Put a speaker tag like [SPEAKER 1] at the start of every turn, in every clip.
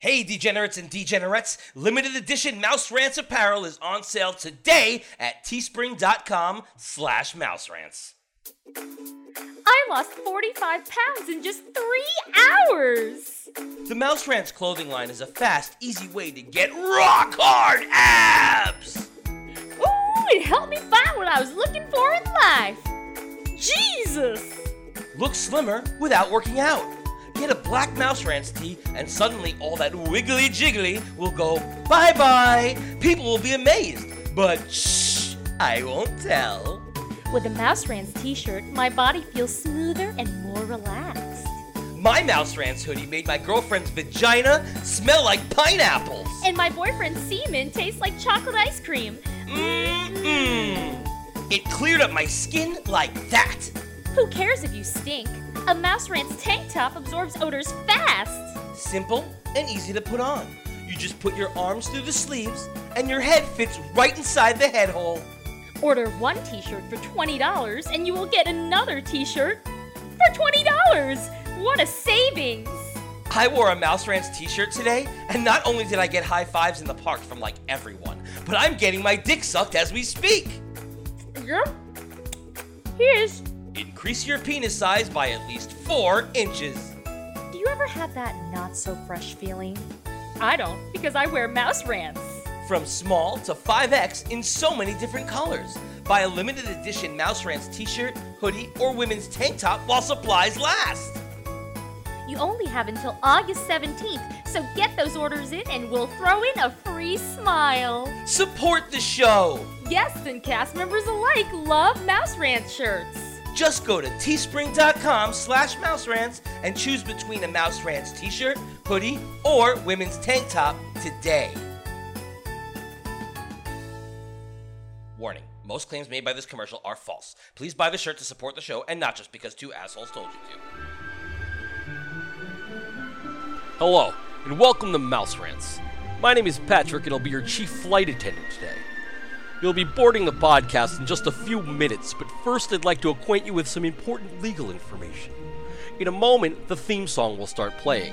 [SPEAKER 1] Hey, degenerates and degenerates! Limited edition Mouse Rants apparel is on sale today at teespring.com slash mouserants.
[SPEAKER 2] I lost 45 pounds in just three hours!
[SPEAKER 1] The Mouse Rants clothing line is a fast, easy way to get rock hard abs!
[SPEAKER 2] Ooh, it helped me find what I was looking for in life! Jesus!
[SPEAKER 1] Look slimmer without working out. Get a black Mouse Rants tee and suddenly all that wiggly jiggly will go bye-bye. People will be amazed, but shh, I won't tell.
[SPEAKER 2] With a Mouse Rants t shirt, my body feels smoother and more relaxed.
[SPEAKER 1] My Mouse Rants hoodie made my girlfriend's vagina smell like pineapples.
[SPEAKER 2] And my boyfriend's semen tastes like chocolate ice cream.
[SPEAKER 1] Mm-mm. It cleared up my skin like that.
[SPEAKER 2] Who cares if you stink? A Mouse Rants tank top absorbs odors fast!
[SPEAKER 1] Simple and easy to put on. You just put your arms through the sleeves, and your head fits right inside the head hole.
[SPEAKER 2] Order one t shirt for $20 and you will get another t shirt for $20! What a savings!
[SPEAKER 1] I wore a Mouse Rants t shirt today, and not only did I get high fives in the park from like everyone, but I'm getting my dick sucked as we speak.
[SPEAKER 2] Yep. Here's.
[SPEAKER 1] Increase your penis size by at least four inches.
[SPEAKER 2] Do you ever have that not so fresh feeling? I don't, because I wear Mouse Rants.
[SPEAKER 1] From small to 5X in so many different colors. Buy a limited edition Mouse Rants t shirt, hoodie, or women's tank top while supplies last.
[SPEAKER 2] You only have until August 17th, so get those orders in and we'll throw in a free smile.
[SPEAKER 1] Support the show!
[SPEAKER 2] Guests and cast members alike love Mouse Rant shirts.
[SPEAKER 1] Just go to teespring.com slash mouserants and choose between a Mouse Rants t-shirt, hoodie, or women's tank top today. Warning. Most claims made by this commercial are false. Please buy the shirt to support the show and not just because two assholes told you to. Hello, and welcome to Mouse Rants. My name is Patrick, and I'll be your chief flight attendant today. You'll be boarding the podcast in just a few minutes, but first I'd like to acquaint you with some important legal information. In a moment, the theme song will start playing.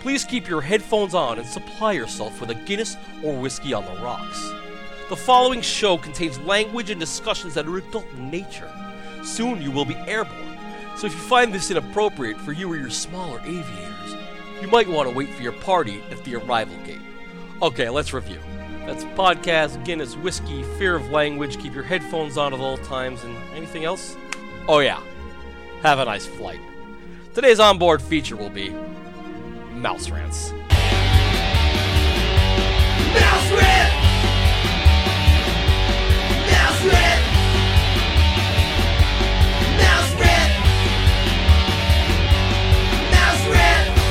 [SPEAKER 1] Please keep your headphones on and supply yourself with a Guinness or whiskey on the rocks. The following show contains language and discussions that are adult in nature. Soon you will be airborne, so if you find this inappropriate for you or your smaller aviators, you might want to wait for your party at the arrival gate. Okay, let's review. That's podcast, Guinness, whiskey, fear of language, keep your headphones on at all times, and anything else? Oh, yeah. Have a nice flight. Today's onboard feature will be Mouse Rants.
[SPEAKER 3] Mouse Rant! Mouse Rant! Mouse Rant! Mouse Rant!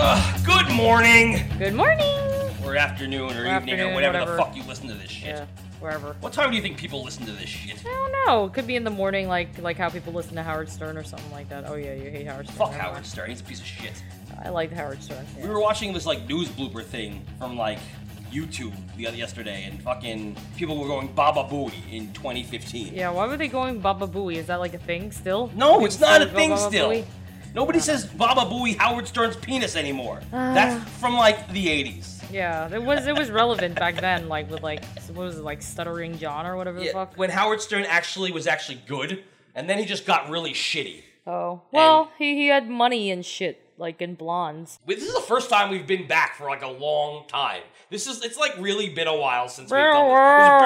[SPEAKER 1] Ugh, good morning!
[SPEAKER 2] Good morning!
[SPEAKER 1] Or afternoon, or, evening, or
[SPEAKER 2] afternoon,
[SPEAKER 1] whatever, the
[SPEAKER 2] whatever.
[SPEAKER 1] fuck you listen to this shit.
[SPEAKER 2] wherever.
[SPEAKER 1] What time do you think people listen to this shit?
[SPEAKER 2] I don't know. It could be in the morning, like like how people listen to Howard Stern or something like that. Oh yeah, you hate Howard Stern.
[SPEAKER 1] Fuck
[SPEAKER 2] Never
[SPEAKER 1] Howard Stern, he's a piece of shit.
[SPEAKER 2] mind. I like Howard Stern. yeah.
[SPEAKER 1] We were watching this like news blooper thing from like YouTube the other yesterday, and fucking people were going Baba Booey in 2015.
[SPEAKER 2] Yeah, why were they going Baba Booey? Is that like a thing still?
[SPEAKER 1] No, it's
[SPEAKER 2] People
[SPEAKER 1] not a
[SPEAKER 2] go
[SPEAKER 1] thing
[SPEAKER 2] Baba
[SPEAKER 1] still.
[SPEAKER 2] Booey?
[SPEAKER 1] Nobody says Baba Booey Howard Stern's penis anymore.
[SPEAKER 2] Ah.
[SPEAKER 1] That's from like the 80s.
[SPEAKER 2] Yeah, it was it was relevant back then, like with like what was it like stuttering John or whatever the
[SPEAKER 1] Yeah,
[SPEAKER 2] fuck.
[SPEAKER 1] when Howard Stern actually was actually good, and then he just got really shitty.
[SPEAKER 2] oh well, he he had money and shit, like in blondes.
[SPEAKER 1] Wait, This is the first time we've been back for like a long time. This is it's like really been a while since we've done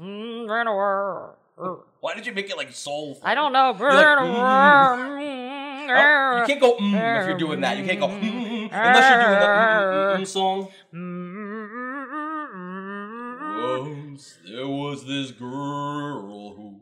[SPEAKER 1] this. Why did you make it like soul?
[SPEAKER 2] I don't know.
[SPEAKER 1] No, mm-hmm. Oh, you can't go mm if you're doing that. You can't go mm unless you're doing the mm, mm, mm song.
[SPEAKER 2] Mm-hmm.
[SPEAKER 1] Once there was this girl who.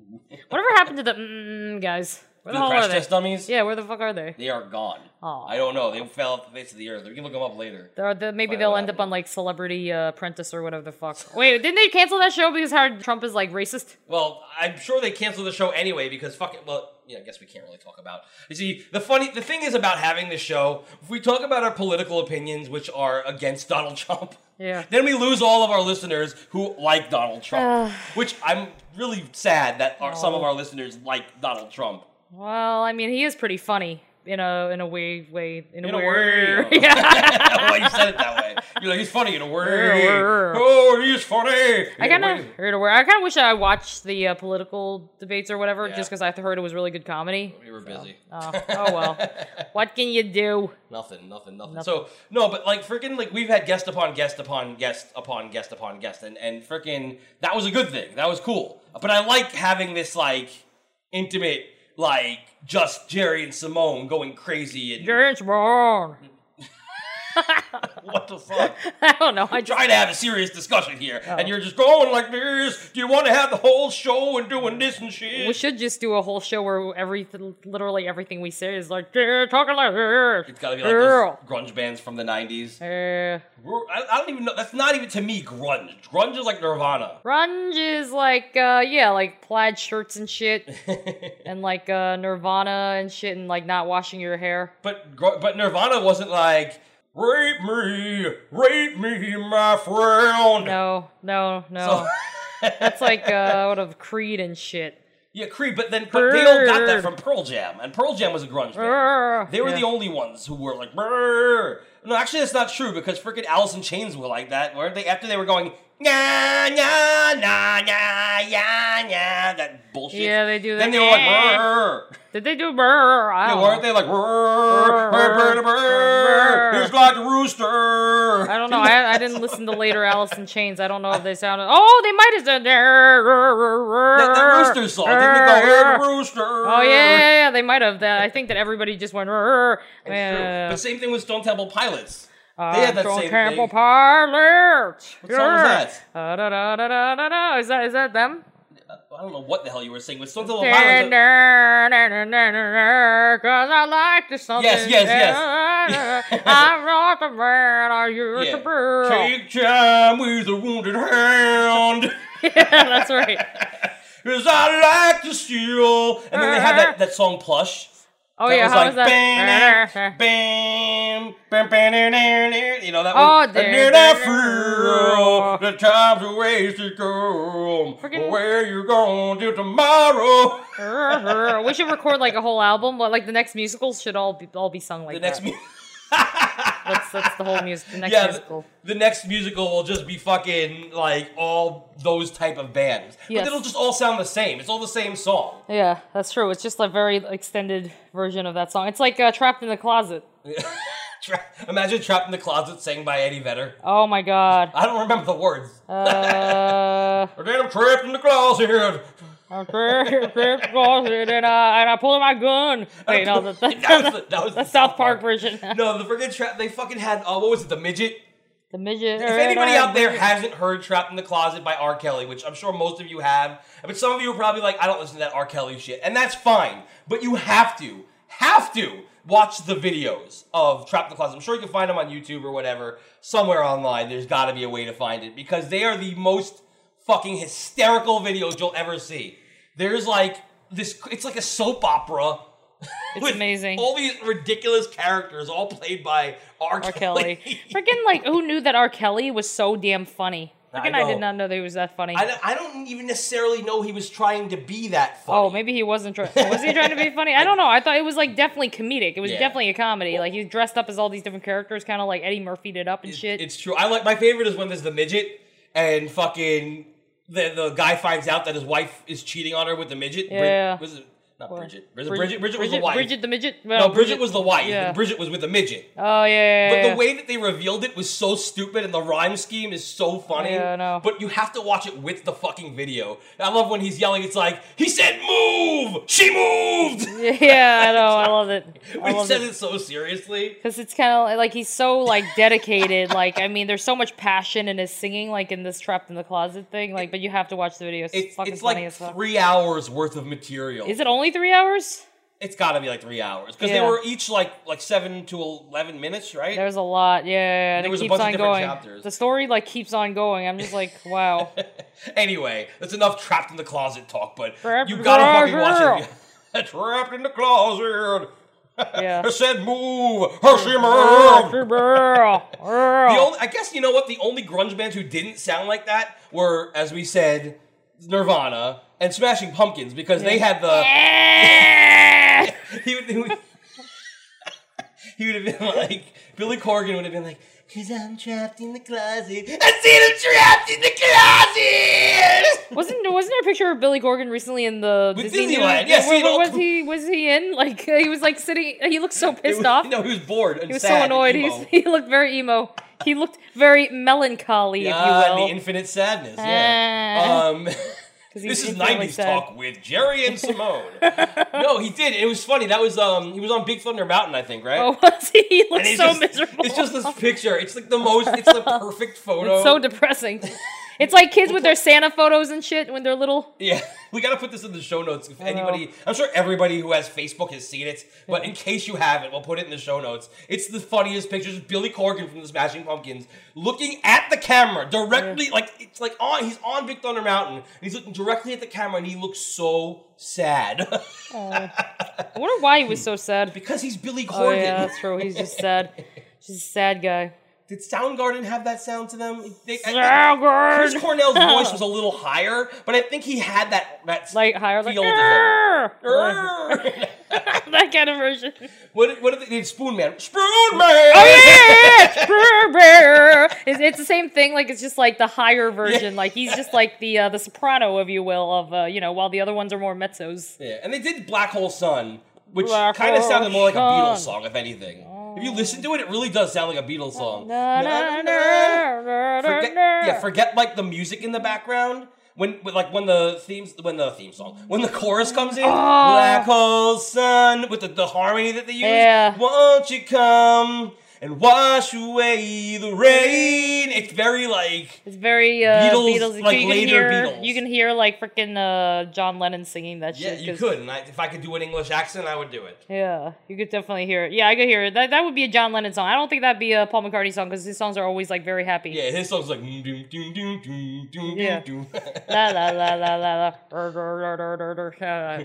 [SPEAKER 2] Whatever happened to the mm, guys? Where
[SPEAKER 1] the
[SPEAKER 2] the hell
[SPEAKER 1] crash
[SPEAKER 2] are they?
[SPEAKER 1] test dummies?
[SPEAKER 2] Yeah, where the fuck are they?
[SPEAKER 1] They are gone.
[SPEAKER 2] Aw.
[SPEAKER 1] I don't know. They fell off the face of the earth. We can look them up later.
[SPEAKER 2] Or the, maybe
[SPEAKER 1] Find
[SPEAKER 2] they'll
[SPEAKER 1] out
[SPEAKER 2] end up
[SPEAKER 1] what
[SPEAKER 2] on like Celebrity uh, Apprentice or whatever the fuck. Wait, didn't they cancel that show because how Trump is like racist?
[SPEAKER 1] Well, I'm sure they canceled the show anyway because fuck it. Well, yeah, I guess we can't really talk about. You see, the funny, the thing is about having this show. If we talk about our political opinions, which are against Donald Trump,
[SPEAKER 2] Yeah.
[SPEAKER 1] then we lose all of our listeners who like Donald Trump. which I'm really sad that our, some
[SPEAKER 2] Oh.
[SPEAKER 1] of our listeners like Donald Trump.
[SPEAKER 2] Well, I mean, he is pretty funny in a in a way way in a,
[SPEAKER 1] In a
[SPEAKER 2] weird-
[SPEAKER 1] way.
[SPEAKER 2] yeah.
[SPEAKER 1] Why you said it that way? You're like he's funny in a way.
[SPEAKER 2] Err.
[SPEAKER 1] Oh, he's funny.
[SPEAKER 2] I
[SPEAKER 1] In a
[SPEAKER 2] kind of
[SPEAKER 1] way.
[SPEAKER 2] heard aware. I kind of wish I watched the uh, political debates or whatever,
[SPEAKER 1] Yeah.
[SPEAKER 2] just because I heard it was really good comedy.
[SPEAKER 1] We were busy.
[SPEAKER 2] Uh, oh well, what can you do?
[SPEAKER 1] Nothing, nothing, nothing,
[SPEAKER 2] Nothing.
[SPEAKER 1] So no, but like freaking like we've had guest upon guest upon guest upon guest upon guest, and and freaking that was a good thing. That was cool. But I like having this like intimate, like just Jerry and Simone going crazy and
[SPEAKER 2] James Brown.
[SPEAKER 1] what the fuck.
[SPEAKER 2] I don't know. I
[SPEAKER 1] Trying to have a serious discussion here,
[SPEAKER 2] Oh.
[SPEAKER 1] and you're just going like this. Do you want to have the whole show and doing this and shit?
[SPEAKER 2] We should just do a whole show where every literally everything we say is like "Yeah, talking like this.
[SPEAKER 1] it's gotta be like
[SPEAKER 2] Girl.
[SPEAKER 1] those grunge bands from the '90s.
[SPEAKER 2] Uh,
[SPEAKER 1] We're- I, I don't even know. That's not even to me grunge. Grunge is like Nirvana.
[SPEAKER 2] grunge is like uh, yeah, like plaid shirts and shit, and like uh, Nirvana and shit, and like not washing your hair.
[SPEAKER 1] But gr- but Nirvana wasn't like rape me, rape me, my friend.
[SPEAKER 2] No, no, no.
[SPEAKER 1] So-
[SPEAKER 2] That's like uh, out of Creed and shit.
[SPEAKER 1] yeah, Creed. But then but they all got that from Pearl Jam, and Pearl Jam was a grunge band.
[SPEAKER 2] Brrr.
[SPEAKER 1] They were
[SPEAKER 2] Yeah.
[SPEAKER 1] the only ones who were like, Brr. no, actually that's not true because freaking Alice in Chains were like that, weren't they? After they were going. Nah, nah, nah, nah, yeah, yeah, that bullshit.
[SPEAKER 2] Yeah, they do
[SPEAKER 1] Then
[SPEAKER 2] that. Oh.
[SPEAKER 1] they were like, Brr.
[SPEAKER 2] Did they do brrr? I
[SPEAKER 1] Yeah,
[SPEAKER 2] don't
[SPEAKER 1] weren't
[SPEAKER 2] know.
[SPEAKER 1] they like, "Brr, brr, brr, brr, here's Black Rooster?
[SPEAKER 2] I don't know. I, I didn't listen to later Alice in Chains. I don't know if they sounded. Oh, they might have done.
[SPEAKER 1] That, that rooster song. Didn't it go, "Hey, rooster?
[SPEAKER 2] Oh yeah, yeah, yeah, they might have that. I think that everybody just went. "Rrr." Yeah.
[SPEAKER 1] But same thing with Stone Temple Pilots.
[SPEAKER 2] Uh,
[SPEAKER 1] they had that
[SPEAKER 2] Stone
[SPEAKER 1] same
[SPEAKER 2] Temple
[SPEAKER 1] thing.
[SPEAKER 2] Pilots.
[SPEAKER 1] What song was that?
[SPEAKER 2] Uh, da, da, da, da, da, da. Is that is that them?
[SPEAKER 1] I don't know what the hell you were singing with Stone Temple Pilots.
[SPEAKER 2] Because I like the something.
[SPEAKER 1] Yes, yes, yes.
[SPEAKER 2] I'm not the man I used to
[SPEAKER 1] Yeah.
[SPEAKER 2] be.
[SPEAKER 1] Take time with a wounded hand.
[SPEAKER 2] Yeah, that's right.
[SPEAKER 1] Cause I like to steal. And then they had that, that song Plush.
[SPEAKER 2] Oh
[SPEAKER 1] that
[SPEAKER 2] yeah,
[SPEAKER 1] was
[SPEAKER 2] how
[SPEAKER 1] like,
[SPEAKER 2] was that?
[SPEAKER 1] Bam, bam, bam, bam, bam, bam, bam, you know that
[SPEAKER 2] Oh,
[SPEAKER 1] was
[SPEAKER 2] there,
[SPEAKER 1] And then I
[SPEAKER 2] there.
[SPEAKER 1] feel the time's a wasted girl.
[SPEAKER 2] Friggin-
[SPEAKER 1] Where you going to tomorrow?
[SPEAKER 2] we should record like a whole album, but like the next musicals should all be all be sung like
[SPEAKER 1] The next
[SPEAKER 2] that.
[SPEAKER 1] mu-
[SPEAKER 2] that's that's the whole music. The next
[SPEAKER 1] yeah,
[SPEAKER 2] musical.
[SPEAKER 1] the, the next musical will just be fucking like all those type of bands.
[SPEAKER 2] Yes.
[SPEAKER 1] But it'll just all sound the same. It's all the same song.
[SPEAKER 2] Yeah, that's true. It's just a very extended version of that song. It's like uh, Trapped in the Closet.
[SPEAKER 1] Tra- Imagine Trapped in the Closet sang by Eddie Vedder.
[SPEAKER 2] Oh my god.
[SPEAKER 1] I don't remember the words.
[SPEAKER 2] Uh,
[SPEAKER 1] Or then I'm trapped in the closet.
[SPEAKER 2] I'm trapped in the closet and, uh, and I pulled my gun. Wait, no, that, that,
[SPEAKER 1] That was the, that was the
[SPEAKER 2] that's South Park version.
[SPEAKER 1] No, the freaking trap. They fucking had. Uh, what was it? The midget.
[SPEAKER 2] The midget.
[SPEAKER 1] If anybody out there hasn't heard "Trapped in the Closet" by R. Kelly, which I'm sure most of you have, but some of you are probably like, "I don't listen to that R. Kelly shit," and that's fine. But you have to, have to watch the videos of "Trapped in the Closet." I'm sure you can find them on YouTube or whatever, somewhere online. There's got to be a way to find it because they are the most fucking hysterical videos you'll ever see. There's like this. It's like a soap opera
[SPEAKER 2] it's
[SPEAKER 1] with
[SPEAKER 2] amazing.
[SPEAKER 1] All these ridiculous characters, all played by R.
[SPEAKER 2] R. Kelly. Freaking like who knew that R. Kelly was so damn funny?
[SPEAKER 1] I
[SPEAKER 2] Freaking I,
[SPEAKER 1] know.
[SPEAKER 2] did not know that he was that funny.
[SPEAKER 1] I don't, I don't even necessarily know he was trying to be that funny.
[SPEAKER 2] Oh, maybe he wasn't trying. Was he trying to be funny? I don't know. I thought it was like definitely comedic. It was
[SPEAKER 1] Yeah.
[SPEAKER 2] definitely a comedy. Like he dressed up as all these different characters, kind of like Eddie Murphy did up and shit.
[SPEAKER 1] It's true. I like my favorite is when there's the midget and fucking the the guy finds out that his wife is cheating on her with the midget. Brid-
[SPEAKER 2] Yeah.
[SPEAKER 1] was it not
[SPEAKER 2] What?
[SPEAKER 1] Bridget? Was it Bridget. Bridget. was the
[SPEAKER 2] Bridget-
[SPEAKER 1] wife.
[SPEAKER 2] Bridget the midget.
[SPEAKER 1] no, Bridget, was the wife.
[SPEAKER 2] Yeah.
[SPEAKER 1] And Bridget was with the midget.
[SPEAKER 2] Oh yeah. yeah,
[SPEAKER 1] But
[SPEAKER 2] yeah.
[SPEAKER 1] the way that they revealed it was so stupid, and the rhyme scheme is so funny.
[SPEAKER 2] Yeah, I know.
[SPEAKER 1] But you have to watch it with the fucking video. I love when he's yelling. It's like he said, "Move." She moved.
[SPEAKER 2] yeah, I know. I love it. I
[SPEAKER 1] But he
[SPEAKER 2] love
[SPEAKER 1] says
[SPEAKER 2] it.
[SPEAKER 1] it so seriously.
[SPEAKER 2] Because it's kind of like he's so like dedicated. like I mean, there's so much passion in his singing, like in this trapped in the closet thing. Like, but you have to watch the video. It's,
[SPEAKER 1] It's,
[SPEAKER 2] fucking
[SPEAKER 1] it's
[SPEAKER 2] funny
[SPEAKER 1] like
[SPEAKER 2] as fuck.
[SPEAKER 1] three hours worth of material.
[SPEAKER 2] Is it only three hours?
[SPEAKER 1] It's got to be like three hours because they
[SPEAKER 2] Yeah.
[SPEAKER 1] were each like like seven to eleven minutes, right?
[SPEAKER 2] There's a lot, yeah, yeah, and
[SPEAKER 1] There
[SPEAKER 2] it
[SPEAKER 1] was a
[SPEAKER 2] keeps
[SPEAKER 1] bunch of
[SPEAKER 2] on
[SPEAKER 1] different
[SPEAKER 2] going.
[SPEAKER 1] chapters.
[SPEAKER 2] The story like keeps on going. I'm just like, wow.
[SPEAKER 1] anyway, that's enough trapped in the closet talk, but
[SPEAKER 2] Trapped
[SPEAKER 1] you
[SPEAKER 2] in the
[SPEAKER 1] gotta fucking watch
[SPEAKER 2] closet.
[SPEAKER 1] it. trapped in the closet.
[SPEAKER 2] Yeah.
[SPEAKER 1] I said move. Her she
[SPEAKER 2] Girl,
[SPEAKER 1] moved.
[SPEAKER 2] girl,
[SPEAKER 1] The
[SPEAKER 2] girl.
[SPEAKER 1] only, I guess you know what? The only grunge bands who didn't sound like that were, as we said, Nirvana and Smashing Pumpkins because they had the.
[SPEAKER 2] Eh.
[SPEAKER 1] He would, he would, he would have been like. Billy Corgan would have been like, Cause I'm trapped in the closet. I said I'm trapped in the closet!
[SPEAKER 2] wasn't wasn't there a picture of Billy Gorgon recently in the
[SPEAKER 1] With
[SPEAKER 2] Disney News?
[SPEAKER 1] Disneyland, yes,
[SPEAKER 2] Wa-
[SPEAKER 1] he
[SPEAKER 2] wa- was
[SPEAKER 1] looked-
[SPEAKER 2] he was he in like uh, he was like sitting? He looked so
[SPEAKER 1] It
[SPEAKER 2] pissed
[SPEAKER 1] was-
[SPEAKER 2] off.
[SPEAKER 1] No, he was bored. And
[SPEAKER 2] he was so
[SPEAKER 1] sad and
[SPEAKER 2] annoyed. He,
[SPEAKER 1] emo.
[SPEAKER 2] was, he looked very emo. He looked very
[SPEAKER 1] Ah,
[SPEAKER 2] melancholy, if you
[SPEAKER 1] and
[SPEAKER 2] will.
[SPEAKER 1] the infinite sadness. Yeah.
[SPEAKER 2] Ah.
[SPEAKER 1] um,
[SPEAKER 2] Because
[SPEAKER 1] this is
[SPEAKER 2] he's infinitely
[SPEAKER 1] '90s
[SPEAKER 2] sad.
[SPEAKER 1] talk with Jerry and Simone. no, he did. It was funny. That was um, he was on Big Thunder Mountain, I think, right?
[SPEAKER 2] Oh, was he? He
[SPEAKER 1] And
[SPEAKER 2] looked
[SPEAKER 1] it's
[SPEAKER 2] so
[SPEAKER 1] just,
[SPEAKER 2] miserable.
[SPEAKER 1] It's just this picture. It's like the most. It's the perfect photo.
[SPEAKER 2] It's so depressing. It's like kids with their Santa photos and shit when they're little.
[SPEAKER 1] yeah, we gotta put this in the show notes. If
[SPEAKER 2] know.
[SPEAKER 1] anybody, I'm sure everybody who has Facebook has seen it, but in case you haven't, we'll put it in the show notes. It's the funniest pictures. of Billy Corgan from the Smashing Pumpkins looking at the camera directly, like it's like on. He's on Big Thunder Mountain. And he's looking directly at the camera, and he looks so sad
[SPEAKER 2] Oh, I wonder why he was so sad.
[SPEAKER 1] because he's Billy Corgan.
[SPEAKER 2] Oh yeah, that's true. He's just sad. Just a sad guy.
[SPEAKER 1] Did Soundgarden have that sound to them? They, I- Chris
[SPEAKER 2] Soundgarden.
[SPEAKER 1] Cornell's voice was a little higher, but I think he had that that
[SPEAKER 2] Like higher, like
[SPEAKER 1] Feel to him.
[SPEAKER 2] "Grrr."
[SPEAKER 1] Err.
[SPEAKER 2] that kind of version.
[SPEAKER 1] What what did they did Spoon Man? Oh, Spoon Man!
[SPEAKER 2] it's, it's the same thing. Like it's just like the higher version. Like he's just like the uh, the soprano, if you will, of uh, you know, while the other ones are more mezzos.
[SPEAKER 1] Yeah, and they did Black Hole Sun, which
[SPEAKER 2] Black
[SPEAKER 1] kind of
[SPEAKER 2] Hole
[SPEAKER 1] sounded more like a Beatles
[SPEAKER 2] Sun. Oh.
[SPEAKER 1] song, if anything. If you listen to it, it really does sound like a Beatles song.
[SPEAKER 2] Na- na- na- na- na-
[SPEAKER 1] Forget,
[SPEAKER 2] na.
[SPEAKER 1] yeah, forget like the music in the background. When, when like when the themes when the theme song when the chorus comes in
[SPEAKER 2] Ah.
[SPEAKER 1] black hole sun with the, the harmony that they use
[SPEAKER 2] Yeah.
[SPEAKER 1] won't you come and wash away the rain it's very like
[SPEAKER 2] It's very uh,
[SPEAKER 1] Beatles,
[SPEAKER 2] Beatles,
[SPEAKER 1] like,
[SPEAKER 2] you
[SPEAKER 1] later
[SPEAKER 2] can hear,
[SPEAKER 1] Beatles.
[SPEAKER 2] You can hear like freaking uh, John Lennon singing that
[SPEAKER 1] yeah
[SPEAKER 2] shit.
[SPEAKER 1] you
[SPEAKER 2] 'cause-
[SPEAKER 1] could and I, if I could do an English accent I would do it
[SPEAKER 2] Yeah, you could definitely hear it. Yeah, I could hear it. That, that would be a John Lennon song. I don't think that'd be a Paul McCartney song because his songs are always like very happy.
[SPEAKER 1] Yeah, his song's like doom doom doom doom doom doom
[SPEAKER 2] Yeah.
[SPEAKER 1] doom.
[SPEAKER 2] La la la la la la. Dur, dur, dur, dur, dur, dur. I don't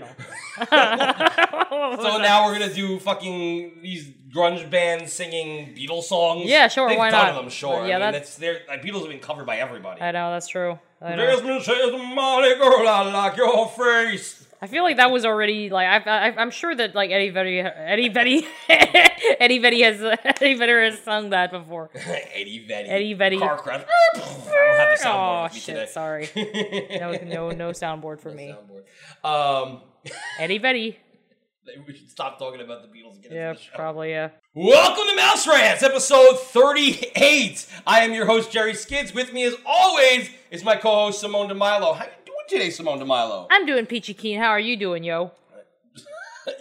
[SPEAKER 2] know.
[SPEAKER 1] So now we're gonna do fucking these grunge bands singing Beatles songs.
[SPEAKER 2] Yeah, sure,
[SPEAKER 1] They've
[SPEAKER 2] why
[SPEAKER 1] done
[SPEAKER 2] not?
[SPEAKER 1] them, sure.
[SPEAKER 2] Yeah,
[SPEAKER 1] I mean, that's
[SPEAKER 2] that's-
[SPEAKER 1] they're like, Beatles have been covered by everybody.
[SPEAKER 2] I know that's true. I, know.
[SPEAKER 1] Jasmine says, "Molly girl, I like your face."
[SPEAKER 2] I feel like that was already like I, I, I'm sure that like Eddie Vedder, Eddie Vedder, Eddie Vedder has Eddie Vedder has sung that before.
[SPEAKER 1] Eddie Vedder.
[SPEAKER 2] Eddie Vedder.
[SPEAKER 1] Car crash. I don't have the soundboard
[SPEAKER 2] Oh
[SPEAKER 1] with me
[SPEAKER 2] shit!
[SPEAKER 1] today.
[SPEAKER 2] Sorry, no, no, no soundboard for me.
[SPEAKER 1] Soundboard. Um,
[SPEAKER 2] Eddie Vedder.
[SPEAKER 1] we should stop talking about the Beatles again.
[SPEAKER 2] Yeah, probably. Yeah.
[SPEAKER 1] Welcome to Mouse Rants, episode 38. I am your host, Jerry Skids. With me, as always, is my co-host, Simone DeMilo. How you doing today, Simone DeMilo?
[SPEAKER 2] I'm doing peachy keen. How are you doing, yo?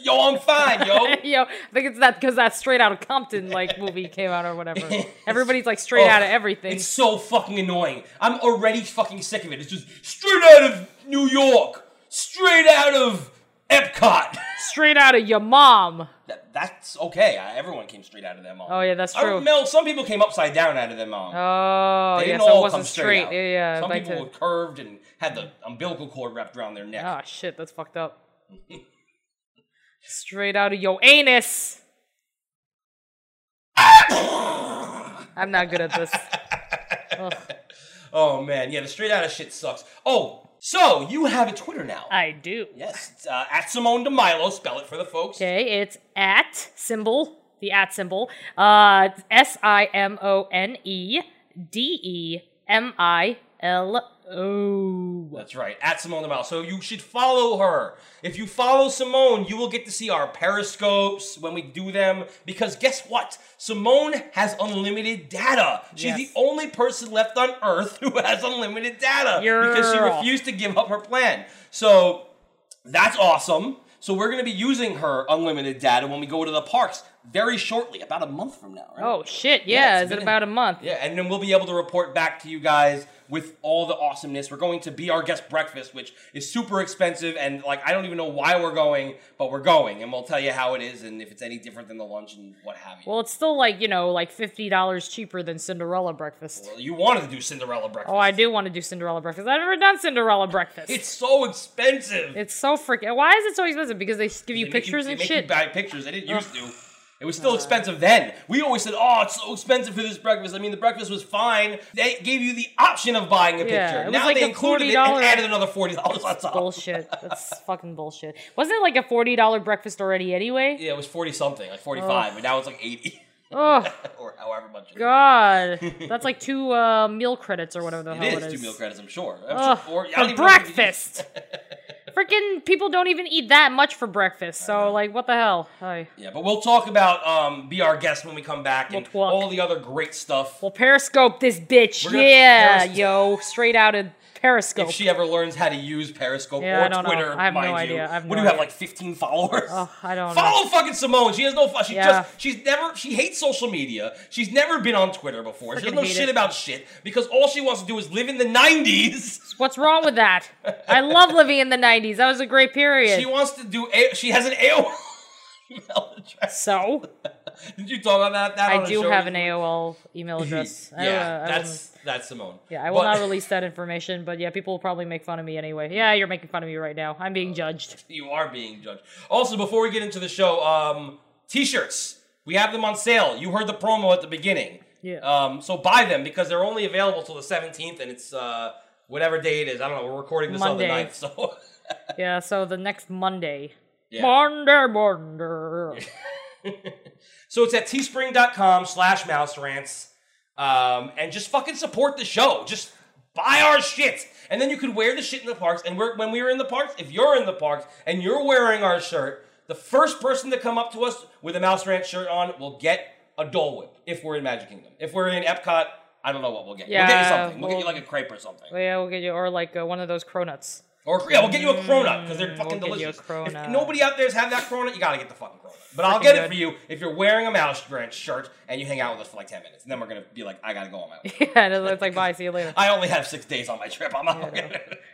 [SPEAKER 1] yo, I'm fine, yo.
[SPEAKER 2] yo, I think it's that because that Straight Out of Compton like movie came out or whatever. Everybody's like straight
[SPEAKER 1] Oh,
[SPEAKER 2] out of everything.
[SPEAKER 1] It's so fucking annoying. I'm already fucking sick of it. It's just straight out of New York, straight out of Epcot.
[SPEAKER 2] Straight out of your mom.
[SPEAKER 1] That- that's okay. I, everyone came straight out of their mom.
[SPEAKER 2] Oh yeah, that's
[SPEAKER 1] I
[SPEAKER 2] true.
[SPEAKER 1] don't know, some people came upside down out of their mom.
[SPEAKER 2] Oh
[SPEAKER 1] They
[SPEAKER 2] yeah,
[SPEAKER 1] didn't
[SPEAKER 2] so
[SPEAKER 1] all
[SPEAKER 2] it wasn't
[SPEAKER 1] come straight.
[SPEAKER 2] straight.
[SPEAKER 1] out.
[SPEAKER 2] Yeah, yeah.
[SPEAKER 1] Some
[SPEAKER 2] like
[SPEAKER 1] people
[SPEAKER 2] to-
[SPEAKER 1] were curved and had the umbilical cord wrapped around their neck.
[SPEAKER 2] Oh shit, that's fucked up. Straight out of your anus. Oh, I'm not good at this. Ugh,
[SPEAKER 1] Oh man, yeah, the straight out of shit sucks. Oh, so you have a Twitter now?
[SPEAKER 2] I do.
[SPEAKER 1] yes, it's, uh, at Simone DeMilo. Spell it for the folks.
[SPEAKER 2] Okay, it's at symbol, the at symbol. Uh, it's S I M O N E D E M I L O.
[SPEAKER 1] That's right, at Simone DeMilo. So you should follow her. If you follow Simone, you will get to see our periscopes when we do them. Because guess what? Simone has unlimited data. She's
[SPEAKER 2] Yes.
[SPEAKER 1] the only person left on Earth who has unlimited data because she
[SPEAKER 2] Girl.
[SPEAKER 1] refused to give up her plan. So That's awesome. So we're going to be using her unlimited data when we go to the parks. very shortly, about a month from now. Right?
[SPEAKER 2] Oh shit!
[SPEAKER 1] Yeah,
[SPEAKER 2] Yeah,
[SPEAKER 1] it's
[SPEAKER 2] is it
[SPEAKER 1] been-
[SPEAKER 2] about a month?
[SPEAKER 1] Yeah, and then we'll be able to report back to you guys with all the awesomeness. We're going to be our guest breakfast, which is super expensive, and like I don't even know why we're going, but we're going, and we'll tell you how it is and if it's any different than the lunch and what have you.
[SPEAKER 2] Well, it's still like you know, like fifty dollars cheaper than Cinderella breakfast.
[SPEAKER 1] Well, you wanted to do Cinderella breakfast.
[SPEAKER 2] Oh, I do want to do Cinderella breakfast. I've never done Cinderella breakfast.
[SPEAKER 1] It's so expensive.
[SPEAKER 2] It's so freaking. Why is it so expensive? Because they give you
[SPEAKER 1] They make
[SPEAKER 2] pictures
[SPEAKER 1] they
[SPEAKER 2] and
[SPEAKER 1] make
[SPEAKER 2] shit.
[SPEAKER 1] You buy pictures. They didn't used to. It was still expensive then. We always said, "Oh, it's so expensive for this breakfast." I mean, the breakfast was fine. They gave you the option of buying a
[SPEAKER 2] Yeah,
[SPEAKER 1] picture.
[SPEAKER 2] it was
[SPEAKER 1] now
[SPEAKER 2] like
[SPEAKER 1] they
[SPEAKER 2] a
[SPEAKER 1] included it
[SPEAKER 2] $40
[SPEAKER 1] and added another forty dollars on top.
[SPEAKER 2] bullshit. That's fucking bullshit. Wasn't it like a forty dollar breakfast already anyway?
[SPEAKER 1] Yeah, it was forty something, like forty five, but now it's like eighty
[SPEAKER 2] Oh
[SPEAKER 1] or however much. it is.
[SPEAKER 2] god, that's like two uh, meal credits or whatever the
[SPEAKER 1] It
[SPEAKER 2] hell
[SPEAKER 1] is
[SPEAKER 2] it is.
[SPEAKER 1] two meal credits, I'm sure. I'm
[SPEAKER 2] Ugh,
[SPEAKER 1] sure- or- I don't even
[SPEAKER 2] for
[SPEAKER 1] know if you could
[SPEAKER 2] breakfast. Freaking people don't even eat that much for breakfast. So like, what the hell? Hi.
[SPEAKER 1] use- Yeah, but we'll talk about um, be our guest when we come back and
[SPEAKER 2] We'll talk.
[SPEAKER 1] all the other great stuff.
[SPEAKER 2] We'll periscope this bitch.
[SPEAKER 1] We're gonna
[SPEAKER 2] yeah,
[SPEAKER 1] periscope.
[SPEAKER 2] yo, straight out of periscope.
[SPEAKER 1] if she ever learns how to use Periscope
[SPEAKER 2] Yeah, I
[SPEAKER 1] or
[SPEAKER 2] don't know.
[SPEAKER 1] Twitter,
[SPEAKER 2] I have no
[SPEAKER 1] mind you.
[SPEAKER 2] idea. I have
[SPEAKER 1] what do
[SPEAKER 2] no
[SPEAKER 1] you have
[SPEAKER 2] idea.
[SPEAKER 1] like 15 followers?
[SPEAKER 2] Oh, I don't know.
[SPEAKER 1] Follow fucking Simone. She has no fu- she
[SPEAKER 2] Yeah.
[SPEAKER 1] just she's never she hates social media. She's never been on Twitter before. she
[SPEAKER 2] Freaking
[SPEAKER 1] doesn't know
[SPEAKER 2] hate
[SPEAKER 1] shit
[SPEAKER 2] it.
[SPEAKER 1] about shit because all she wants to do is live in the 90s.
[SPEAKER 2] What's wrong with that? I love living in the '90s. That was a great period.
[SPEAKER 1] She wants to do. A- she has an AOL email address.
[SPEAKER 2] so
[SPEAKER 1] Did you talk about that? on
[SPEAKER 2] I
[SPEAKER 1] the
[SPEAKER 2] do
[SPEAKER 1] show?
[SPEAKER 2] have an AOL email address. I,
[SPEAKER 1] yeah,
[SPEAKER 2] uh, I
[SPEAKER 1] that's that's Simone.
[SPEAKER 2] will- yeah. I will
[SPEAKER 1] But
[SPEAKER 2] not release that information, but yeah, people will probably make fun of me anyway. Yeah, you're making fun of me right now. I'm
[SPEAKER 1] Oh.
[SPEAKER 2] being judged.
[SPEAKER 1] You are being judged. Also, before we get into the show, um, t-shirts. We have them on sale. You heard the promo at the beginning.
[SPEAKER 2] Yeah.
[SPEAKER 1] Um, so buy them because they're only available till the seventeenth, and it's uh whatever day it is. I don't know. We're recording this
[SPEAKER 2] Monday.
[SPEAKER 1] on the 9th, so.
[SPEAKER 2] Yeah. So the next Monday.
[SPEAKER 1] Yeah.
[SPEAKER 2] Monday, Monday.
[SPEAKER 1] So it's at teespring.com slash mouse rants. Um, and just fucking support the show. Just buy our shit. And then you can wear the shit in the parks. And we're, when we were in the parks, if you're in the parks and you're wearing our shirt, the first person to come up to us with a mouse rant shirt on will get a Dole Whip if we're in Magic Kingdom. If we're in Epcot, I don't know what we'll get. we'll get you
[SPEAKER 2] Yeah,
[SPEAKER 1] something. We'll, get
[SPEAKER 2] well-
[SPEAKER 1] you like a crepe or something.
[SPEAKER 2] yeah, we'll get you or like uh, one of those cronuts.
[SPEAKER 1] Or yeah, we'll get you a cronut because they're fucking
[SPEAKER 2] Mm, we'll get you a
[SPEAKER 1] delicious. If
[SPEAKER 2] cronut.
[SPEAKER 1] nobody out there's have that cronut, you gotta get the fucking cronut. But I'll get it
[SPEAKER 2] good.
[SPEAKER 1] for you if you're wearing a mouse branch shirt and you hang out with us for like ten minutes, and then we're gonna be like, I gotta go on my. way.
[SPEAKER 2] yeah. and It's like bye. See you later.
[SPEAKER 1] I only have six days on my trip. I'm out.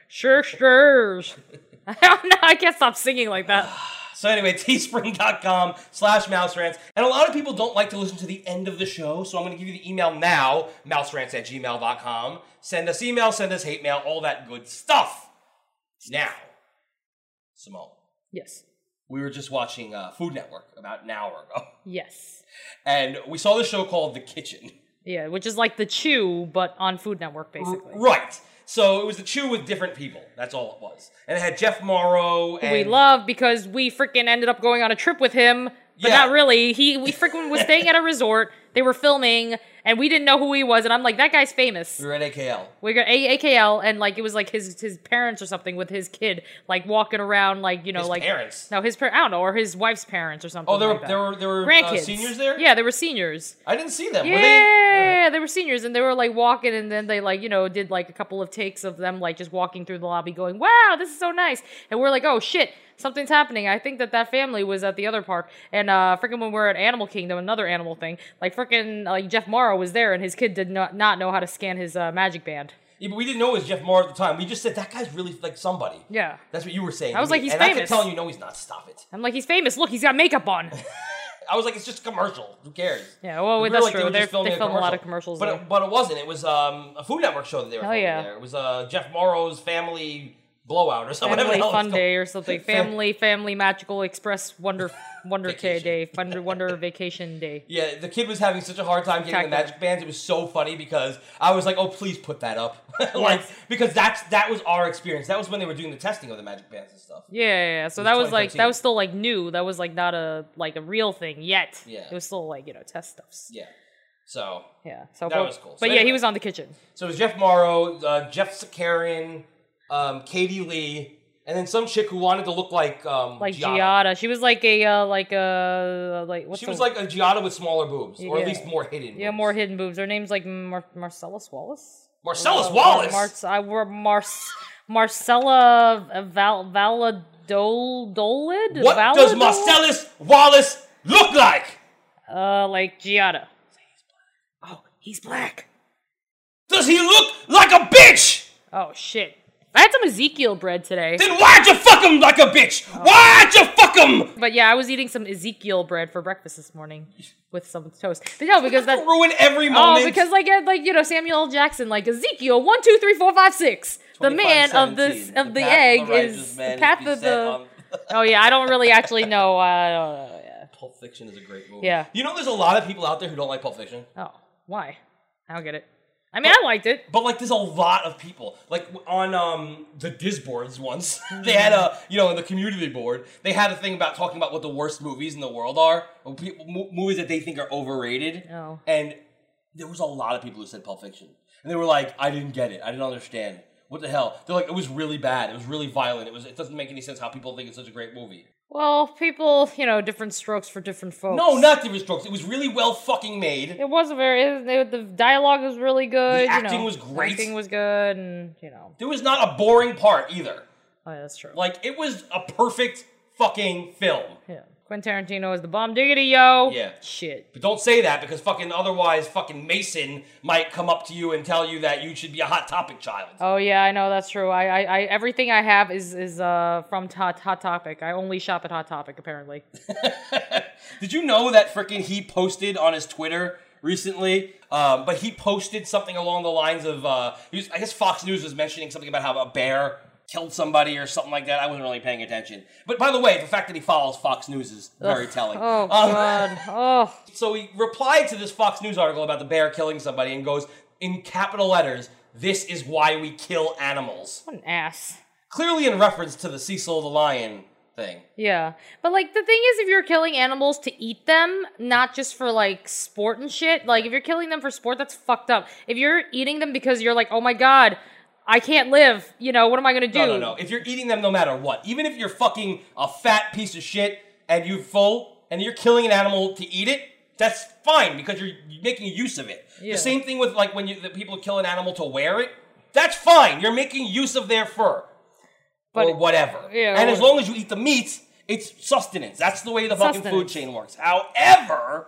[SPEAKER 2] Sure, sure. I don't know. I can't stop singing like that.
[SPEAKER 1] so anyway, teespring.com slash mouse rants. And a lot of people don't like to listen to the end of the show, so I'm gonna give you the email now, mouserants at gmail.com. Send us email, send us hate mail, all that good stuff. Now, Simone,
[SPEAKER 2] Yes.
[SPEAKER 1] we were just watching uh, Food Network about an hour ago.
[SPEAKER 2] Yes.
[SPEAKER 1] and we saw this show called The Kitchen.
[SPEAKER 2] Yeah, which is like the Chew, but on Food Network, basically.
[SPEAKER 1] Right. So it was the chew with different people. That's all it was. And it had Jeff Morrow and
[SPEAKER 2] we love because we freaking ended up going on a trip with him, but
[SPEAKER 1] Yeah.
[SPEAKER 2] not really. He we freaking was staying at a resort. They were filming, and we didn't know who he was. And I'm like, that guy's famous.
[SPEAKER 1] we were at AKL.
[SPEAKER 2] We got a- AKL, and like it was like his his parents or something with his kid, like walking around, like you know,
[SPEAKER 1] His
[SPEAKER 2] like
[SPEAKER 1] parents?
[SPEAKER 2] No, his parents. I don't know, or his wife's parents or something.
[SPEAKER 1] Oh, there
[SPEAKER 2] like
[SPEAKER 1] were
[SPEAKER 2] that.
[SPEAKER 1] there were there were uh,
[SPEAKER 2] grandkids,
[SPEAKER 1] seniors there.
[SPEAKER 2] Yeah, there were seniors.
[SPEAKER 1] I didn't see them.
[SPEAKER 2] Yeah,
[SPEAKER 1] Were they? uh,
[SPEAKER 2] they were seniors, and they were like walking, and then they like you know did like a couple of takes of them like just walking through the lobby, going, "Wow, this is so nice," and we're like, "Oh shit, something's happening." I think that that family was at the other park, and uh, freaking when we were at Animal Kingdom, another animal thing, like freaking like Jeff Morrow was there, and his kid did not not know how to scan his uh, magic band.
[SPEAKER 1] Yeah, but we didn't know it was Jeff Morrow at the time. We just said that guy's really like somebody.
[SPEAKER 2] Yeah.
[SPEAKER 1] That's what you were saying.
[SPEAKER 2] I
[SPEAKER 1] to
[SPEAKER 2] was
[SPEAKER 1] me.
[SPEAKER 2] like, he's
[SPEAKER 1] and I kept
[SPEAKER 2] famous.
[SPEAKER 1] telling you, no, he's not. Stop it.
[SPEAKER 2] I'm like, he's famous. Look, he's got makeup on.
[SPEAKER 1] I was like, it's just a commercial. Who cares?
[SPEAKER 2] Yeah, well,
[SPEAKER 1] We were
[SPEAKER 2] that's
[SPEAKER 1] like,
[SPEAKER 2] true.
[SPEAKER 1] were just
[SPEAKER 2] They're-
[SPEAKER 1] filming
[SPEAKER 2] they film a lot of commercials
[SPEAKER 1] But
[SPEAKER 2] there.
[SPEAKER 1] it, but it wasn't. It was um, a Food Network show that they were
[SPEAKER 2] Hell
[SPEAKER 1] filming
[SPEAKER 2] yeah.
[SPEAKER 1] there. It was uh, Jeff Morrow's family blowout or something. whatever
[SPEAKER 2] Family
[SPEAKER 1] the hell it's
[SPEAKER 2] Fun
[SPEAKER 1] called.
[SPEAKER 2] Day or something. Family Family Magical Express Wonder Wonder K
[SPEAKER 1] Vacation.
[SPEAKER 2] Day. Wonder Wonder Vacation Day.
[SPEAKER 1] Yeah, the kid was having such a hard time getting the
[SPEAKER 2] Spectacular.
[SPEAKER 1] magic bands. It was so funny because I was like, "Oh, please put that up," like because that's that was our experience. That was when they were doing the testing of the magic bands and stuff.
[SPEAKER 2] Yeah, yeah, yeah. So
[SPEAKER 1] It was
[SPEAKER 2] that was like
[SPEAKER 1] 2013.
[SPEAKER 2] that was still like new. That was like not a like a real thing yet.
[SPEAKER 1] Yeah.
[SPEAKER 2] It was still like, you know, test stuffs.
[SPEAKER 1] Yeah, so
[SPEAKER 2] Yeah. So
[SPEAKER 1] That
[SPEAKER 2] but,
[SPEAKER 1] was cool. So
[SPEAKER 2] But yeah,
[SPEAKER 1] anyway.
[SPEAKER 2] he was on the kitchen.
[SPEAKER 1] so it was Jeff Morrow, uh, Jeff Sakarian, um, Katie Lee, and then some chick who wanted to look like um,
[SPEAKER 2] Like
[SPEAKER 1] Giada.
[SPEAKER 2] Giada. She was like a uh, like a like what's
[SPEAKER 1] She
[SPEAKER 2] the-
[SPEAKER 1] was like a Giada with smaller boobs, or at
[SPEAKER 2] Yeah.
[SPEAKER 1] least more hidden.
[SPEAKER 2] Yeah,
[SPEAKER 1] boobs.
[SPEAKER 2] more hidden boobs. Her name's like Mar- Marcellus Wallace.
[SPEAKER 1] Marcellus
[SPEAKER 2] Uh,
[SPEAKER 1] Wallace.
[SPEAKER 2] Mar- I were Mar- Marcella Val- Valladolid.
[SPEAKER 1] what does
[SPEAKER 2] Valladolid?
[SPEAKER 1] Marcellus Wallace look like?
[SPEAKER 2] Uh, like Giada. Oh, he's black.
[SPEAKER 1] Does he look like a bitch?
[SPEAKER 2] Oh shit! I had some Ezekiel bread today,
[SPEAKER 1] Then why'd you fuck him like a bitch?
[SPEAKER 2] Oh.
[SPEAKER 1] Why'd you fuck him?
[SPEAKER 2] but yeah, I was eating some Ezekiel bread for breakfast this morning with some toast. But no, because that
[SPEAKER 1] Ruin every moment.
[SPEAKER 2] Oh, because like uh, like you know Samuel L. Jackson, like Ezekiel one two three four five six, the man of this
[SPEAKER 1] 17,
[SPEAKER 2] of the,
[SPEAKER 1] path
[SPEAKER 2] egg
[SPEAKER 1] righteous
[SPEAKER 2] is
[SPEAKER 1] man
[SPEAKER 2] the path of
[SPEAKER 1] beset
[SPEAKER 2] the.
[SPEAKER 1] on-
[SPEAKER 2] oh yeah, I don't really actually know. Uh, I don't know. Yeah.
[SPEAKER 1] Pulp Fiction is a great movie.
[SPEAKER 2] Yeah.
[SPEAKER 1] You know, there's a lot of people out there who don't like Pulp Fiction.
[SPEAKER 2] Oh, why? I don't get it. I mean, I liked it.
[SPEAKER 1] But like, there's a lot of people. Like on um the Disboards once, they had a
[SPEAKER 2] Mm-hmm.
[SPEAKER 1] you know in the community board, they had a thing about talking about what the worst movies in the world are, or people, mo- movies that they think are overrated.
[SPEAKER 2] Oh.
[SPEAKER 1] And there was a lot of people who said Pulp Fiction, and they were like, I didn't get it, I didn't understand. What the hell? They're like, it was really bad. It was really violent. It was. It doesn't make any sense how people think it's such a great movie.
[SPEAKER 2] Well, people, you know, different strokes for different folks.
[SPEAKER 1] No, not different strokes. It was really well fucking made.
[SPEAKER 2] It wasn't very. It, it- the dialogue was really good.
[SPEAKER 1] The
[SPEAKER 2] you
[SPEAKER 1] acting
[SPEAKER 2] know.
[SPEAKER 1] was great.
[SPEAKER 2] Acting was good, and you know,
[SPEAKER 1] There was not a boring part either.
[SPEAKER 2] oh, yeah, that's true.
[SPEAKER 1] Like it was a perfect fucking film.
[SPEAKER 2] yeah, Quentin Tarantino is the bomb diggity yo.
[SPEAKER 1] Yeah.
[SPEAKER 2] Shit.
[SPEAKER 1] But don't say that because fucking otherwise fucking Mason might come up to you and tell you that you should be a hot topic child.
[SPEAKER 2] Oh yeah, I know that's true. I, I, I everything I have is is uh from Hot Hot Topic. I only shop at Hot Topic apparently.
[SPEAKER 1] Did you know that freaking he posted on his Twitter recently? Um, but he posted something along the lines of uh, he was, I guess Fox News was mentioning something about how a bear killed somebody or something like that. I wasn't really paying attention. But by the way, the fact that he follows Fox News is very telling.
[SPEAKER 2] Oh
[SPEAKER 1] Um,
[SPEAKER 2] god. Oh
[SPEAKER 1] So he replied to this Fox News article about the bear killing somebody and goes in capital letters, "This is why we kill animals."
[SPEAKER 2] what an ass.
[SPEAKER 1] Clearly in reference to the Cecil the lion thing.
[SPEAKER 2] Yeah. But like the thing is if you're killing animals to eat them, not just for like sport and shit, like if you're killing them for sport, that's fucked up. If you're eating them because you're like, oh my god, I can't live, you know, what am I gonna do?
[SPEAKER 1] No, no, no. If you're eating them, no matter what, even if you're fucking a fat piece of shit and you're full and you're killing an animal to eat it, that's fine because you're making use of it.
[SPEAKER 2] Yeah.
[SPEAKER 1] The same thing with like when you the people kill an animal to wear it. That's fine. You're making use of their fur.
[SPEAKER 2] But-
[SPEAKER 1] or whatever.
[SPEAKER 2] yeah,
[SPEAKER 1] and as
[SPEAKER 2] or-
[SPEAKER 1] long as you eat the meat, it's sustenance. That's the way the fucking food
[SPEAKER 2] Sustenance.
[SPEAKER 1] chain works. However,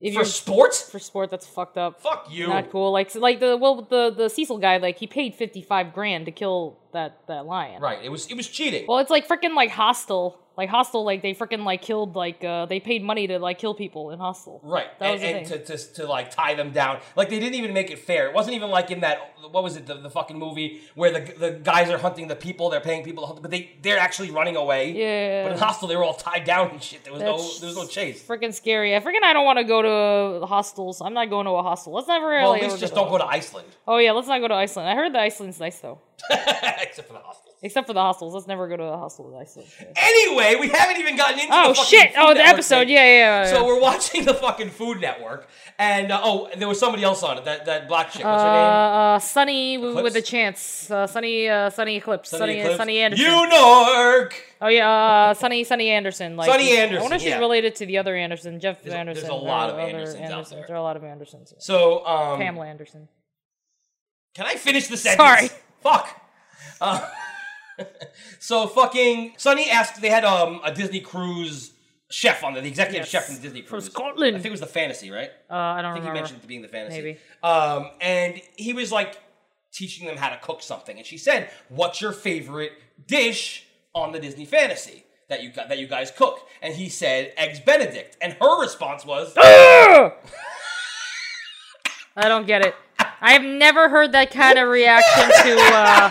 [SPEAKER 2] If
[SPEAKER 1] for
[SPEAKER 2] you're
[SPEAKER 1] sport,
[SPEAKER 2] for sport, that's fucked up.
[SPEAKER 1] fuck you.
[SPEAKER 2] Not cool. Like like the well the the Cecil guy, like he paid fifty five grand to kill that that lion.
[SPEAKER 1] Right. It was it was cheating.
[SPEAKER 2] Well, it's like freaking like hostile. Like hostile, like they freaking like killed like uh they paid money to like kill people in hostile.
[SPEAKER 1] Right,
[SPEAKER 2] That
[SPEAKER 1] and,
[SPEAKER 2] was the
[SPEAKER 1] and
[SPEAKER 2] thing.
[SPEAKER 1] to, to to like tie them down, like they didn't even make it fair. It wasn't even like in that what was it the, the fucking movie where the the guys are hunting the people, they're paying people, to hunt, but they they're actually running away.
[SPEAKER 2] Yeah.
[SPEAKER 1] But in Hostel, they were all tied down and shit. There was no
[SPEAKER 2] That's
[SPEAKER 1] there was no chase.
[SPEAKER 2] Freaking scary. I freaking I don't want to go to hostels. I'm not going to a hostel. Let's never really.
[SPEAKER 1] Well, at least just don't go to Iceland,
[SPEAKER 2] Oh yeah, let's not go to Iceland. I heard the Iceland's nice though.
[SPEAKER 1] except for the hostels.
[SPEAKER 2] Except for the hostels. Let's never go to a hostel in Iceland.
[SPEAKER 1] Anyway, we haven't even gotten into.
[SPEAKER 2] Oh
[SPEAKER 1] the fucking
[SPEAKER 2] shit!
[SPEAKER 1] Food
[SPEAKER 2] Oh the
[SPEAKER 1] Network
[SPEAKER 2] episode.
[SPEAKER 1] thing.
[SPEAKER 2] Yeah, yeah. yeah.
[SPEAKER 1] So we're watching the fucking Food Network, and uh, oh, and there was somebody else on it. That that black chick. What's
[SPEAKER 2] uh,
[SPEAKER 1] her name?
[SPEAKER 2] uh, Sunny w- with
[SPEAKER 1] Eclipse?
[SPEAKER 2] a chance. Uh, Sunny, uh, Sunny Eclipse. Sunny, Sunny,
[SPEAKER 1] Eclipse?
[SPEAKER 2] Anderson.
[SPEAKER 1] You Nork.
[SPEAKER 2] oh yeah, uh, Sunny, Sunny Anderson. Like
[SPEAKER 1] Sunny
[SPEAKER 2] I wonder
[SPEAKER 1] Anderson,
[SPEAKER 2] if she's
[SPEAKER 1] yeah.
[SPEAKER 2] related to the other Anderson, Jeff
[SPEAKER 1] There's a- there's
[SPEAKER 2] Anderson.
[SPEAKER 1] a lot
[SPEAKER 2] or
[SPEAKER 1] of
[SPEAKER 2] other
[SPEAKER 1] Andersons out there.
[SPEAKER 2] There are a lot of Andersons.
[SPEAKER 1] So um,
[SPEAKER 2] Pamela Anderson.
[SPEAKER 1] Can I finish the sentence?
[SPEAKER 2] Sorry.
[SPEAKER 1] Fuck. Uh, so fucking Sonny asked. They had um, a Disney cruise chef on there, the executive
[SPEAKER 2] Yes.
[SPEAKER 1] chef from the Disney
[SPEAKER 2] From
[SPEAKER 1] cruise
[SPEAKER 2] Scotland.
[SPEAKER 1] I think it was the fantasy, right?
[SPEAKER 2] Uh, I don't
[SPEAKER 1] I think he
[SPEAKER 2] remember.
[SPEAKER 1] mentioned it being the fantasy.
[SPEAKER 2] Maybe.
[SPEAKER 1] Um, and he was like teaching them how to cook something, and she said, "What's your favorite dish on the Disney fantasy that you got that you guys cook?" And he said, "Eggs Benedict." And her response was,
[SPEAKER 2] I don't get it. I have never heard that kind of reaction to uh,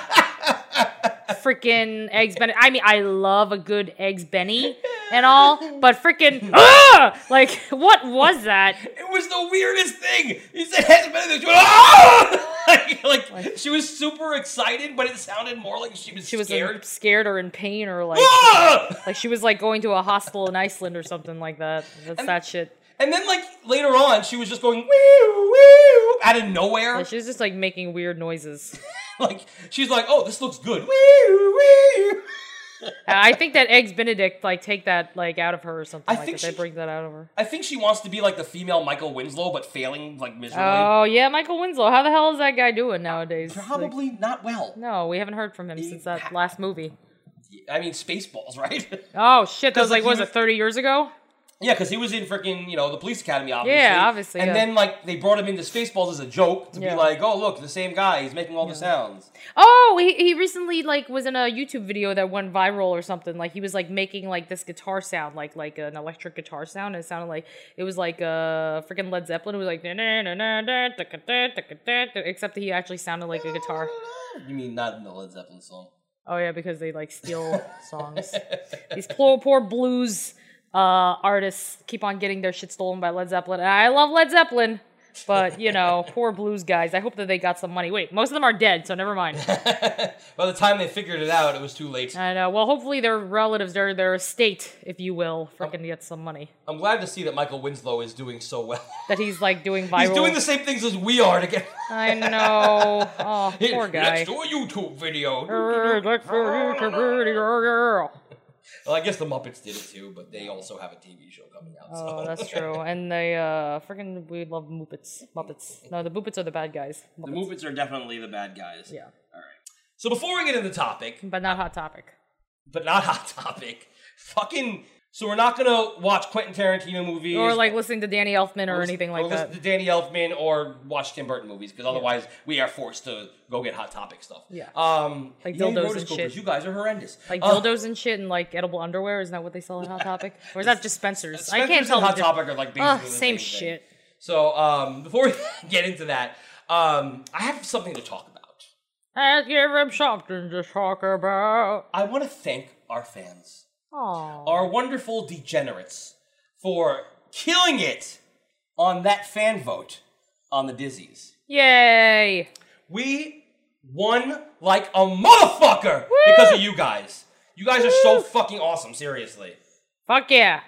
[SPEAKER 2] freaking eggs Benny. I mean, I love a good eggs Benny and all, but freaking ah! like what was that?
[SPEAKER 1] It was the weirdest thing. He said Hansel Benedict. She went, "Ah!" like, like, she was super excited, but it sounded more like she was
[SPEAKER 2] She was in-
[SPEAKER 1] scared.
[SPEAKER 2] scared or in pain or like
[SPEAKER 1] "Ah!"
[SPEAKER 2] like she was like going to a hostel in Iceland or something like that. That's that shit.
[SPEAKER 1] And then, like later on, she was just going woo woo out of nowhere.
[SPEAKER 2] Like, she was just like making weird noises.
[SPEAKER 1] like she's like, "Oh, this looks good." Woo woo.
[SPEAKER 2] I think that eggs Benedict like take that like out of her or something.
[SPEAKER 1] I
[SPEAKER 2] like
[SPEAKER 1] think
[SPEAKER 2] that.
[SPEAKER 1] she-
[SPEAKER 2] they bring that out of her.
[SPEAKER 1] I think she wants to be like the female Michael Winslow, but failing like miserably.
[SPEAKER 2] Oh yeah, Michael Winslow. How the hell is that guy doing nowadays? Like,
[SPEAKER 1] Probably not well.
[SPEAKER 2] no, we haven't heard from him since that last movie.
[SPEAKER 1] I mean, Spaceballs, right?
[SPEAKER 2] Oh shit, that was
[SPEAKER 1] like,
[SPEAKER 2] like,
[SPEAKER 1] he
[SPEAKER 2] what was
[SPEAKER 1] was-
[SPEAKER 2] it, 30 years ago?
[SPEAKER 1] Yeah, because he was in freaking, you know, the police academy, obviously.
[SPEAKER 2] Yeah, obviously,
[SPEAKER 1] And
[SPEAKER 2] yeah.
[SPEAKER 1] then, like, they brought him into Spaceballs as a joke to
[SPEAKER 2] Yeah.
[SPEAKER 1] be like, oh, look, the same guy. He's making all the sounds.
[SPEAKER 2] Oh, he, he recently like was in a YouTube video that went viral or something. Like he was like making like this guitar sound, like like an electric guitar sound. And it sounded like it was like uh freaking Led Zeppelin. It was like "Na-na-na-na, taka-da, taka-da," except that he actually sounded like a guitar.
[SPEAKER 1] You mean not in the Led Zeppelin song?
[SPEAKER 2] Oh yeah, because they like steal songs. These poor poor blues uh artists keep on getting their shit stolen by Led Zeppelin. And I love Led Zeppelin. But you know, poor blues guys. I hope that they got some money. Wait, most of them are dead, so never mind.
[SPEAKER 1] By the time they figured it out, it was too late.
[SPEAKER 2] I know. uh, Well, hopefully their relatives, their their estate, if you will, freaking get some money.
[SPEAKER 1] I'm glad to see that Michael Winslow is doing so well.
[SPEAKER 2] That he's like doing viral.
[SPEAKER 1] He's doing the same things as we are to get.
[SPEAKER 2] I know. Oh, poor guy. Er.
[SPEAKER 1] Let's do a YouTube video.
[SPEAKER 2] Alright, let's do YouTube video.
[SPEAKER 1] Well, I guess the Muppets did it too, but they also have a TV show coming out. So.
[SPEAKER 2] Oh, that's true. And they uh freaking we love Muppets. Muppets. No, the Muppets are the bad guys.
[SPEAKER 1] The
[SPEAKER 2] Muppets.
[SPEAKER 1] Muppets are definitely the bad guys.
[SPEAKER 2] Yeah.
[SPEAKER 1] All right. So before we get into the topic,
[SPEAKER 2] But not hot topic.
[SPEAKER 1] but not hot topic, fucking. So we're not gonna watch Quentin Tarantino movies
[SPEAKER 2] Or like listening to Danny Elfman or anything like
[SPEAKER 1] listen
[SPEAKER 2] that.
[SPEAKER 1] to Danny Elfman or watch Tim Burton movies because otherwise we are forced to go get hot topic stuff.
[SPEAKER 2] Yeah.
[SPEAKER 1] Um,
[SPEAKER 2] Like
[SPEAKER 1] yeah, you
[SPEAKER 2] dildos and
[SPEAKER 1] rotoscopers,
[SPEAKER 2] shit.
[SPEAKER 1] You guys are horrendous.
[SPEAKER 2] Like
[SPEAKER 1] Uh,
[SPEAKER 2] dildos and shit and like edible underwear, isn't that what they sell at Hot Topic? Or is that just Spencer's? I
[SPEAKER 1] Spencer's
[SPEAKER 2] can't
[SPEAKER 1] and
[SPEAKER 2] tell. the
[SPEAKER 1] Hot
[SPEAKER 2] diff-
[SPEAKER 1] Topic are like basically
[SPEAKER 2] Ugh,
[SPEAKER 1] the same
[SPEAKER 2] same
[SPEAKER 1] thing.
[SPEAKER 2] shit.
[SPEAKER 1] So um, before we get into that, um, I have something to talk about.
[SPEAKER 2] I give him something to talk about.
[SPEAKER 1] I want to thank our fans.
[SPEAKER 2] Aww.
[SPEAKER 1] our wonderful degenerates for killing it on that fan vote on the Dizzies.
[SPEAKER 2] Yay!
[SPEAKER 1] We won like a motherfucker because of you guys. You guys are so fucking awesome, seriously.
[SPEAKER 2] Fuck yeah!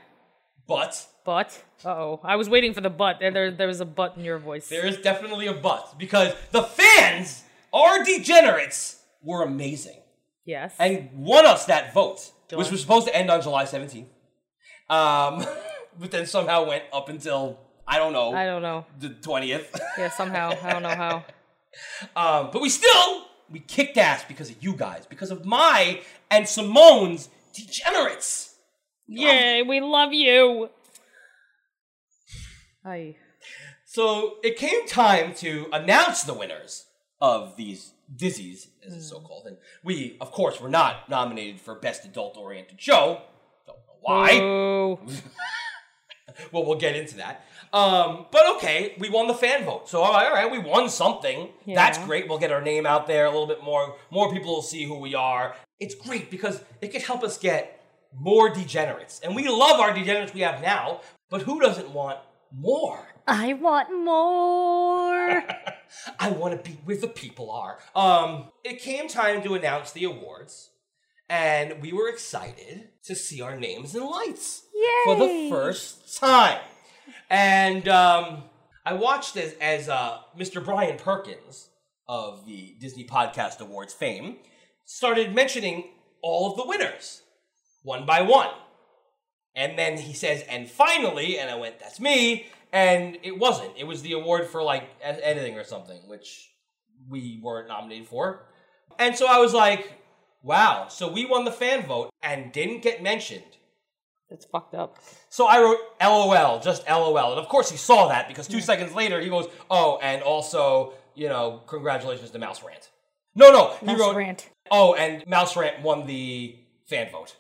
[SPEAKER 1] But
[SPEAKER 2] But uh oh, I was waiting for the but, and there there was a but in your voice.
[SPEAKER 1] there is definitely a but because the fans, our degenerates, were amazing
[SPEAKER 2] yes.
[SPEAKER 1] and won us that vote, which
[SPEAKER 2] July-
[SPEAKER 1] was supposed to end on July 17th. Um, but then somehow went up until, I don't know,
[SPEAKER 2] I don't know.
[SPEAKER 1] the 20th.
[SPEAKER 2] Yeah, somehow I don't know how.
[SPEAKER 1] Um, but we still we kicked ass because of you guys, because of my and Simone's degenerates.
[SPEAKER 2] Yay! We love you. Hi.
[SPEAKER 1] So it came time to announce the winners of these Dizzies, as it's so called. And we, of course, were not nominated for Best Adult Oriented Show. Don't know
[SPEAKER 2] Mm.
[SPEAKER 1] why.
[SPEAKER 2] Ooh.
[SPEAKER 1] Well, we'll get into that. Um, but okay, we won the fan vote. So all right, all right, we won something. That's
[SPEAKER 2] Yeah.
[SPEAKER 1] great. We'll get our name out there a little bit more. More people will see who we are. It's great because it could help us get more degenerates. And we love our degenerates we have now, but who doesn't want more?
[SPEAKER 2] I want more.
[SPEAKER 1] I want to be where the people are. Um, it came time to announce the awards, and we were excited to see our names in lights for the first time. And um, I watched as as uh, Mr. Brian Perkins of the Disney Podcast Awards fame started mentioning all of the winners one by one. And then he says, and finally, and I went, that's me. And it wasn't. It was the award for like e- editing or something, which we weren't nominated for. And so I was like, wow. So we won the fan vote and didn't get mentioned.
[SPEAKER 2] It's fucked up.
[SPEAKER 1] So I wrote LOL, just LOL. And of course he saw that because two seconds later he goes, oh, and also, you know, congratulations to Mouse Rant. No, no, he
[SPEAKER 2] Mouse
[SPEAKER 1] wrote,
[SPEAKER 2] rant.
[SPEAKER 1] oh, and Mouse Rant won the fan vote.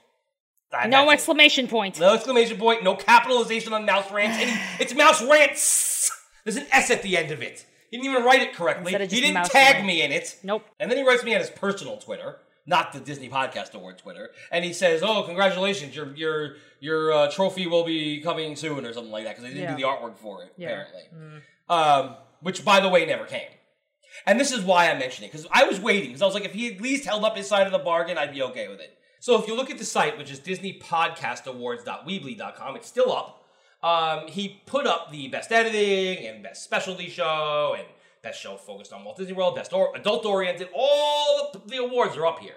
[SPEAKER 1] That-
[SPEAKER 2] No
[SPEAKER 1] that's it.
[SPEAKER 2] exclamation point.
[SPEAKER 1] No exclamation point, no capitalization on mouse rants. Any, it's mouse rants. There's an S at the end of it. He didn't even write it correctly.
[SPEAKER 2] Instead of
[SPEAKER 1] He
[SPEAKER 2] just
[SPEAKER 1] didn't
[SPEAKER 2] mouse
[SPEAKER 1] tag
[SPEAKER 2] rant.
[SPEAKER 1] me in it.
[SPEAKER 2] Nope.
[SPEAKER 1] And then he writes me on his personal Twitter, not the Disney Podcast Award Twitter, and he says, "Oh, congratulations! Your your your uh, trophy will be coming soon, or something like that, because they didn't do the
[SPEAKER 2] Yeah.
[SPEAKER 1] artwork for it
[SPEAKER 2] Yeah.
[SPEAKER 1] apparently." Um, which, by the way, never came. And this is why I'm mentioning it, because I was waiting, because I was like, if he at least held up his side of the bargain, I'd be okay with it. So if you look at the site, which is DisneyPodcastAwards.weebly.com, it's still up. Um, he put up the best editing and best specialty show and best show focused on Walt Disney World, best or- adult oriented. All the, the awards are up here,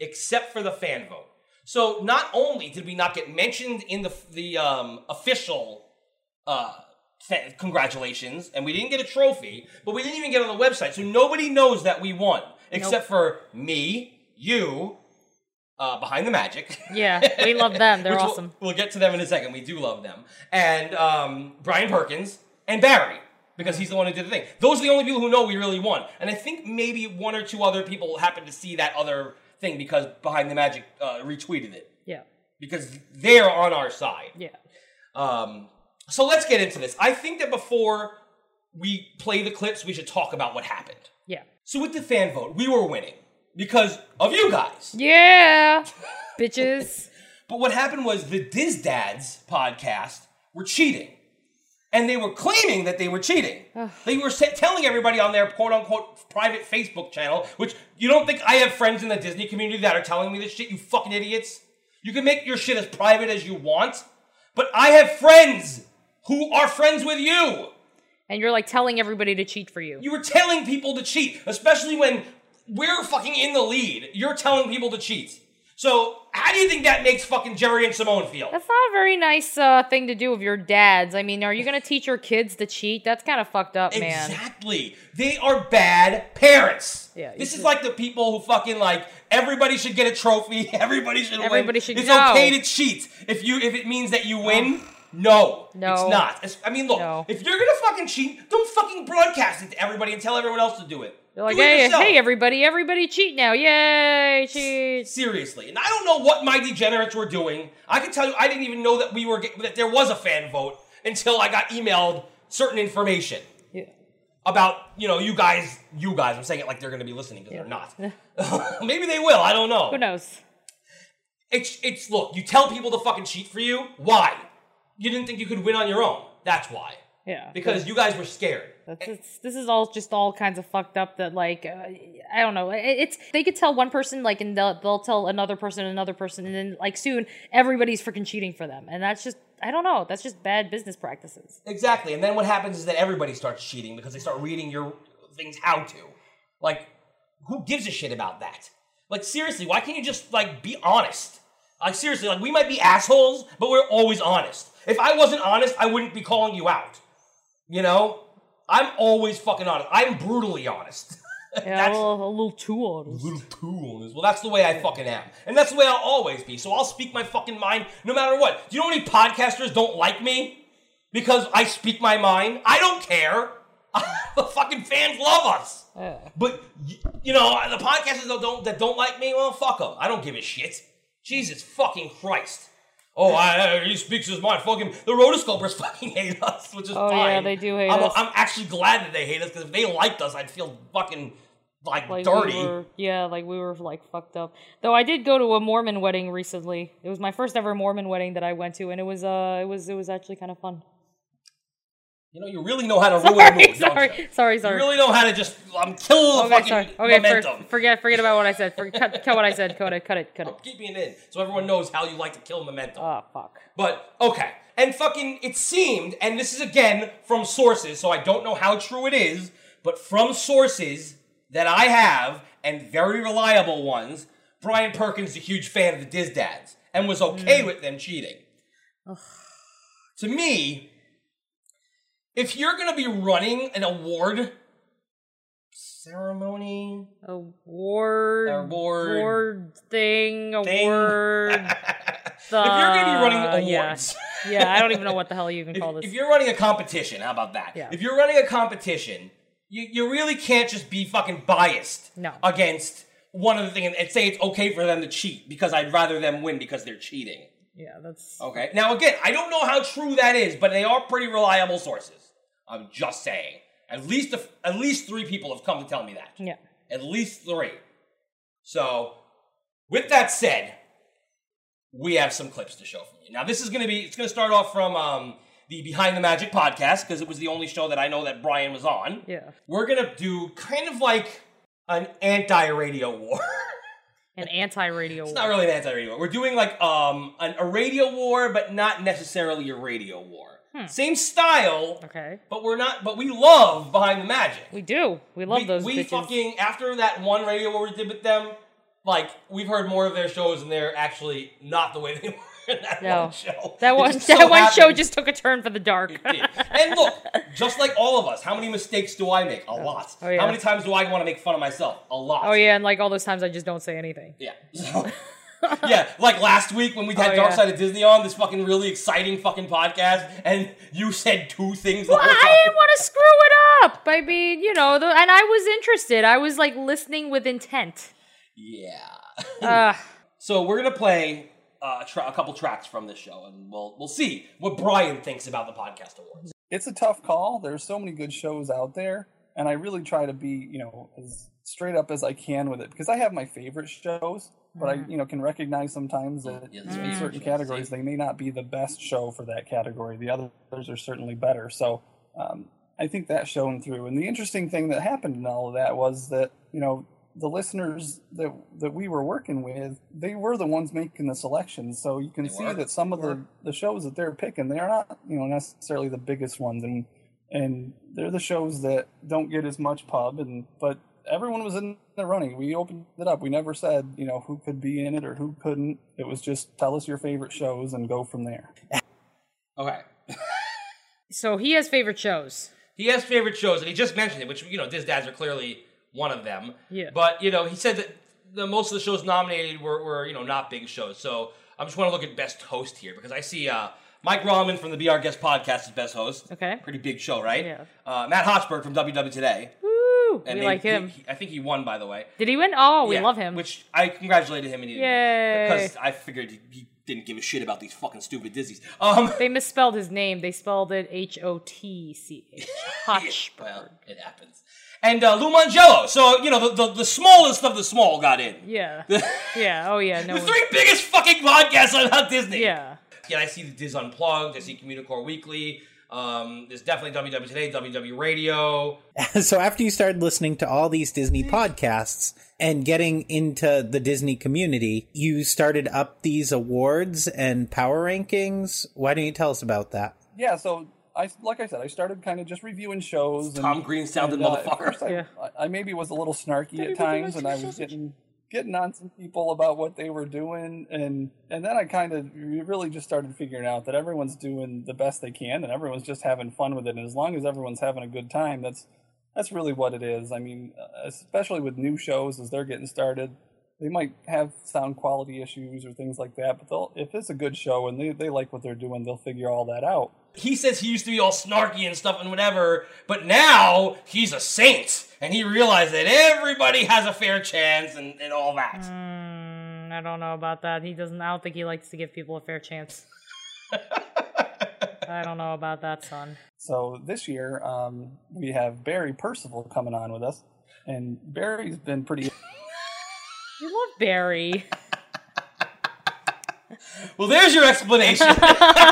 [SPEAKER 1] except for the fan vote. So not only did we not get mentioned in the the um, official uh, th- congratulations, and we didn't get a trophy, but we didn't even get on the website, so nobody knows that we won except for me, you, uh, Behind the Magic.
[SPEAKER 2] Yeah, we love them. They're
[SPEAKER 1] Which we'll-
[SPEAKER 2] awesome.
[SPEAKER 1] We'll, get to them in a second. We do love them. And um, Brian Perkins and Barry, because he's the one who did the thing. Those are the only people who know we really won. And I think maybe one or two other people happened to see that other thing because Behind the Magic uh, retweeted it.
[SPEAKER 2] Yeah.
[SPEAKER 1] Because they're on our side.
[SPEAKER 2] Yeah.
[SPEAKER 1] Um, so let's get into this. I think that before we play the clips, we should talk about what happened.
[SPEAKER 2] Yeah.
[SPEAKER 1] So with the fan vote, we were winning because of you guys.
[SPEAKER 2] Yeah. Bitches.
[SPEAKER 1] But what happened was the Diz Dads podcast were cheating. And they were claiming that they were cheating. they were sa- telling everybody on their quote unquote private Facebook channel, which you don't think I have friends in the Disney community that are telling me this shit, you fucking idiots. You can make your shit as private as you want, but I have friends who are friends with you.
[SPEAKER 2] And you're like telling everybody to cheat for you.
[SPEAKER 1] You were telling people to cheat, especially when we're fucking in the lead. You're telling people to cheat. So, how do you think that makes fucking Jerry and Simone feel?
[SPEAKER 2] That's not a very nice uh, thing to do of your dads. I mean, are you going to teach your kids to cheat? That's kind of fucked up, man.
[SPEAKER 1] Exactly. They are bad parents.
[SPEAKER 2] Yeah, you
[SPEAKER 1] This is
[SPEAKER 2] should-
[SPEAKER 1] like the people who fucking like everybody should get a trophy. Everybody should win.
[SPEAKER 2] Everybody should
[SPEAKER 1] It's
[SPEAKER 2] know.
[SPEAKER 1] okay to cheat if you if it means that you win. No,
[SPEAKER 2] No.
[SPEAKER 1] it's not. It's- I mean, look,
[SPEAKER 2] No.
[SPEAKER 1] if you're gonna fucking cheat, don't fucking broadcast it to everybody and tell everyone else to do it.
[SPEAKER 2] They're like,
[SPEAKER 1] do it
[SPEAKER 2] hey,
[SPEAKER 1] yourself.
[SPEAKER 2] hey, everybody, everybody cheat now. Yay, cheat.
[SPEAKER 1] Seriously, and I don't know what my degenerates were doing. I can tell you, I didn't even know that we were get, that there was a fan vote until I got emailed certain information
[SPEAKER 2] Yeah.
[SPEAKER 1] about you know you guys, you guys. I'm saying it like they're going to be listening because they're not. Maybe they will. I don't know.
[SPEAKER 2] Who knows?
[SPEAKER 1] It's it's look. You tell people to fucking cheat for you. Why? You didn't think you could win on your own. That's why.
[SPEAKER 2] Yeah.
[SPEAKER 1] Because you guys were scared.
[SPEAKER 2] That's, it's, this is all just all kinds of fucked up that like uh, I don't know. It- It's they could tell one person like and they'll, they'll tell another person another person and then like soon everybody's freaking cheating for them and that's just I don't know. That's just bad business practices.
[SPEAKER 1] Exactly. And then what happens is that everybody starts cheating because they start reading your things how to. Like, who gives a shit about that? Like, seriously, why can't you just, like, be honest? Like, seriously, like, we might be assholes, but we're always honest. If I wasn't honest, I wouldn't be calling you out. You know? I'm always fucking honest. I'm brutally honest.
[SPEAKER 2] Yeah, a
[SPEAKER 1] That's-
[SPEAKER 2] little, a little too honest.
[SPEAKER 1] little too honest. Well, that's the way I fucking am. And that's the way I'll always be. So I'll speak my fucking mind no matter what. Do you know how many podcasters don't like me? Because I speak my mind? I don't care. the fucking fans love us. But, y- you know, the podcasters that don't, that don't like me, well, fuck them. I don't give a shit. Jesus fucking Christ. Oh, I, I- he speaks his mind. Fuck him. The rotoscopers fucking hate us, which is
[SPEAKER 2] Oh,
[SPEAKER 1] fine.
[SPEAKER 2] yeah, they do hate
[SPEAKER 1] I'm,
[SPEAKER 2] us.
[SPEAKER 1] I'm actually glad that they hate us because if they liked us, I'd feel fucking like,
[SPEAKER 2] Like we
[SPEAKER 1] dirty.
[SPEAKER 2] were- yeah, like we were like fucked up. Though I did go to a Mormon wedding recently. It was my first ever Mormon wedding that I went to, and it was uh, it was it was actually kind of fun.
[SPEAKER 1] You know, you really know how to ruin a
[SPEAKER 2] Sorry,
[SPEAKER 1] mood, don't
[SPEAKER 2] sorry,
[SPEAKER 1] you?
[SPEAKER 2] sorry, sorry,
[SPEAKER 1] You really know how to just um, kill the
[SPEAKER 2] Okay,
[SPEAKER 1] fucking
[SPEAKER 2] sorry. Okay,
[SPEAKER 1] momentum.
[SPEAKER 2] for, forget forget about what I said. For, cut, cut what I said. Cut it. Cut it. Cut it.
[SPEAKER 1] Keep me in, so everyone knows how you like to kill momentum.
[SPEAKER 2] Oh fuck.
[SPEAKER 1] but okay, and fucking, it seemed, and this is again from sources, so I don't know how true it is, but from sources that I have and very reliable ones, Brian Perkins is a huge fan of the Diz Dads and was okay with them cheating. to me, if you're gonna be running an award ceremony,
[SPEAKER 2] Award.
[SPEAKER 1] Award.
[SPEAKER 2] Award thing.
[SPEAKER 1] Thing.
[SPEAKER 2] Award.
[SPEAKER 1] if you're gonna be running
[SPEAKER 2] yeah.
[SPEAKER 1] awards,
[SPEAKER 2] yeah, I don't even know what the hell you even call
[SPEAKER 1] if,
[SPEAKER 2] this.
[SPEAKER 1] if you're running a competition, how about that?
[SPEAKER 2] Yeah.
[SPEAKER 1] If you're running a competition, you, you really can't just be fucking biased
[SPEAKER 2] No.
[SPEAKER 1] against one of the things and say it's okay for them to cheat because I'd rather them win because they're cheating.
[SPEAKER 2] yeah, that's.
[SPEAKER 1] Okay. Now, again, I don't know how true that is, but they are pretty reliable sources. I'm just saying. At least, a, at least three people have come to tell me that.
[SPEAKER 2] Yeah.
[SPEAKER 1] At least three. So, with that said, we have some clips to show from you. Now, this is going to be, it's going to start off from um, the Behind the Magic podcast because it was the only show that I know that Brian was on.
[SPEAKER 2] Yeah.
[SPEAKER 1] We're going to do kind of like an anti radio war.
[SPEAKER 2] An anti-radio.
[SPEAKER 1] it's not really an anti radio war. We're doing like um, an, a radio war, but not necessarily a radio war. Same style,
[SPEAKER 2] Okay.
[SPEAKER 1] but we're not, but we love Behind the Magic
[SPEAKER 2] We do. We love
[SPEAKER 1] we,
[SPEAKER 2] those
[SPEAKER 1] we
[SPEAKER 2] bitches.
[SPEAKER 1] fucking after that one radio war we did with them, like we've heard more of their shows, and they're actually not the way they were in that
[SPEAKER 2] No.
[SPEAKER 1] one show.
[SPEAKER 2] that
[SPEAKER 1] It
[SPEAKER 2] one.
[SPEAKER 1] just
[SPEAKER 2] That
[SPEAKER 1] so
[SPEAKER 2] one show
[SPEAKER 1] happened
[SPEAKER 2] just took a turn for the dark.
[SPEAKER 1] it did. and look, just like all of us, how many mistakes do I make? A lot.
[SPEAKER 2] Oh, yeah.
[SPEAKER 1] How many times do I want to make fun of myself? A lot.
[SPEAKER 2] oh yeah, and like all those times I just don't say anything.
[SPEAKER 1] Yeah. So, yeah, like last week when we had
[SPEAKER 2] Oh,
[SPEAKER 1] Dark
[SPEAKER 2] yeah.
[SPEAKER 1] Side of Disney on this fucking really exciting fucking podcast, and you said two things. The
[SPEAKER 2] Well,
[SPEAKER 1] whole time.
[SPEAKER 2] I didn't want to screw it up. I mean, you know, the, and I was interested. I was like listening with intent.
[SPEAKER 1] yeah.
[SPEAKER 2] Uh,
[SPEAKER 1] So we're gonna play uh, a, tra- a couple tracks from this show, and we'll we'll see what Brian thinks about the podcast awards.
[SPEAKER 4] it's a tough call. There's so many good shows out there, and I really try to be, you know, as straight up as I can with it because I have my favorite shows, but I, you know, can recognize sometimes that
[SPEAKER 1] Yeah,
[SPEAKER 4] in
[SPEAKER 1] Oh, favorite
[SPEAKER 4] certain
[SPEAKER 1] shows,
[SPEAKER 4] categories
[SPEAKER 1] see?
[SPEAKER 4] they may not be the best show for that category. The others are certainly better. So um, I think that shone through. And the interesting thing that happened in all of that was that, you know, the listeners that that we were working with, they were the ones making the selections. So you can
[SPEAKER 1] They
[SPEAKER 4] see
[SPEAKER 1] were.
[SPEAKER 4] that some of the, the shows that they're picking, they're not, you know, necessarily the biggest ones and and they're the shows that don't get as much pub and but everyone was in the running. We opened it up. We never said, you know, who could be in it or who couldn't. It was just tell us your favorite shows and go from there.
[SPEAKER 1] Okay.
[SPEAKER 2] so he has favorite shows.
[SPEAKER 1] He has favorite shows, and he just mentioned it, which you know, Diz Dads are clearly one of them.
[SPEAKER 2] Yeah.
[SPEAKER 1] But you know, he said that the most of the shows nominated were, were you know not big shows. So I just want to look at best host here because I see uh, Mike Rahman from the Be Our Guest podcast is best host.
[SPEAKER 2] Okay.
[SPEAKER 1] Pretty big show, right?
[SPEAKER 2] Yeah.
[SPEAKER 1] Uh, Matt Hochberg from WW Today.
[SPEAKER 2] Woo! we
[SPEAKER 1] they-
[SPEAKER 2] like him.
[SPEAKER 1] he- he- I think he won, by the way.
[SPEAKER 2] Did he win? Oh, we
[SPEAKER 1] Yeah,
[SPEAKER 2] love him.
[SPEAKER 1] Which I congratulated him and he
[SPEAKER 2] Yay.
[SPEAKER 1] because I figured he, he didn't give a shit about these fucking stupid dizzies. Um,
[SPEAKER 2] they misspelled his name. They spelled it H O T C H. Hotchberg.
[SPEAKER 1] well, it happens. And uh, Lou Mangello. So you know the, the the smallest of the small got in.
[SPEAKER 2] Yeah.
[SPEAKER 1] The,
[SPEAKER 2] Yeah. Oh yeah. No.
[SPEAKER 1] the
[SPEAKER 2] one-
[SPEAKER 1] three biggest fucking podcasts about Disney.
[SPEAKER 2] Yeah.
[SPEAKER 1] Yeah, I see the Diz Unplugged. I see Communicore Weekly. Um, there's definitely WW Today, WW Radio.
[SPEAKER 5] so after you started listening to all these Disney podcasts and getting into the Disney community, you started up these awards and power rankings. Why don't you tell us about that?
[SPEAKER 4] Yeah, so I like I said, I started kind of just reviewing shows.
[SPEAKER 1] Tom
[SPEAKER 4] and,
[SPEAKER 1] Green sounded
[SPEAKER 4] and, uh, at
[SPEAKER 1] motherfucker.
[SPEAKER 4] first I,
[SPEAKER 2] Yeah.
[SPEAKER 4] I, I maybe was a little snarky at times, and I was getting getting on some people about what they were doing, and and then I kind of really just started figuring out that everyone's doing the best they can, and everyone's just having fun with it, and as long as everyone's having a good time, that's that's really what it is. I mean, uh, especially with new shows as they're getting started, they might have sound quality issues or things like that. But they'll, if it's a good show and they, they like what they're doing, they'll figure all that out.
[SPEAKER 1] He says he used to be all snarky and stuff and whatever, but now he's a saint. And he realized that everybody has a fair chance and, and all that.
[SPEAKER 2] Mm, I don't know about that. He doesn't. I don't think he likes to give people a fair chance. I don't know about that, son.
[SPEAKER 4] So this year, um, we have Barry Percival coming on with us, and Barry's been pretty.
[SPEAKER 2] You love Barry.
[SPEAKER 1] Well, there's your explanation. oh,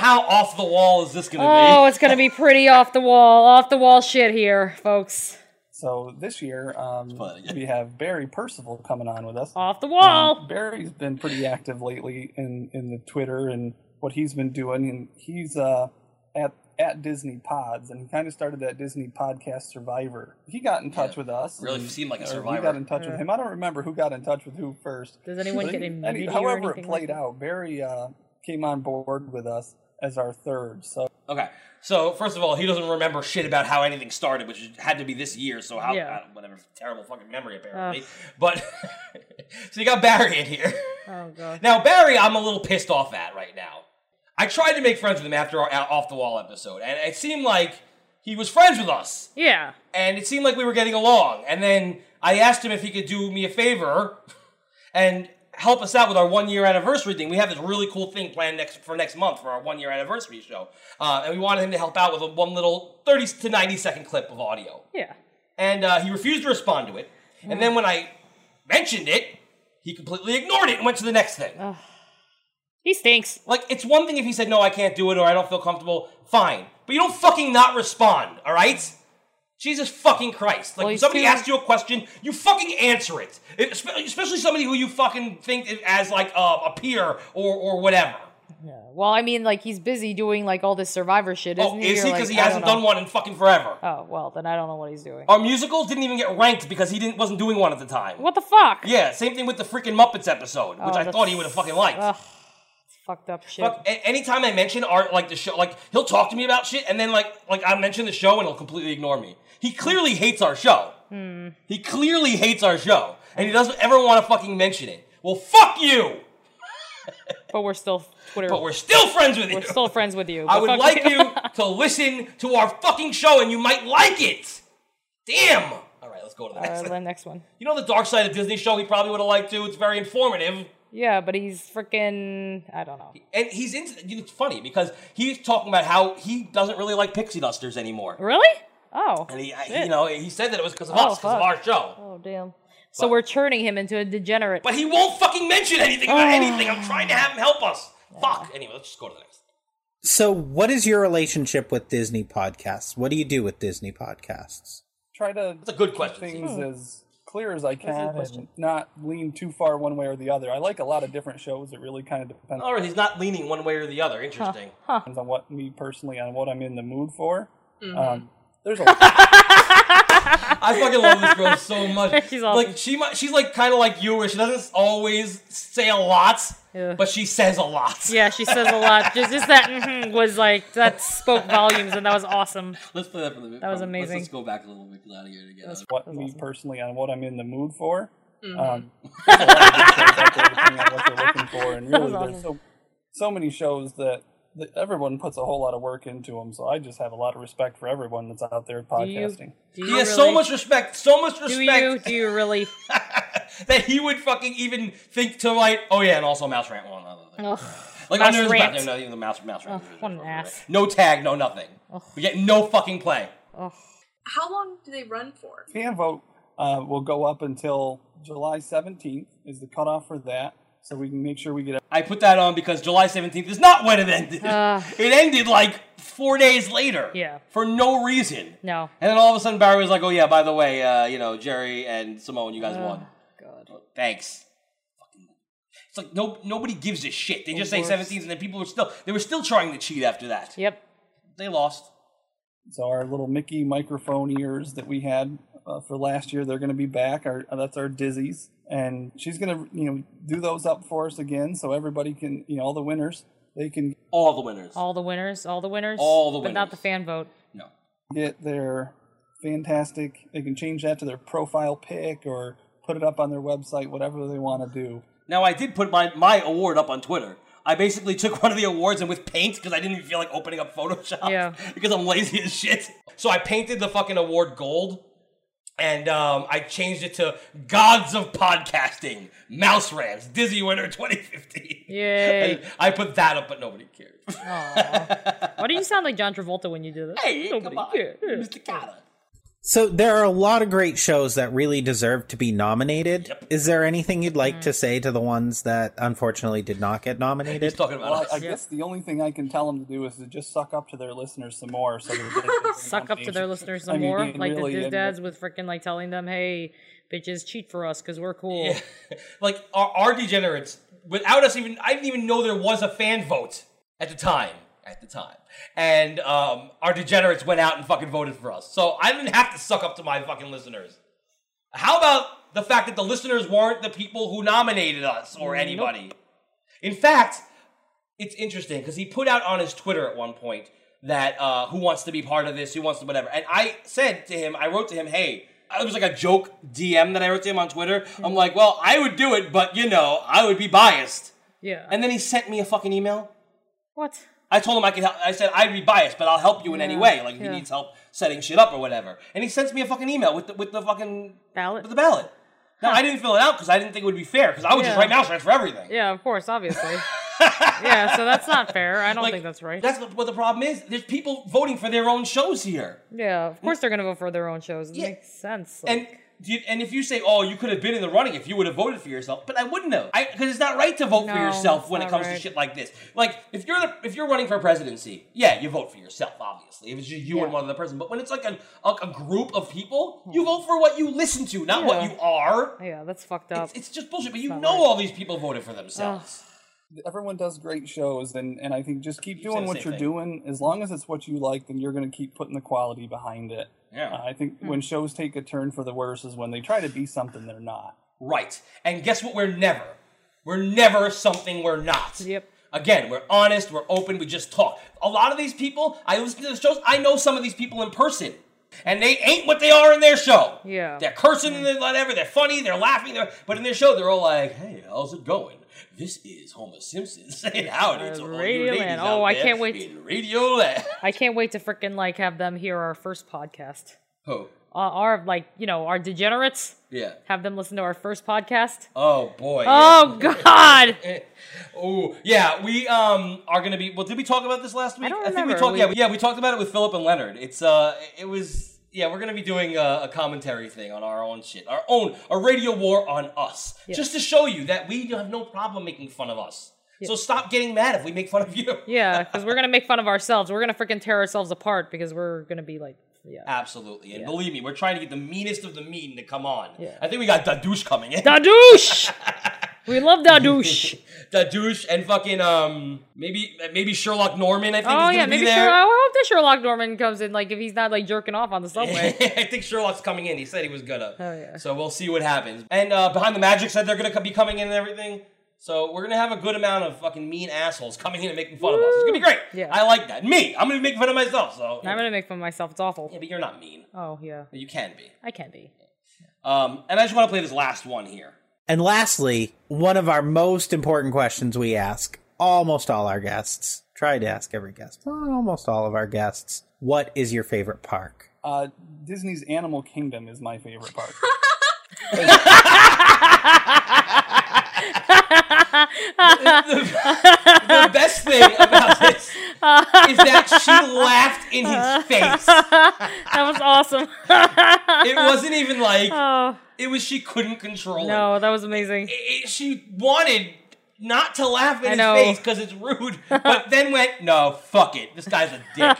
[SPEAKER 1] how off the wall is this going to
[SPEAKER 2] Oh,
[SPEAKER 1] be?
[SPEAKER 2] it's gonna be pretty off the wall, off the wall shit here, folks.
[SPEAKER 4] So this year, um,
[SPEAKER 1] Fun again.
[SPEAKER 4] we have Barry Percival coming on with us.
[SPEAKER 2] Off the
[SPEAKER 4] Um,
[SPEAKER 2] wall.
[SPEAKER 4] Barry's been pretty active lately in in the Twitter and what he's been doing, and he's uh at at Disney Pods, and he kind of started that Disney podcast Survivor. He got in touch with us.
[SPEAKER 1] really
[SPEAKER 4] and-
[SPEAKER 1] seemed like a
[SPEAKER 2] Uh,
[SPEAKER 4] or
[SPEAKER 1] survivor.
[SPEAKER 4] We got in touch with him. I don't remember who got in touch with who first.
[SPEAKER 2] Does anyone
[SPEAKER 4] But
[SPEAKER 2] get
[SPEAKER 4] he- any-
[SPEAKER 2] immunity or
[SPEAKER 4] However,
[SPEAKER 2] anything
[SPEAKER 4] it
[SPEAKER 2] like
[SPEAKER 4] played
[SPEAKER 2] that?
[SPEAKER 4] out. Barry uh, came on board with us as our third. So
[SPEAKER 1] Okay. So, first of all, he doesn't remember shit about how anything started, which had to be this year, so how,
[SPEAKER 2] Yeah.
[SPEAKER 1] I don't- whatever, terrible fucking memory apparently. But, so you got Barry in here.
[SPEAKER 2] Oh god.
[SPEAKER 1] Now, Barry, I'm a little pissed off at right now. I tried to make friends with him after our off the wall episode, and it seemed like he was friends with us,
[SPEAKER 2] Yeah.
[SPEAKER 1] and it seemed like we were getting along. And then I asked him if he could do me a favor and help us out with our one year anniversary thing. We have this really cool thing planned next for next month for our one year anniversary show, uh, and we wanted him to help out with a, one little thirty to ninety second clip of audio
[SPEAKER 2] Yeah.
[SPEAKER 1] and uh, he refused to respond to it. And then when I mentioned it, he completely ignored it and went to the next thing.
[SPEAKER 2] He stinks.
[SPEAKER 1] Like, it's one thing if he said, no, I can't do it or I don't feel comfortable, fine. But you don't fucking not respond, all right? Jesus fucking Christ. Like,
[SPEAKER 2] Well,
[SPEAKER 1] when
[SPEAKER 2] he's
[SPEAKER 1] somebody
[SPEAKER 2] too-
[SPEAKER 1] asks you a question, you fucking answer it. It- espe- Especially somebody who you fucking think of as, like, uh, a peer or, or whatever.
[SPEAKER 2] Well, I mean, like he's busy doing like all this survivor shit, isn't
[SPEAKER 1] oh,
[SPEAKER 2] he?
[SPEAKER 1] is he?
[SPEAKER 2] You're
[SPEAKER 1] Because
[SPEAKER 2] like,
[SPEAKER 1] he
[SPEAKER 2] I
[SPEAKER 1] hasn't
[SPEAKER 2] don't
[SPEAKER 1] done one Oh. in fucking forever.
[SPEAKER 2] know. Oh well, then I don't know what he's doing.
[SPEAKER 1] Our musicals didn't even get ranked because he didn't wasn't doing one at the time.
[SPEAKER 2] What the fuck?
[SPEAKER 1] Yeah, same thing with the freaking Muppets episode, which
[SPEAKER 2] Oh,
[SPEAKER 1] I thought he
[SPEAKER 2] that's-
[SPEAKER 1] would have fucking liked.
[SPEAKER 2] Ugh. It's fucked up shit.
[SPEAKER 1] Fuck, a- anytime I mention art, like the show, like he'll talk to me about shit, and then like like I mention the show, and he'll completely ignore me. He clearly hates our show.
[SPEAKER 2] Hmm.
[SPEAKER 1] He clearly hates our show, and he doesn't ever want to fucking mention it. Well, fuck you!
[SPEAKER 2] But we're still Twitter.
[SPEAKER 1] But we're still friends with you.
[SPEAKER 2] we're still friends with you.
[SPEAKER 1] I
[SPEAKER 2] But
[SPEAKER 1] would
[SPEAKER 2] fuck
[SPEAKER 1] like you to listen to our fucking show, and you might like it. Damn. All right, let's go to the next.
[SPEAKER 2] Uh,
[SPEAKER 1] one.
[SPEAKER 2] the next one.
[SPEAKER 1] You know the Dark Side of Disney show. He probably would have liked to. It's very informative.
[SPEAKER 2] Yeah, but he's freaking. I don't know.
[SPEAKER 1] And he's into. you know, It's funny because he's talking about how he doesn't really like pixie dusters anymore.
[SPEAKER 2] Really? Oh.
[SPEAKER 1] And he, I,
[SPEAKER 2] Shit.
[SPEAKER 1] you know, he said that it was because of
[SPEAKER 2] Oh,
[SPEAKER 1] us, because of
[SPEAKER 2] fuck.
[SPEAKER 1] our show.
[SPEAKER 2] Oh damn. So we're churning him into a degenerate.
[SPEAKER 1] But he won't fucking mention anything about anything. I'm trying to have him help us. Fuck. Anyway, let's just go to the next.
[SPEAKER 5] So, what is your relationship with Disney podcasts? What do you do with Disney podcasts?
[SPEAKER 4] Try to
[SPEAKER 1] That's a good
[SPEAKER 4] keep
[SPEAKER 1] question,
[SPEAKER 4] Things
[SPEAKER 2] Hmm.
[SPEAKER 4] as clear as I can, and not lean too far one way or the other. I like a lot of different shows. It really kind of depends
[SPEAKER 1] All right, he's not leaning one way or the other. Interesting.
[SPEAKER 4] on what me personally on what I'm in the mood for.
[SPEAKER 1] Mm-hmm.
[SPEAKER 4] Um, there's a
[SPEAKER 1] I fucking love this girl so much.
[SPEAKER 2] She's awesome.
[SPEAKER 1] like she, mi- she's like kind of like you, where she doesn't always say a lot,
[SPEAKER 2] Yeah.
[SPEAKER 1] but she says a lot.
[SPEAKER 2] Yeah, she says a lot. Just, just that mhm was like that spoke volumes, and that was awesome.
[SPEAKER 1] Let's play that for the minute.
[SPEAKER 2] That was amazing.
[SPEAKER 1] Let's, let's go back a little bit out of here together.
[SPEAKER 4] what me personally on what I'm in the mood for.
[SPEAKER 2] Mm-hmm.
[SPEAKER 4] Um, depending on what they're looking for, and really, there's so so many shows that, that everyone puts a whole lot of work into them. So I just have a lot of respect for everyone that's out there
[SPEAKER 2] Do you,
[SPEAKER 4] podcasting.
[SPEAKER 2] do you
[SPEAKER 1] He has
[SPEAKER 2] really,
[SPEAKER 1] so much respect, so much
[SPEAKER 2] Do
[SPEAKER 1] respect
[SPEAKER 2] you? Do you really?
[SPEAKER 1] that he would fucking even think to write. Oh yeah, and also mouse rant one another. thing.
[SPEAKER 2] Ugh.
[SPEAKER 1] Like
[SPEAKER 2] Mouse
[SPEAKER 1] under his breath,
[SPEAKER 2] rant.
[SPEAKER 1] no, no, even the mouse, mouse rant.
[SPEAKER 2] Ugh, what an ass.
[SPEAKER 1] No tag, no nothing. We get no fucking play.
[SPEAKER 6] How long do they run for?
[SPEAKER 4] Fan vote uh, will go up until July 17th is the cutoff for that. So we can make sure we get
[SPEAKER 1] I put that on because July 17th is not when it ended. it ended like four days later.
[SPEAKER 2] Yeah.
[SPEAKER 1] For no reason.
[SPEAKER 2] No.
[SPEAKER 1] And then all of a sudden Barry was like, oh yeah, by the way, uh, you know, Jerry and Simone, you guys won. Oh,
[SPEAKER 2] God.
[SPEAKER 1] Thanks. Fucking- It's like no, nobody gives a shit. They just say 17th and then people were still, they were still trying to cheat after that.
[SPEAKER 2] Yep.
[SPEAKER 1] They lost.
[SPEAKER 4] so our little Mickey microphone ears that we had uh, for last year. They're going to be back. Our, uh, that's our Dizzy's, and she's going to you know do those up for us again, so everybody can you know all the winners they can
[SPEAKER 1] All the winners.
[SPEAKER 2] All the winners. All the winners.
[SPEAKER 1] All the
[SPEAKER 2] But not
[SPEAKER 1] winners.
[SPEAKER 2] the fan vote.
[SPEAKER 1] no.
[SPEAKER 4] get their fantastic. They can change that to their profile pic or put it up on their website, whatever they want to do.
[SPEAKER 1] Now I did put my my award up on Twitter. I basically took one of the awards and with paint because I didn't even feel like opening up Photoshop.
[SPEAKER 2] Yeah.
[SPEAKER 1] Because I'm lazy as shit. So I painted the fucking award gold, and um, I changed it to Gods of Podcasting, Mouse Rams, Dizzy Winner 2015.
[SPEAKER 2] Yay.
[SPEAKER 1] And I put that up, but nobody cared.
[SPEAKER 2] Why do you sound like John Travolta when you do this?
[SPEAKER 1] hey,
[SPEAKER 2] Nobody
[SPEAKER 1] come on,
[SPEAKER 2] cares.
[SPEAKER 1] Mr. Cotta.
[SPEAKER 5] So, there are a lot of great shows that really deserve to be nominated. Is there anything you'd like to say to the ones that unfortunately did not get
[SPEAKER 1] Hmm. He's
[SPEAKER 5] nominated?
[SPEAKER 1] talking about
[SPEAKER 4] Well,
[SPEAKER 1] us.
[SPEAKER 4] I, I guess the only thing I can tell them to do is to just suck up to their listeners some more. So that they
[SPEAKER 2] Suck up to their listeners some
[SPEAKER 4] I mean,
[SPEAKER 2] more,
[SPEAKER 4] you
[SPEAKER 2] like
[SPEAKER 4] really
[SPEAKER 2] the Diz
[SPEAKER 4] end
[SPEAKER 2] dads with freaking like telling them, "Hey, bitches, cheat for us because we're cool."
[SPEAKER 1] like our, our degenerates without us even i didn't even know there was a fan vote at the time at the time and um, our degenerates went out and fucking voted for us so i didn't have to suck up to my fucking listeners how about the fact that the listeners weren't the people who nominated us or anybody in fact it's interesting because he put out on his Twitter at one point that uh, who wants to be part of this, who wants to whatever. And I said to him, I wrote to him, hey, it was like a joke DM that I wrote to him on Twitter.
[SPEAKER 2] Mm-hmm.
[SPEAKER 1] I'm like, well, I would do it, but you know, I would be biased.
[SPEAKER 2] Yeah.
[SPEAKER 1] And then he sent me a fucking email.
[SPEAKER 2] what?
[SPEAKER 1] I told him I could help. I said I'd be biased, but I'll help you in any way. Like if
[SPEAKER 2] yeah.
[SPEAKER 1] he needs help setting shit up or whatever. And he sends me a fucking email with the, with the fucking
[SPEAKER 2] Ballot?
[SPEAKER 1] With the ballot. Now I didn't fill it out because I didn't think it would be fair because I would just
[SPEAKER 2] Yeah.
[SPEAKER 1] write mouse rats for everything.
[SPEAKER 2] Yeah, of course, obviously. yeah, so that's not fair. I don't
[SPEAKER 1] Like,
[SPEAKER 2] think that's right.
[SPEAKER 1] That's what, what the problem is. There's people voting for their own shows here.
[SPEAKER 2] yeah, of course they're gonna vote for their own shows. It
[SPEAKER 1] Yeah.
[SPEAKER 2] makes sense. Like,
[SPEAKER 1] And do you, and if you say, "Oh, you could have been in the running if you would have voted for yourself," but I wouldn't have, because it's not right to vote for
[SPEAKER 2] No,
[SPEAKER 1] yourself
[SPEAKER 2] it's
[SPEAKER 1] when it
[SPEAKER 2] not
[SPEAKER 1] comes to
[SPEAKER 2] right.
[SPEAKER 1] shit like this. Like if you're the, if you're running for presidency, yeah, you vote for yourself, obviously. If it's just you and
[SPEAKER 2] Yeah. Hmm.
[SPEAKER 1] one other person, but when it's like a, a, a group of people, you vote for what you listen to, not what
[SPEAKER 2] Yeah.
[SPEAKER 1] you are.
[SPEAKER 2] yeah, that's fucked up.
[SPEAKER 1] It's, it's just bullshit. But you know, all these people voted for themselves.
[SPEAKER 4] everyone does great shows, and, and I think just keep
[SPEAKER 1] You say
[SPEAKER 4] doing
[SPEAKER 1] the
[SPEAKER 4] what
[SPEAKER 1] same
[SPEAKER 4] you're
[SPEAKER 1] thing.
[SPEAKER 4] doing. As long as it's what you like, then you're going to keep putting the quality behind it.
[SPEAKER 1] Yeah.
[SPEAKER 4] Uh, I think
[SPEAKER 6] Hmm.
[SPEAKER 4] when shows take a turn for the worse is when they try to be something they're not.
[SPEAKER 1] Right. And guess what? We're never. We're never something we're not.
[SPEAKER 2] Yep.
[SPEAKER 1] Again, we're honest, we're open, we just talk. A lot of these people, I listen to the shows, I know some of these people in person. and they ain't what they are in their show.
[SPEAKER 2] Yeah.
[SPEAKER 1] They're cursing and whatever. They're funny. They're laughing. They're, but in their show, they're all like, "Hey, how's it going? This is Homer Simpson saying howdy to all you
[SPEAKER 2] Radio
[SPEAKER 1] ladies
[SPEAKER 2] Land.
[SPEAKER 1] out
[SPEAKER 2] Oh, I
[SPEAKER 1] there
[SPEAKER 2] can't wait.
[SPEAKER 1] in Radio Land."
[SPEAKER 2] I can't wait to freaking like have them hear our first podcast.
[SPEAKER 1] Oh,
[SPEAKER 2] Uh, our like you know our degenerates
[SPEAKER 1] yeah.
[SPEAKER 2] have them listen to our first podcast.
[SPEAKER 1] Oh boy.
[SPEAKER 2] Oh God!
[SPEAKER 1] Oh yeah, we um are gonna be. Well, did we talk about this last week?
[SPEAKER 2] don't
[SPEAKER 1] think we
[SPEAKER 2] remember.
[SPEAKER 1] talked.
[SPEAKER 2] We-
[SPEAKER 1] Yeah, yeah, we talked about it with Philip and Leonard. It's uh, it was yeah, we're gonna be doing a, a commentary thing on our own shit, our own a radio war on us, just to show you that we have no problem making fun of us. So stop getting mad if we make fun of you.
[SPEAKER 2] Yeah, because we're gonna make fun of ourselves. We're gonna freaking tear ourselves apart because we're gonna be like,
[SPEAKER 1] Ah.
[SPEAKER 2] yeah.
[SPEAKER 1] Absolutely, and believe me, we're trying to get the meanest of the mean to come on.
[SPEAKER 2] Yeah.
[SPEAKER 1] I think we got Dadouche coming in.
[SPEAKER 2] Dadouche! we love Dadouche.
[SPEAKER 1] Dadouche and fucking um maybe maybe Sherlock Norman. I think is
[SPEAKER 2] oh
[SPEAKER 1] gonna
[SPEAKER 2] yeah,
[SPEAKER 1] be
[SPEAKER 2] maybe
[SPEAKER 1] there.
[SPEAKER 2] Sherlock. I hope that Sherlock Norman comes in. Like if he's not like jerking off on the subway.
[SPEAKER 1] I think Sherlock's coming in. He said he was gonna.
[SPEAKER 2] Oh, yeah.
[SPEAKER 1] So we'll see what happens. And uh, behind the magic said they're gonna co- be coming in and everything. So we're gonna have a good amount of fucking mean assholes coming in and making fun of us. It's gonna be great.
[SPEAKER 2] Yeah.
[SPEAKER 1] I like that. Me, I'm gonna be making fun of myself. So
[SPEAKER 2] I'm gonna make fun of myself. It's awful.
[SPEAKER 1] yeah, but you're not mean.
[SPEAKER 2] Oh yeah,
[SPEAKER 1] You can be.
[SPEAKER 2] I can be.
[SPEAKER 1] Um, and I just want to play this last one here.
[SPEAKER 5] And lastly, one of our most important questions we ask almost all our guests. Try to ask every guest, well, almost all of our guests. What is your favorite park?
[SPEAKER 4] Uh, Disney's Animal Kingdom is my favorite park.
[SPEAKER 1] The best thing about this is that she laughed in his face.
[SPEAKER 2] That was awesome.
[SPEAKER 1] It wasn't even like
[SPEAKER 2] oh
[SPEAKER 1] it was. She couldn't control it.
[SPEAKER 2] no, that was amazing.
[SPEAKER 1] it, she wanted not to laugh in
[SPEAKER 2] I
[SPEAKER 1] his
[SPEAKER 2] know.
[SPEAKER 1] face because it's rude, but then went, no, fuck it. This guy's a dick.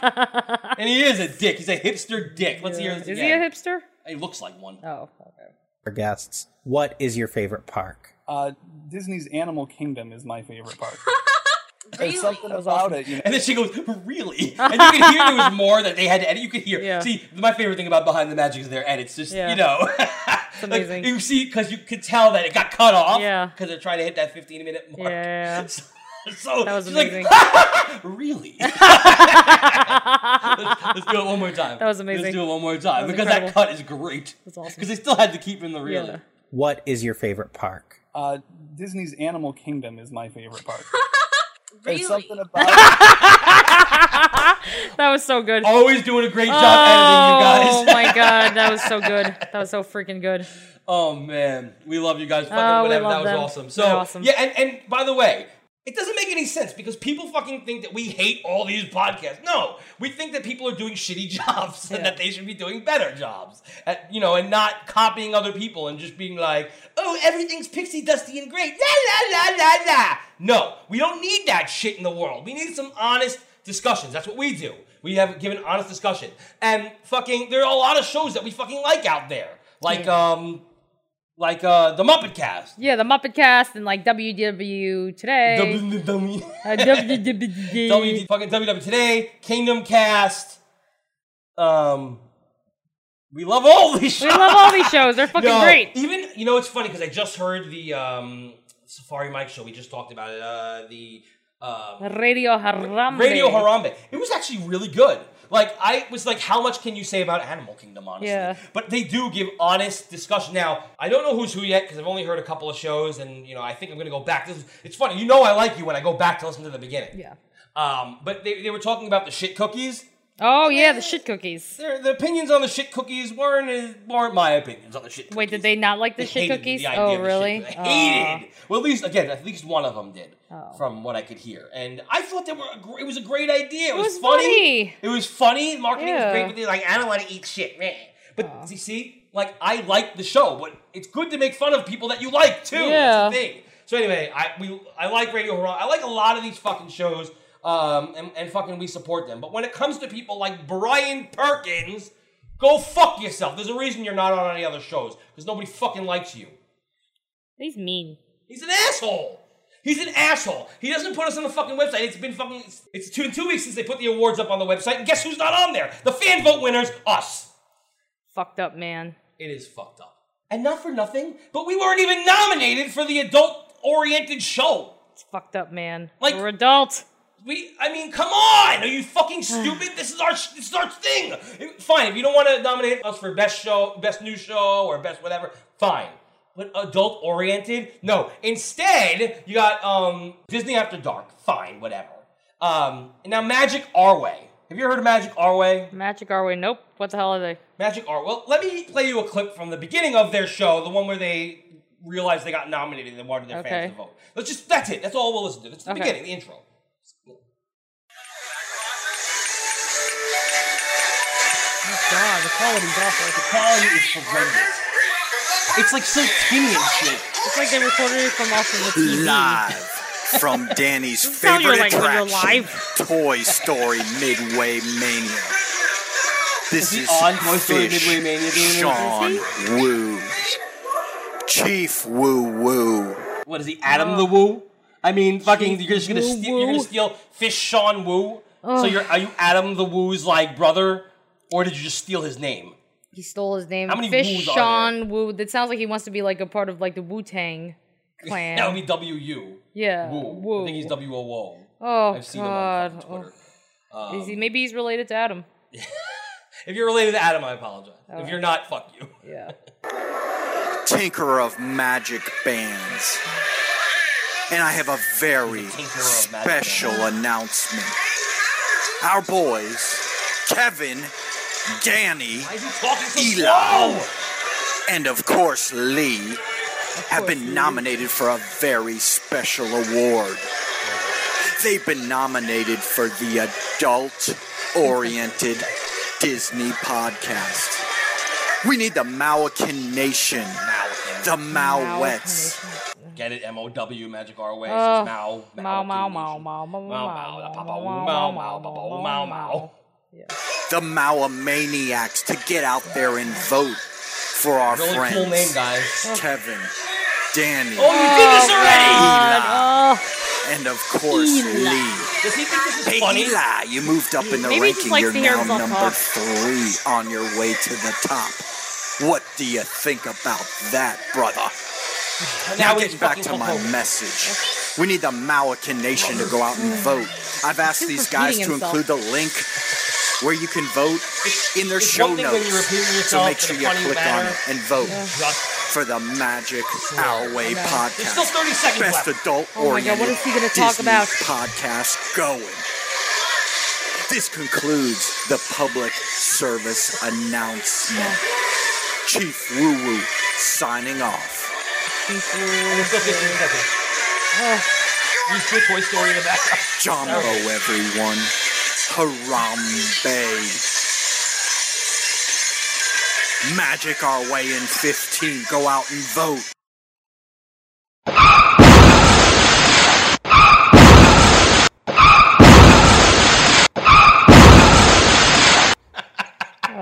[SPEAKER 1] and he is a dick. He's a hipster dick. Let's hear this
[SPEAKER 2] Is he a
[SPEAKER 1] again.
[SPEAKER 2] hipster?
[SPEAKER 1] he looks like one.
[SPEAKER 2] Oh, okay.
[SPEAKER 5] Our guests, what is your favorite park?
[SPEAKER 4] Uh, Disney's Animal Kingdom is my favorite park.
[SPEAKER 6] Really?
[SPEAKER 4] There's something about it. You know,
[SPEAKER 1] And then she goes, really? And you could hear there was more that they had to edit. You could hear.
[SPEAKER 2] Yeah.
[SPEAKER 1] See, my favorite thing about Behind the Magic is their edits. Just,
[SPEAKER 2] Yeah.
[SPEAKER 1] you know. like,
[SPEAKER 2] amazing.
[SPEAKER 1] you see, because you could tell that it got cut off.
[SPEAKER 2] Yeah.
[SPEAKER 1] Because they're trying to hit that 15 minute mark.
[SPEAKER 2] Yeah.
[SPEAKER 1] So, so
[SPEAKER 2] That was
[SPEAKER 1] she's
[SPEAKER 2] amazing.
[SPEAKER 1] like, really? Let's do it one more time.
[SPEAKER 2] That was amazing.
[SPEAKER 1] Let's do it one more time
[SPEAKER 2] was
[SPEAKER 1] because that
[SPEAKER 2] incredible.
[SPEAKER 1] cut is great.
[SPEAKER 2] That's awesome.
[SPEAKER 1] Because they still had to keep in the reel.
[SPEAKER 2] Yeah.
[SPEAKER 5] What is your favorite park?
[SPEAKER 4] uh, Disney's Animal Kingdom is my favorite park.
[SPEAKER 6] Really?
[SPEAKER 4] There's something about it.
[SPEAKER 2] that was so good.
[SPEAKER 1] Always doing a great job
[SPEAKER 2] oh
[SPEAKER 1] editing, you guys.
[SPEAKER 2] my god, that was so good. That was so freaking good.
[SPEAKER 1] Oh man, we love you guys. Fucking
[SPEAKER 2] Oh, we
[SPEAKER 1] whatever.
[SPEAKER 2] love
[SPEAKER 1] that was
[SPEAKER 2] them.
[SPEAKER 1] awesome. So
[SPEAKER 2] They're awesome.
[SPEAKER 1] yeah, and, and by the way, it doesn't make any sense because people fucking think that we hate all these podcasts. No, we think that people are doing shitty jobs and that they should be doing better jobs. At, you know, and not copying other people and just being like, oh, everything's pixie dusty and great. La la la la la. No, we don't need that shit in the world. We need some honest discussions. That's what we do. We have given honest discussion. And fucking, there are a lot of shows that we fucking like out there. Like, um, like uh the Muppet Cast.
[SPEAKER 2] Yeah, the Muppet Cast and like WW today.
[SPEAKER 1] W- W-
[SPEAKER 2] Uh, E. WWD.
[SPEAKER 1] W- fucking WW Today, Kingdom Cast. Um, we love all these
[SPEAKER 2] We
[SPEAKER 1] shows.
[SPEAKER 2] love all these shows. They're fucking
[SPEAKER 1] No,
[SPEAKER 2] great.
[SPEAKER 1] Even you know, it's funny because I just heard the um Safari Mike show. We just talked about it. Uh, the um,
[SPEAKER 2] Radio Harambe.
[SPEAKER 1] Radio Harambe. It was actually really good. Like I was like, how much can you say about Animal Kingdom, honestly?
[SPEAKER 2] Yeah.
[SPEAKER 1] But they do give honest discussion. Now I don't know who's who yet because I've only heard a couple of shows, and you know I think I'm gonna go back. This is, it's funny. You know I like you when I go back to listen to the beginning.
[SPEAKER 2] Yeah.
[SPEAKER 1] Um, but they, they were talking about the shit cookies.
[SPEAKER 2] Oh yeah, the shit cookies.
[SPEAKER 1] Their, the opinions on the shit cookies weren't as- weren't my opinions on the shit. Cookies.
[SPEAKER 2] Wait, did they not like the shit
[SPEAKER 1] hated
[SPEAKER 2] cookies?
[SPEAKER 1] the idea
[SPEAKER 2] oh
[SPEAKER 1] of the shit
[SPEAKER 2] really?
[SPEAKER 1] cookies.
[SPEAKER 2] Oh.
[SPEAKER 1] I hated. Well, at least again, at least one of them did, from what I could hear. And I thought they were. A gr- it was a great idea. It, was,
[SPEAKER 2] was
[SPEAKER 1] funny.
[SPEAKER 2] funny.
[SPEAKER 1] It was funny. Marketing
[SPEAKER 2] Yeah.
[SPEAKER 1] was great, but they're like, I don't want to eat shit. meh." But you see, like I like the show, but it's good to make fun of people that you like too.
[SPEAKER 2] Yeah.
[SPEAKER 1] That's the thing. So anyway, I we I like Radio Haram. I like a lot of these fucking shows. Um, and, and fucking we support them. But when it comes to people like Brian Perkins, go fuck yourself. There's a reason you're not on any other shows because nobody fucking likes you.
[SPEAKER 2] He's mean.
[SPEAKER 1] He's an asshole. He's an asshole. He doesn't put us on the fucking website. It's been fucking. It's, it's two two weeks since they put the awards up on the website, and guess who's not on there? The fan vote winners, us.
[SPEAKER 2] Fucked up man.
[SPEAKER 1] It is fucked up, and not for nothing. But we weren't even nominated for the adult oriented show.
[SPEAKER 2] It's fucked up man.
[SPEAKER 1] Like-
[SPEAKER 2] We're adult.
[SPEAKER 1] We, I mean, come on! Are you fucking stupid? This is our, sh- this is our thing. Fine, if you don't want to nominate us for best show, best new show, or best whatever, fine. But adult oriented, no. Instead, you got um Disney After Dark. Fine, whatever. Um, and now Magic Our Way. Have you ever heard of Magic Our Way?
[SPEAKER 2] Magic Our Way. Nope. What the hell are they?
[SPEAKER 1] Magic Art. Well, let me play you a clip from the beginning of their show, the one where they realized they got nominated and they wanted their
[SPEAKER 2] Okay.
[SPEAKER 1] fans to vote. Let's just that's it. That's all we'll listen to. That's the
[SPEAKER 2] Okay.
[SPEAKER 1] beginning, the intro.
[SPEAKER 5] God, the quality's awful.
[SPEAKER 1] Quality is horrendous. It's like so tinny and shit.
[SPEAKER 2] It's like they recorded it from off of the TV.
[SPEAKER 7] Live from Danny's
[SPEAKER 2] Tell you're like
[SPEAKER 7] favorite
[SPEAKER 2] when you're
[SPEAKER 7] attraction,
[SPEAKER 2] live.
[SPEAKER 7] Toy Story Midway Mania. This
[SPEAKER 1] he
[SPEAKER 7] is
[SPEAKER 1] on Toy Story
[SPEAKER 7] Fish
[SPEAKER 1] Midway Mania doing this?
[SPEAKER 7] Sean Woo, Chief Woo Woo.
[SPEAKER 1] What is he, Adam the Woo? I mean, fucking, you're just gonna
[SPEAKER 2] Oh. Woo
[SPEAKER 1] steal, you're gonna
[SPEAKER 2] Woo.
[SPEAKER 1] steal Fish Sean Woo. So you're are you Adam the Woo's like brother, or did you just steal his name?
[SPEAKER 2] He stole his name.
[SPEAKER 1] How many
[SPEAKER 2] Fish
[SPEAKER 1] Wus are
[SPEAKER 2] Sean Wu. That sounds like he wants to be like a part of like the Wu Tang clan.
[SPEAKER 1] That would be W U.
[SPEAKER 2] yeah.
[SPEAKER 1] Woo.
[SPEAKER 2] Uh, Woo.
[SPEAKER 1] I think he's W O Woo.
[SPEAKER 2] oh
[SPEAKER 1] I've seen
[SPEAKER 2] God.
[SPEAKER 1] him on fucking Twitter. Um,
[SPEAKER 2] Oh. Is he, maybe he's related to Adam.
[SPEAKER 1] If you're related to Adam, I apologize.
[SPEAKER 2] Oh.
[SPEAKER 1] if you're not, fuck you.
[SPEAKER 2] Yeah.
[SPEAKER 7] tinker of magic bands. And I have a very
[SPEAKER 1] tinker of magic
[SPEAKER 7] special announcement. Our boys, Kevin, Danny,
[SPEAKER 1] Why is he talking so
[SPEAKER 7] Eli.
[SPEAKER 1] slow?
[SPEAKER 7] and of course Lee, have been nominated for a very special award. They've been nominated for the Adult Oriented Disney Podcast. We need the Malacan Nation, the Mauets.
[SPEAKER 1] Get it? M O W Magic R way.
[SPEAKER 2] Ugh.
[SPEAKER 1] it's Mao.
[SPEAKER 2] Oh. Mao, Mao,
[SPEAKER 1] Mao,
[SPEAKER 2] Mao, Mao, Mao, Mao,
[SPEAKER 1] Mao,
[SPEAKER 2] Mao,
[SPEAKER 1] Papa,
[SPEAKER 2] Mao,
[SPEAKER 1] Mao,
[SPEAKER 2] Mao,
[SPEAKER 1] Mao, Papa,
[SPEAKER 2] Mao,
[SPEAKER 1] Mao, Mao.
[SPEAKER 2] Mao.
[SPEAKER 7] the Maua Maniacs to get out there and vote for our
[SPEAKER 1] Really
[SPEAKER 7] friends.
[SPEAKER 1] cool name,
[SPEAKER 2] Oh.
[SPEAKER 1] guys.
[SPEAKER 7] Kevin, Danny,
[SPEAKER 1] Oh, you did this already!
[SPEAKER 7] Eli, and of course Lee.
[SPEAKER 1] Does he think this
[SPEAKER 7] Hey
[SPEAKER 1] is funny?
[SPEAKER 7] Eli, you moved up in the
[SPEAKER 2] Maybe he just
[SPEAKER 7] ranking.
[SPEAKER 2] likes
[SPEAKER 7] You're
[SPEAKER 2] to hear
[SPEAKER 7] now
[SPEAKER 2] himself
[SPEAKER 7] number
[SPEAKER 2] talk.
[SPEAKER 7] three on your way to the top. What do you think about that, brother? Now,
[SPEAKER 1] he's
[SPEAKER 7] getting back
[SPEAKER 1] fucking
[SPEAKER 7] to
[SPEAKER 1] Hulk
[SPEAKER 7] my
[SPEAKER 1] Hogan.
[SPEAKER 7] message. We need the Malacan Nation to go out and vote. I've asked these guys to
[SPEAKER 2] repeating himself.
[SPEAKER 7] include the link where you can vote in their
[SPEAKER 1] it's
[SPEAKER 7] show
[SPEAKER 1] one thing when you're repeating
[SPEAKER 7] notes. So
[SPEAKER 1] yourself
[SPEAKER 7] make
[SPEAKER 1] in
[SPEAKER 7] sure
[SPEAKER 1] a
[SPEAKER 7] you
[SPEAKER 1] funny
[SPEAKER 7] click on
[SPEAKER 1] manner.
[SPEAKER 7] it and vote
[SPEAKER 1] Just-
[SPEAKER 7] for the Magic Our Way podcast.
[SPEAKER 1] There's still 30 seconds
[SPEAKER 7] Best
[SPEAKER 1] left.
[SPEAKER 7] adult
[SPEAKER 2] Oh my
[SPEAKER 7] oriented
[SPEAKER 2] God, what is he gonna talk
[SPEAKER 7] Disney
[SPEAKER 2] about?
[SPEAKER 7] podcast going. This concludes the public service announcement. Chief Woo Woo signing off.
[SPEAKER 1] There's still 15 seconds.
[SPEAKER 2] Oh.
[SPEAKER 1] You threw Toy Story in the background.
[SPEAKER 7] Jumbo, everyone. Harambe. Magic our way in 15. Go out and vote.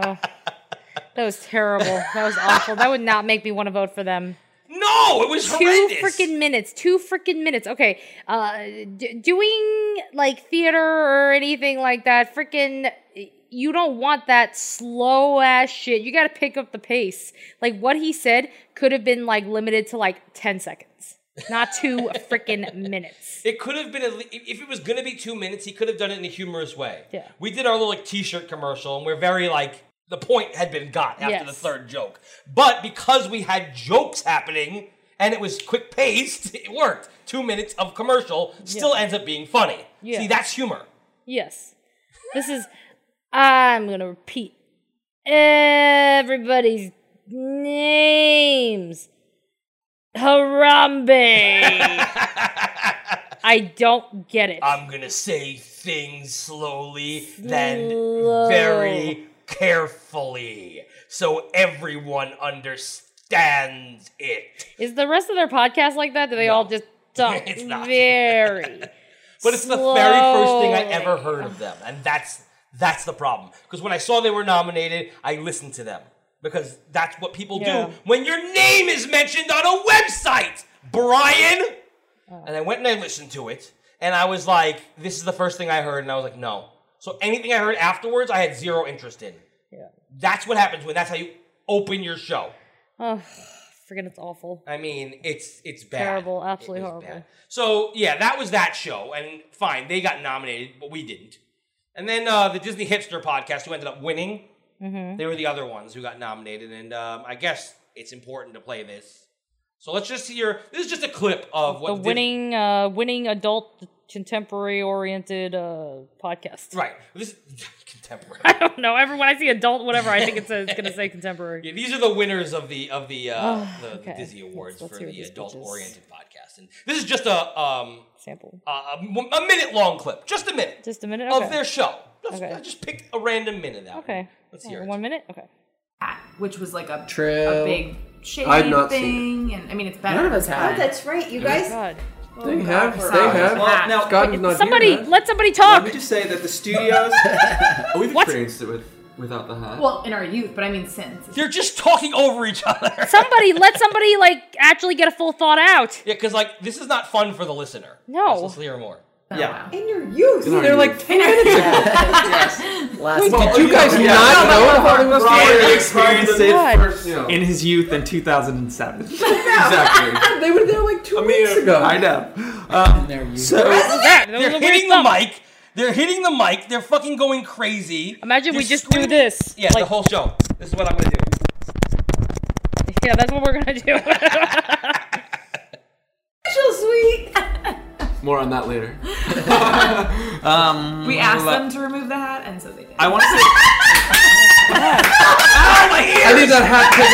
[SPEAKER 2] That was terrible. That was awful. That would not make me want to vote for them.
[SPEAKER 1] No, it was
[SPEAKER 2] Two
[SPEAKER 1] horrendous.
[SPEAKER 2] freaking minutes. Two freaking minutes. Okay. Uh, d- doing like theater or anything like that, freaking. You don't want that slow ass shit. You got to pick up the pace. Like what he said could have been like limited to like 10 seconds, not two freaking minutes.
[SPEAKER 1] It could have been at le- if if it was gonna be two minutes, he could have done it in a humorous way.
[SPEAKER 2] Yeah.
[SPEAKER 1] We did our little like T-shirt commercial, and we're very like the point had been got after the
[SPEAKER 2] Yes.
[SPEAKER 1] third joke, but because we had jokes happening and it was quick paced, it worked. Two minutes of commercial still ends up being funny.
[SPEAKER 2] Yeah.
[SPEAKER 1] See, that's humor.
[SPEAKER 2] Yes. This is. I'm going to repeat everybody's names. Harambe. I don't get it.
[SPEAKER 1] I'm gonna say things slowly, then very carefully, so everyone understands it.
[SPEAKER 2] Is the rest of their podcast like that? Do they all just talk
[SPEAKER 1] It's not.
[SPEAKER 2] very?
[SPEAKER 1] But it's the very first thing I ever heard of them, and that's that's the problem. Because when I saw they were nominated, I listened to them because that's what people
[SPEAKER 2] Yeah.
[SPEAKER 1] do when your name is mentioned on a website, Brian. And I went and I listened to it, and I was like, "This is the first thing I heard," and I was like, "No." So anything I heard afterwards, I had zero interest in. Yeah. That's what happens when that's how you open your show.
[SPEAKER 2] Oh, freaking it's awful.
[SPEAKER 1] I mean, it's it's bad.
[SPEAKER 2] Terrible, absolutely
[SPEAKER 1] is
[SPEAKER 2] horrible.
[SPEAKER 1] So yeah, that was that show, and fine, they got nominated, but we didn't. And then uh, the Disney Hipster podcast, who ended up winning,
[SPEAKER 2] Mm-hmm.
[SPEAKER 1] they were the other ones who got nominated. And um, I guess it's important to play this. So let's just hear. This is just a clip of what
[SPEAKER 2] The
[SPEAKER 1] Dis-
[SPEAKER 2] winning, uh, winning adult contemporary oriented uh, podcast.
[SPEAKER 1] right. This contemporary.
[SPEAKER 2] I don't know. Every when I see adult, whatever, I think it says it's gonna say contemporary.
[SPEAKER 1] Yeah, these are the winners of the of the uh,
[SPEAKER 2] Oh,
[SPEAKER 1] the, the
[SPEAKER 2] okay.
[SPEAKER 1] Disney Awards
[SPEAKER 2] Let's- let's
[SPEAKER 1] for
[SPEAKER 2] hear
[SPEAKER 1] the
[SPEAKER 2] these bitches.
[SPEAKER 1] adult oriented podcast, and this is just a um
[SPEAKER 2] Sample.
[SPEAKER 1] a, a- a minute long clip, just a minute
[SPEAKER 2] Just a minute. Okay.
[SPEAKER 1] of their show. Just,
[SPEAKER 2] Okay.
[SPEAKER 1] just pick a random minute out.
[SPEAKER 2] okay.
[SPEAKER 1] let's
[SPEAKER 2] Yeah,
[SPEAKER 1] hear it.
[SPEAKER 2] One minute. Okay.
[SPEAKER 3] which was like a
[SPEAKER 8] True.
[SPEAKER 3] a big shade
[SPEAKER 8] I've not
[SPEAKER 3] thing,
[SPEAKER 8] seen
[SPEAKER 3] and I mean it's better.
[SPEAKER 8] None of us have.
[SPEAKER 3] that's right, you guys.
[SPEAKER 2] God.
[SPEAKER 8] They have.
[SPEAKER 3] we're
[SPEAKER 8] They
[SPEAKER 3] out.
[SPEAKER 8] have.
[SPEAKER 3] Well, now-
[SPEAKER 8] Scott is not
[SPEAKER 2] Somebody,
[SPEAKER 8] here. huh?
[SPEAKER 2] let somebody
[SPEAKER 8] Let
[SPEAKER 2] talk.
[SPEAKER 8] me just say that the studios. Oh, we've
[SPEAKER 2] What?
[SPEAKER 8] experienced it with without the hat.
[SPEAKER 3] Well, in our youth, but I mean since.
[SPEAKER 1] They're just talking over each other.
[SPEAKER 2] somebody, let somebody like actually get a full thought out.
[SPEAKER 1] yeah, because like this is not fun for the listener.
[SPEAKER 2] No.
[SPEAKER 1] Let's, let's hear more.
[SPEAKER 8] yeah.
[SPEAKER 3] Oh, In your youth.
[SPEAKER 8] They're like,
[SPEAKER 3] In our youth.
[SPEAKER 8] Wait, did you guys not know about it? Brian experienced it
[SPEAKER 2] God.
[SPEAKER 8] first, you know.
[SPEAKER 9] in his youth in 2007.
[SPEAKER 8] exactly.
[SPEAKER 3] they were there like two weeks ago.
[SPEAKER 9] I know. Um, so
[SPEAKER 2] That, that was
[SPEAKER 1] They're
[SPEAKER 2] a weird
[SPEAKER 1] hitting the
[SPEAKER 2] thump.
[SPEAKER 1] mic. They're hitting the mic. They're fucking going crazy.
[SPEAKER 2] Imagine
[SPEAKER 1] They're
[SPEAKER 2] we just do
[SPEAKER 1] screaming-
[SPEAKER 2] this.
[SPEAKER 1] Yeah, the
[SPEAKER 2] Like-
[SPEAKER 1] whole show. This is what I'm gonna do.
[SPEAKER 2] Yeah, that's what we're gonna do. Oh
[SPEAKER 3] Special sweet.
[SPEAKER 9] more on that later.
[SPEAKER 3] We asked them to remove the hat, and so they did.
[SPEAKER 9] I want to say
[SPEAKER 8] I need that hat taken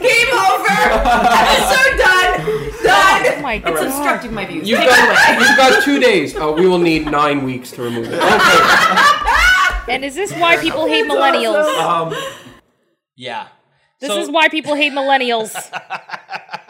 [SPEAKER 8] away.
[SPEAKER 3] Game over. I'm so done.
[SPEAKER 2] oh
[SPEAKER 3] Done.
[SPEAKER 2] my
[SPEAKER 3] It's
[SPEAKER 2] god.
[SPEAKER 3] obstructing my views.
[SPEAKER 8] You've got, you've got two days. Oh, we will need nine weeks to remove it. Okay.
[SPEAKER 2] And is this why people hate millennials?
[SPEAKER 9] um,
[SPEAKER 1] Yeah.
[SPEAKER 2] This
[SPEAKER 1] So-
[SPEAKER 2] is why people hate millennials.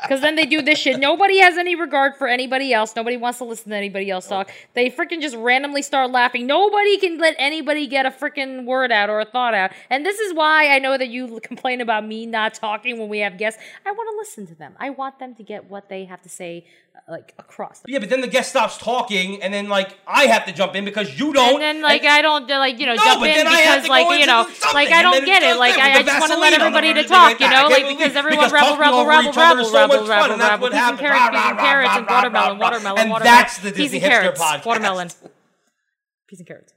[SPEAKER 2] Because then they do this shit. Nobody has any regard for anybody else. Nobody wants to listen to anybody else talk. They freaking just randomly start laughing. Nobody can let anybody get a freaking word out or a thought out. And this is why I know that you l- complain about me not talking when we have guests. I want to listen to them. I want them to get what they have to say, uh, like across.
[SPEAKER 1] Yeah, but then the guest stops talking, and then like I have to jump in because you don't.
[SPEAKER 2] and then like I don't uh, like you know
[SPEAKER 1] No,
[SPEAKER 2] jump
[SPEAKER 1] but
[SPEAKER 2] in
[SPEAKER 1] then I have
[SPEAKER 2] because
[SPEAKER 1] to
[SPEAKER 2] like
[SPEAKER 1] go
[SPEAKER 2] you
[SPEAKER 1] into
[SPEAKER 2] know
[SPEAKER 1] something,
[SPEAKER 2] like I
[SPEAKER 1] and
[SPEAKER 2] don't
[SPEAKER 1] then it
[SPEAKER 2] get it
[SPEAKER 1] does
[SPEAKER 2] like
[SPEAKER 1] that with
[SPEAKER 2] I, I
[SPEAKER 1] the
[SPEAKER 2] just want to let
[SPEAKER 1] Vaseline on
[SPEAKER 2] everybody
[SPEAKER 1] them
[SPEAKER 2] to
[SPEAKER 1] and everything
[SPEAKER 2] talk you
[SPEAKER 1] like
[SPEAKER 2] know
[SPEAKER 1] that. I
[SPEAKER 2] like
[SPEAKER 1] can't
[SPEAKER 2] because
[SPEAKER 1] believe-
[SPEAKER 2] everyone
[SPEAKER 1] because
[SPEAKER 2] rebel
[SPEAKER 1] talking
[SPEAKER 2] rebel
[SPEAKER 1] over
[SPEAKER 2] rebel
[SPEAKER 1] each other
[SPEAKER 2] rebel
[SPEAKER 1] is so
[SPEAKER 2] rebel
[SPEAKER 1] much fun,
[SPEAKER 2] rebel
[SPEAKER 1] and that's
[SPEAKER 2] rebel
[SPEAKER 1] what
[SPEAKER 2] peas and
[SPEAKER 1] happens.
[SPEAKER 2] carrots
[SPEAKER 1] Rah,
[SPEAKER 2] peas and
[SPEAKER 1] rah,
[SPEAKER 2] carrots
[SPEAKER 1] rah,
[SPEAKER 2] and
[SPEAKER 1] rah, rah,
[SPEAKER 2] watermelon
[SPEAKER 1] rah.
[SPEAKER 2] watermelon
[SPEAKER 1] And
[SPEAKER 2] watermelon
[SPEAKER 1] that's the
[SPEAKER 2] peas
[SPEAKER 1] Disney
[SPEAKER 2] and
[SPEAKER 1] Hipster
[SPEAKER 2] carrots
[SPEAKER 1] podcast.
[SPEAKER 2] watermelon peas and carrots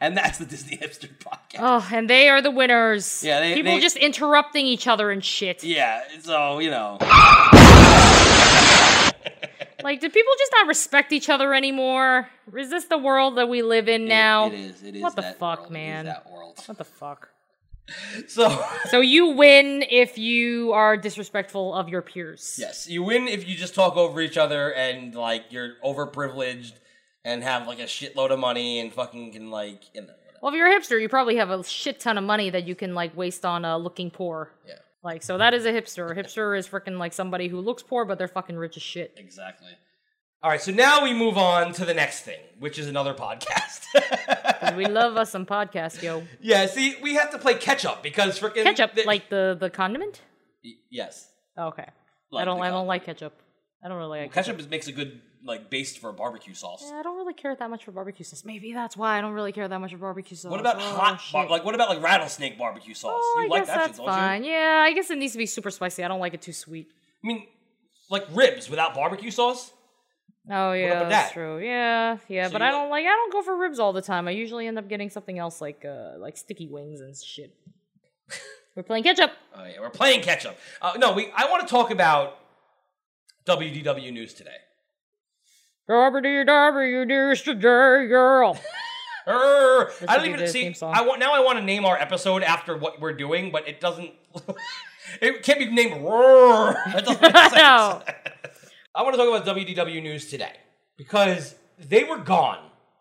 [SPEAKER 1] and that's the Disney hipster podcast.
[SPEAKER 2] oh and they are the winners
[SPEAKER 1] Yeah, they-
[SPEAKER 2] people
[SPEAKER 1] they-
[SPEAKER 2] just interrupting each other and shit
[SPEAKER 1] Yeah. So you know.
[SPEAKER 2] like do people just not respect each other anymore is this the world that we live in now
[SPEAKER 1] It is. It is.
[SPEAKER 2] What the
[SPEAKER 1] that
[SPEAKER 2] fuck,
[SPEAKER 1] world.
[SPEAKER 2] man?
[SPEAKER 1] It is that world.
[SPEAKER 2] what the fuck
[SPEAKER 1] So
[SPEAKER 2] so you win if you are disrespectful of your peers
[SPEAKER 1] yes, you win if you just talk over each other and like you're overprivileged and have like a shitload of money and fucking can like you know. whatever.
[SPEAKER 2] Well, if you're a hipster, you probably have a shit ton of money that you can like waste on uh, looking poor.
[SPEAKER 1] Yeah.
[SPEAKER 2] Like, so that is a hipster. A hipster is freaking like somebody who looks poor, but they're fucking rich as shit.
[SPEAKER 1] Exactly. All right, so now we move on to the next thing, which is another podcast.
[SPEAKER 2] 'Cause We love us some podcasts, yo.
[SPEAKER 1] yeah, see, we have to play catch up because freaking
[SPEAKER 2] Ketchup,
[SPEAKER 1] the-
[SPEAKER 2] like the the condiment.
[SPEAKER 1] Y- yes,
[SPEAKER 2] Oh, okay.
[SPEAKER 1] Like
[SPEAKER 2] I don't.
[SPEAKER 1] the
[SPEAKER 2] I
[SPEAKER 1] condiment.
[SPEAKER 2] don't like ketchup. I don't really like.
[SPEAKER 1] ketchup is, makes a good like base for a barbecue sauce.
[SPEAKER 2] Yeah, I don't really care that much for barbecue sauce. Maybe that's why I don't really care that much for barbecue sauce.
[SPEAKER 1] What about
[SPEAKER 2] Oh,
[SPEAKER 1] hot bar-
[SPEAKER 2] shit.
[SPEAKER 1] like what about like rattlesnake barbecue sauce?
[SPEAKER 2] Oh,
[SPEAKER 1] you
[SPEAKER 2] I
[SPEAKER 1] like
[SPEAKER 2] guess
[SPEAKER 1] that
[SPEAKER 2] that's
[SPEAKER 1] shit, don't
[SPEAKER 2] fine.
[SPEAKER 1] you?
[SPEAKER 2] Yeah, I guess it needs to be super spicy. I don't like it too sweet.
[SPEAKER 1] I mean, like ribs without barbecue sauce.
[SPEAKER 2] Oh yeah,
[SPEAKER 1] about
[SPEAKER 2] that's
[SPEAKER 1] that?
[SPEAKER 2] true. Yeah, yeah,
[SPEAKER 1] So
[SPEAKER 2] but
[SPEAKER 1] you
[SPEAKER 2] I
[SPEAKER 1] like-
[SPEAKER 2] don't like I don't go for ribs all the time. I usually end up getting something else like uh like sticky wings and shit. We're playing catch up.
[SPEAKER 1] Oh, yeah, we're playing catch up. Uh, no, we. I want to talk about WDW news today.
[SPEAKER 2] Darby dee darby you dearest dear girl.
[SPEAKER 1] Err, I
[SPEAKER 2] would
[SPEAKER 1] don't
[SPEAKER 2] be
[SPEAKER 1] even
[SPEAKER 2] the
[SPEAKER 1] see.
[SPEAKER 2] theme song.
[SPEAKER 1] I want now. I want to name our episode after what we're doing, but it doesn't. it can't be named. Roar. That doesn't make sense.
[SPEAKER 2] No.
[SPEAKER 1] I want to talk about WDW news today because they were gone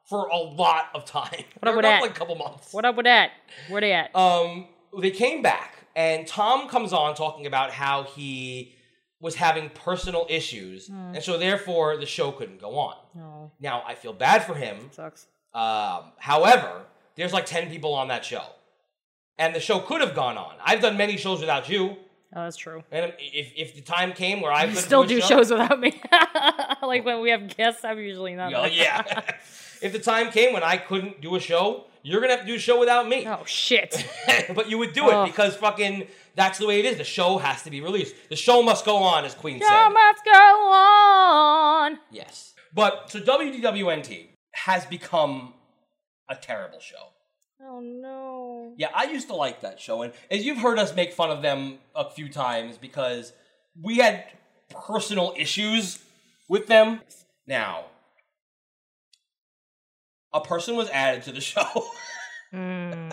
[SPEAKER 1] for a lot of time. What
[SPEAKER 2] with that?
[SPEAKER 1] Like a couple months.
[SPEAKER 2] What up with that? Where they at?
[SPEAKER 1] Um, they came back, and Tom comes on talking about how he was having personal issues,
[SPEAKER 2] Hmm.
[SPEAKER 1] and so therefore the show couldn't go on.
[SPEAKER 2] No,
[SPEAKER 1] Now I feel bad for him.
[SPEAKER 2] sucks.
[SPEAKER 1] Um, however, there's like ten people on that show, and the show could have gone on. I've done many shows without you,
[SPEAKER 2] Oh, that's true.
[SPEAKER 1] and if if the time came where I
[SPEAKER 2] You
[SPEAKER 1] couldn't
[SPEAKER 2] still
[SPEAKER 1] a
[SPEAKER 2] do
[SPEAKER 1] show-
[SPEAKER 2] shows without me. like when we have guests, I'm usually not.
[SPEAKER 1] Oh, Yeah,
[SPEAKER 2] there.
[SPEAKER 1] yeah. if the time came when I couldn't do a show, You're gonna have to do a show without me.
[SPEAKER 2] Oh shit!
[SPEAKER 1] but you would do it because fucking that's the way it is. The show has to be released. The show must go on, as Queen said.
[SPEAKER 2] Show must go on.
[SPEAKER 1] Yes. But so WDWNT has become a terrible show.
[SPEAKER 2] Oh no.
[SPEAKER 1] Yeah, I used to like that show, and as you've heard us make fun of them a few times because we had personal issues with them. Now, a person was added to the show
[SPEAKER 2] Hmm.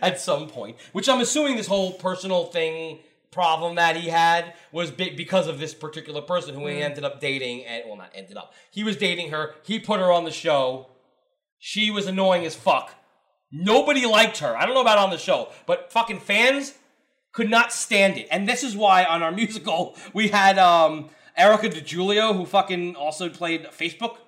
[SPEAKER 1] at some point, which I'm assuming this whole personal thing problem that he had was big because of this particular person who he
[SPEAKER 10] Mm.
[SPEAKER 1] ended up dating and well not ended up he was dating her he put her on the show she was annoying as fuck Nobody liked her. I don't know about on the show, but fucking fans could not stand it. And this is why on our musical we had um Erica DiGiulio, who fucking also played Facebook.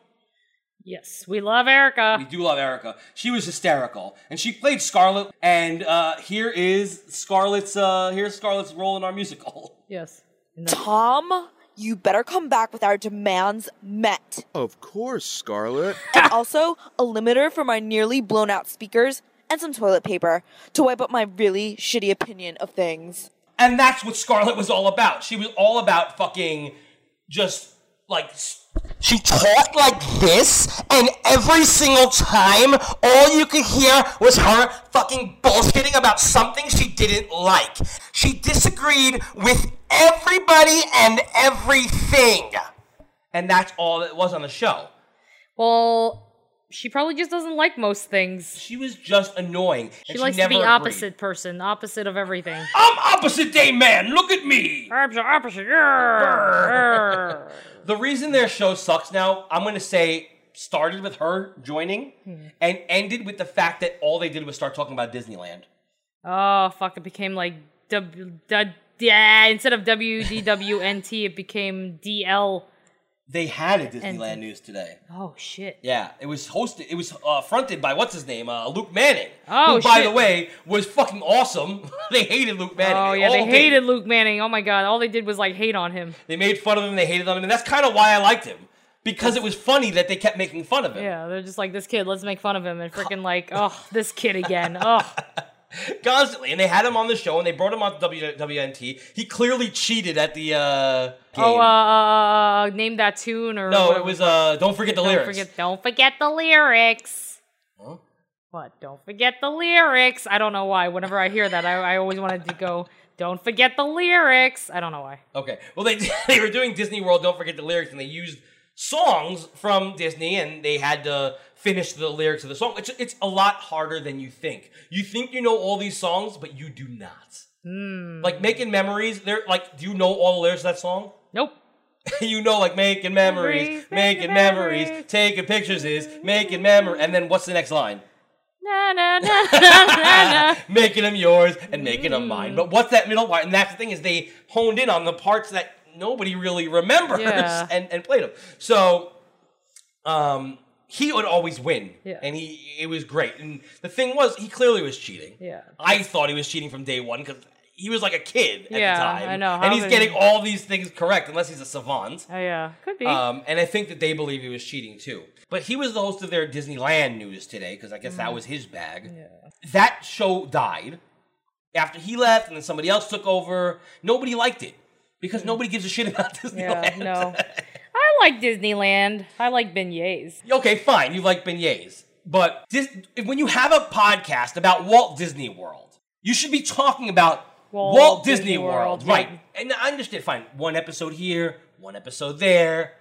[SPEAKER 2] Yes, we love Erica.
[SPEAKER 1] We do love Erica. She was hysterical, and she played Scarlet. And uh, here is Scarlet's. Uh, here's Scarlet's role in our musical.
[SPEAKER 2] Yes.
[SPEAKER 11] Tom, you better come back with our demands met.
[SPEAKER 12] Of course, Scarlet.
[SPEAKER 11] And also a limiter for my nearly blown out speakers and some toilet paper to wipe up my really shitty opinion of things.
[SPEAKER 1] And that's what Scarlet was all about. She was all about fucking just like
[SPEAKER 13] She talked like this, and every single time, all you could hear was her fucking bullshitting about something she didn't like. She disagreed with everybody and everything.
[SPEAKER 1] And that's all it was on the show.
[SPEAKER 2] Well, she probably just doesn't like most things.
[SPEAKER 1] She was just annoying. and
[SPEAKER 2] She
[SPEAKER 1] she
[SPEAKER 2] likes to
[SPEAKER 1] never
[SPEAKER 2] be
[SPEAKER 1] agreed.
[SPEAKER 2] opposite person, opposite of everything.
[SPEAKER 1] I'm opposite day man. Look at me.
[SPEAKER 2] I'm the opposite. yeah.
[SPEAKER 1] the reason their show sucks now, I'm gonna say, started with her joining
[SPEAKER 2] Hmm.
[SPEAKER 1] and ended with the fact that all they did was start talking about Disneyland.
[SPEAKER 2] Oh fuck! It became like W. da- da- instead of WDWNT, it became DL.
[SPEAKER 1] They had a Disneyland news today.
[SPEAKER 2] Oh shit!
[SPEAKER 1] Yeah, it was hosted. It was uh, fronted by what's his name, uh, Luke Manning.
[SPEAKER 2] Oh,
[SPEAKER 1] who, by
[SPEAKER 2] shit.
[SPEAKER 1] the way, was fucking awesome. they hated Luke Manning.
[SPEAKER 2] Oh yeah, they
[SPEAKER 1] all did.
[SPEAKER 2] hated Luke Manning. Oh my god, all they did was like hate on him.
[SPEAKER 1] They made fun of him. They hated on him, and that's kind of why I liked him because it was funny that they kept making fun of him.
[SPEAKER 2] Yeah, they're just like this kid. Let's make fun of him and freaking like, oh, this kid again. Oh,
[SPEAKER 1] constantly, and they had him on the show, and they brought him on to W- WNT. He clearly cheated at the uh, game.
[SPEAKER 2] oh, uh, uh, uh, name that tune or
[SPEAKER 1] no,
[SPEAKER 2] whatever.
[SPEAKER 1] it was uh, don't forget the
[SPEAKER 2] don't
[SPEAKER 1] lyrics.
[SPEAKER 2] Forget, don't forget the lyrics.
[SPEAKER 1] Huh?
[SPEAKER 2] What? Don't forget the lyrics. I don't know why. Whenever I hear that, I, I always wanted to go. Don't forget the lyrics. I don't know why.
[SPEAKER 1] Okay, well they they were doing Disney World. Don't forget the lyrics, and they used songs from Disney, and they had to finish the lyrics of the song. It's it's a lot harder than you think. You think you know all these songs, but you do not.
[SPEAKER 2] Hmm.
[SPEAKER 1] Like making memories, they're like, do you know all the lyrics of that song?
[SPEAKER 2] Nope.
[SPEAKER 1] you know, like making memories, making memories, taking pictures is
[SPEAKER 2] Hmm.
[SPEAKER 1] making memory, and then what's the next line?
[SPEAKER 2] na na na na na. na.
[SPEAKER 1] making them yours and making them
[SPEAKER 2] Mm.
[SPEAKER 1] mine. But what's that middle part? And that's the thing is they honed in on the parts that nobody really remembers
[SPEAKER 2] Yeah.
[SPEAKER 1] and, and played them. So um, he would always win,
[SPEAKER 2] Yeah.
[SPEAKER 1] and he it was great. And the thing was, he clearly was cheating.
[SPEAKER 2] Yeah.
[SPEAKER 1] I thought he was cheating from day one because he was like a kid at
[SPEAKER 2] Yeah,
[SPEAKER 1] the time.
[SPEAKER 2] I know. How
[SPEAKER 1] And he's
[SPEAKER 2] did-
[SPEAKER 1] getting all these things correct unless he's a savant.
[SPEAKER 2] Oh yeah, could be.
[SPEAKER 1] Um, and I think that they believe he was cheating too. But he was the host of their Disneyland news today because I guess that
[SPEAKER 10] Mm.
[SPEAKER 1] was his bag. That show died after he left, and then somebody else took over. Nobody liked it because nobody gives a shit about Disneyland.
[SPEAKER 2] Mm. yeah, no. I like Disneyland. I like beignets.
[SPEAKER 1] okay, fine, you like beignets, but Dis- when you have a podcast about Walt Disney World, you should be talking about Walt, Disney, World,
[SPEAKER 10] yeah.
[SPEAKER 1] right? And I understand. Fine, one episode here, one episode there.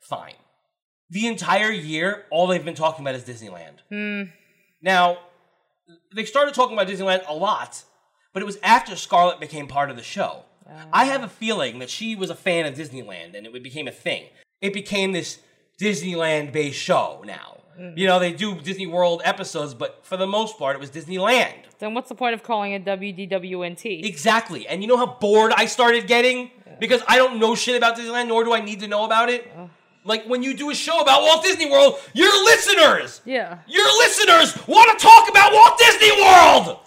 [SPEAKER 1] Fine. The entire year, all they've been talking about is Disneyland.
[SPEAKER 2] Hmm.
[SPEAKER 1] Now, they started talking about Disneyland a lot, but it was after Scarlett became part of the show. I have a feeling that she was a fan of Disneyland and it became a thing. It became this Disneyland based show now.
[SPEAKER 2] Mm.
[SPEAKER 1] You know, they do Disney World episodes, but for the most part, it was Disneyland.
[SPEAKER 2] Then what's the point of calling it WDWNT?
[SPEAKER 1] Exactly. And you know how bored I started getting? Because I don't know shit about Disneyland, nor do I need to know about it. Like, when you do a show about Walt Disney World, your listeners
[SPEAKER 2] Yeah.
[SPEAKER 1] your listeners want to talk about Walt Disney World,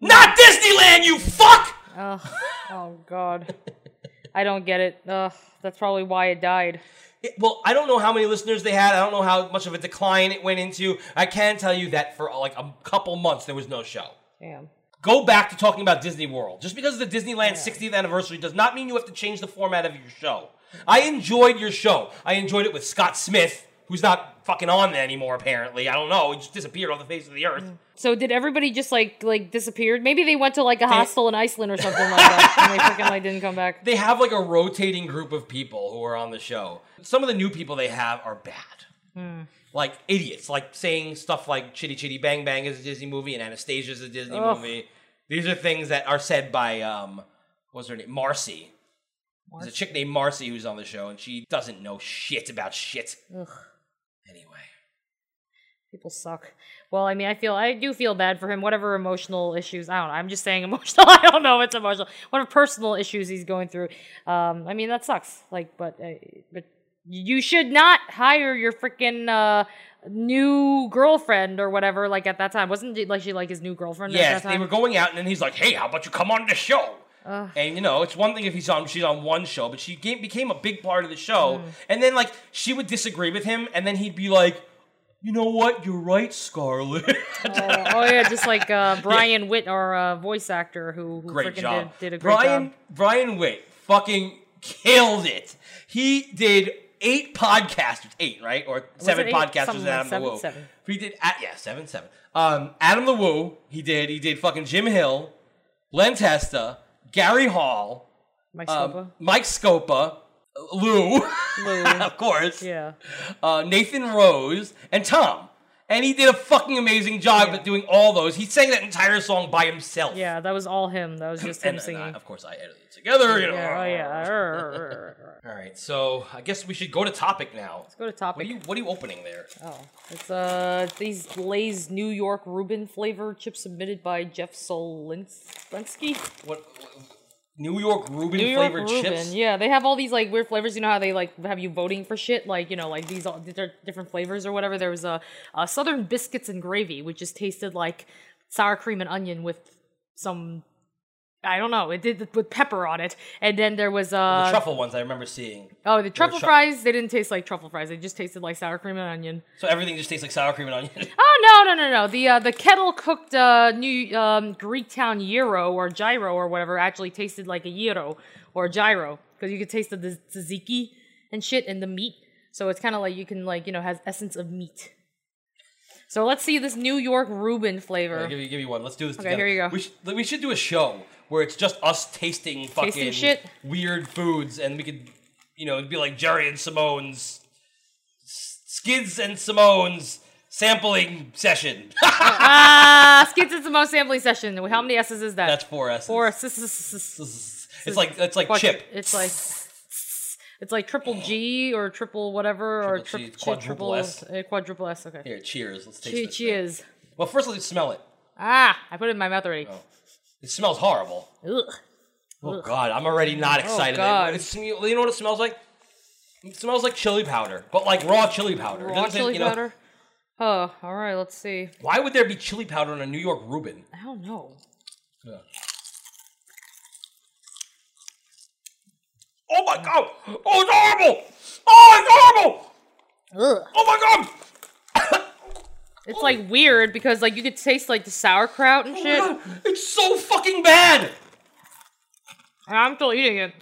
[SPEAKER 1] not Disneyland, you fuck!
[SPEAKER 2] Ugh. oh God. I don't get it. Ugh. That's probably why it died.
[SPEAKER 1] it- well, I don't know how many listeners they had. I don't know how much of a decline it went into. I can tell you that for uh, like a couple months there was no show.
[SPEAKER 2] Damn.
[SPEAKER 1] Go back to talking about Disney World. Just because of the Disneyland 60th anniversary does not mean you have to change the format of your show. I enjoyed your show. I enjoyed it with Scott Smith, who's not fucking on there anymore, apparently. I don't know. He just disappeared off the face of the earth.
[SPEAKER 2] So did everybody just like like disappeared? Maybe they went to like a hostel in Iceland or something like that, and they freaking like didn't come back.
[SPEAKER 1] They have like a rotating group of people who are on the show. Some of the new people they have are bad.
[SPEAKER 2] Hmm.
[SPEAKER 1] like idiots, like saying stuff like "Chitty Chitty Bang Bang" is a Disney movie and "Anastasia" is a Disney
[SPEAKER 2] Ugh.
[SPEAKER 1] movie. These are things that are said by um, what was her name? Marcy. There's a chick named Marcy who's on the show, and she doesn't know shit about shit.
[SPEAKER 2] Ugh.
[SPEAKER 1] Anyway.
[SPEAKER 2] People suck. Well, I mean, I feel I do feel bad for him. Whatever emotional issues, I don't know. I'm just saying emotional. I don't know if it's emotional. Whatever personal issues he's going through. Um, I mean, that sucks. Like, but uh, but you should not hire your freaking uh, new girlfriend or whatever. Like at that time, wasn't it like she like his new girlfriend?
[SPEAKER 1] Yes,
[SPEAKER 2] at that
[SPEAKER 1] they
[SPEAKER 2] time?
[SPEAKER 1] were going out, and then he's like, "Hey, how about you come on the show?"
[SPEAKER 2] Ugh.
[SPEAKER 1] And you know, it's one thing if he's on, she's on one show, but she ga- became a big part of the show.
[SPEAKER 2] Mm.
[SPEAKER 1] And then like she would disagree with him, and then he'd be like, "You know what? You're right, Scarlett."
[SPEAKER 2] oh, oh, yeah, just like uh, Brian Witt, our uh, voice actor, who, who
[SPEAKER 1] great
[SPEAKER 2] freaking
[SPEAKER 1] job.
[SPEAKER 2] Did, did a great
[SPEAKER 1] Brian
[SPEAKER 2] job.
[SPEAKER 1] Brian Witt fucking killed it. He did eight podcasters, eight right or
[SPEAKER 2] Was
[SPEAKER 1] seven
[SPEAKER 2] it eight?
[SPEAKER 1] podcasters.
[SPEAKER 2] Something
[SPEAKER 1] at
[SPEAKER 2] like
[SPEAKER 1] Adam
[SPEAKER 2] seven,
[SPEAKER 1] the Woo.
[SPEAKER 2] seven.
[SPEAKER 1] He did at, yeah seven seven. Um, Adam the Woo. He did. He did fucking Jim Hill, Len Testa, Gary Hall,
[SPEAKER 2] Mike
[SPEAKER 1] um,
[SPEAKER 2] Scopa.
[SPEAKER 1] Mike Scopa, Lou,
[SPEAKER 2] Lou.
[SPEAKER 1] of course,
[SPEAKER 2] yeah,
[SPEAKER 1] uh, Nathan Rose, and Tom. And he did a fucking amazing job at doing all those. He sang that entire song by himself.
[SPEAKER 2] Yeah, that was all him. That was just him
[SPEAKER 1] And- and
[SPEAKER 2] singing.
[SPEAKER 1] I- of course, I edited it together. You know.
[SPEAKER 2] Yeah, oh, yeah.
[SPEAKER 1] All right, so I guess we should go to topic now. Let's
[SPEAKER 2] go to topic.
[SPEAKER 1] What are you, what are you opening there?
[SPEAKER 2] Oh, it's uh these Lay's New York Reuben flavor chips submitted by Jeff Solinsky.
[SPEAKER 1] What New York Reuben
[SPEAKER 2] New York
[SPEAKER 1] flavored
[SPEAKER 2] Reuben.
[SPEAKER 1] chips?
[SPEAKER 2] Yeah, they have all these like weird flavors. You know how they like have you voting for shit, like you know, like these all di- different flavors or whatever. There was a, a Southern biscuits and gravy, which just tasted like sour cream and onion with some. I don't know. It did with pepper on it, and then there was uh
[SPEAKER 1] the truffle ones I remember seeing.
[SPEAKER 2] Oh, the truffle
[SPEAKER 1] tru-
[SPEAKER 2] fries. They didn't taste like truffle fries. They just tasted like sour cream and onion.
[SPEAKER 1] So everything just tastes like sour cream and onion.
[SPEAKER 2] Oh no no no no! The uh, the kettle cooked uh, new um, Greek town gyro or gyro or whatever actually tasted like a gyro or gyro because you could taste the, the tzatziki and shit and the meat. So it's kind of like you can like you know has essence of meat. So let's see this New York Reuben flavor.
[SPEAKER 1] Here, give, you, give you one. Let's do this
[SPEAKER 2] Okay,
[SPEAKER 1] together.
[SPEAKER 2] here you go.
[SPEAKER 1] We should, we should do a show where it's just us tasting fucking
[SPEAKER 2] shit.
[SPEAKER 1] weird foods, and we could, you know, it'd be like Jerry and Simone's S- Skids and Simone's sampling session.
[SPEAKER 2] Ah, skids and Simone sampling session. How many S's is that?
[SPEAKER 1] That's four S's.
[SPEAKER 2] Four S's.
[SPEAKER 1] It's like it's like
[SPEAKER 2] Quadru-
[SPEAKER 1] chip.
[SPEAKER 2] It's like it's like triple G or triple whatever or
[SPEAKER 1] Triple G,
[SPEAKER 2] tri-
[SPEAKER 1] quadruple
[SPEAKER 2] triple
[SPEAKER 1] S.
[SPEAKER 2] uh, quadruple S. Okay.
[SPEAKER 1] Here, cheers. Let's taste
[SPEAKER 2] Che-
[SPEAKER 1] this.
[SPEAKER 2] cheers.
[SPEAKER 1] Well, first let's smell it.
[SPEAKER 2] Ah, I put it in my mouth
[SPEAKER 1] Oh.
[SPEAKER 2] already.
[SPEAKER 1] It smells horrible.
[SPEAKER 2] Ugh.
[SPEAKER 1] Oh
[SPEAKER 2] Ugh.
[SPEAKER 1] god, I'm already not
[SPEAKER 2] Oh,
[SPEAKER 1] excited.
[SPEAKER 2] God.
[SPEAKER 1] It's, you know what it smells like? It smells like chili powder, but like raw chili powder. It
[SPEAKER 2] Raw
[SPEAKER 1] doesn't,
[SPEAKER 2] chili
[SPEAKER 1] you know-
[SPEAKER 2] powder. Oh, all right. Let's see.
[SPEAKER 1] Why would there be chili powder in a New York Reuben?
[SPEAKER 2] I don't know.
[SPEAKER 1] Oh my god! Oh, it's horrible! Oh, it's horrible!
[SPEAKER 2] Ugh.
[SPEAKER 1] Oh my god!
[SPEAKER 2] It's
[SPEAKER 1] Oh.
[SPEAKER 2] like weird because like you could taste like the sauerkraut and shit.
[SPEAKER 1] it's so fucking bad.
[SPEAKER 2] And I'm still eating it.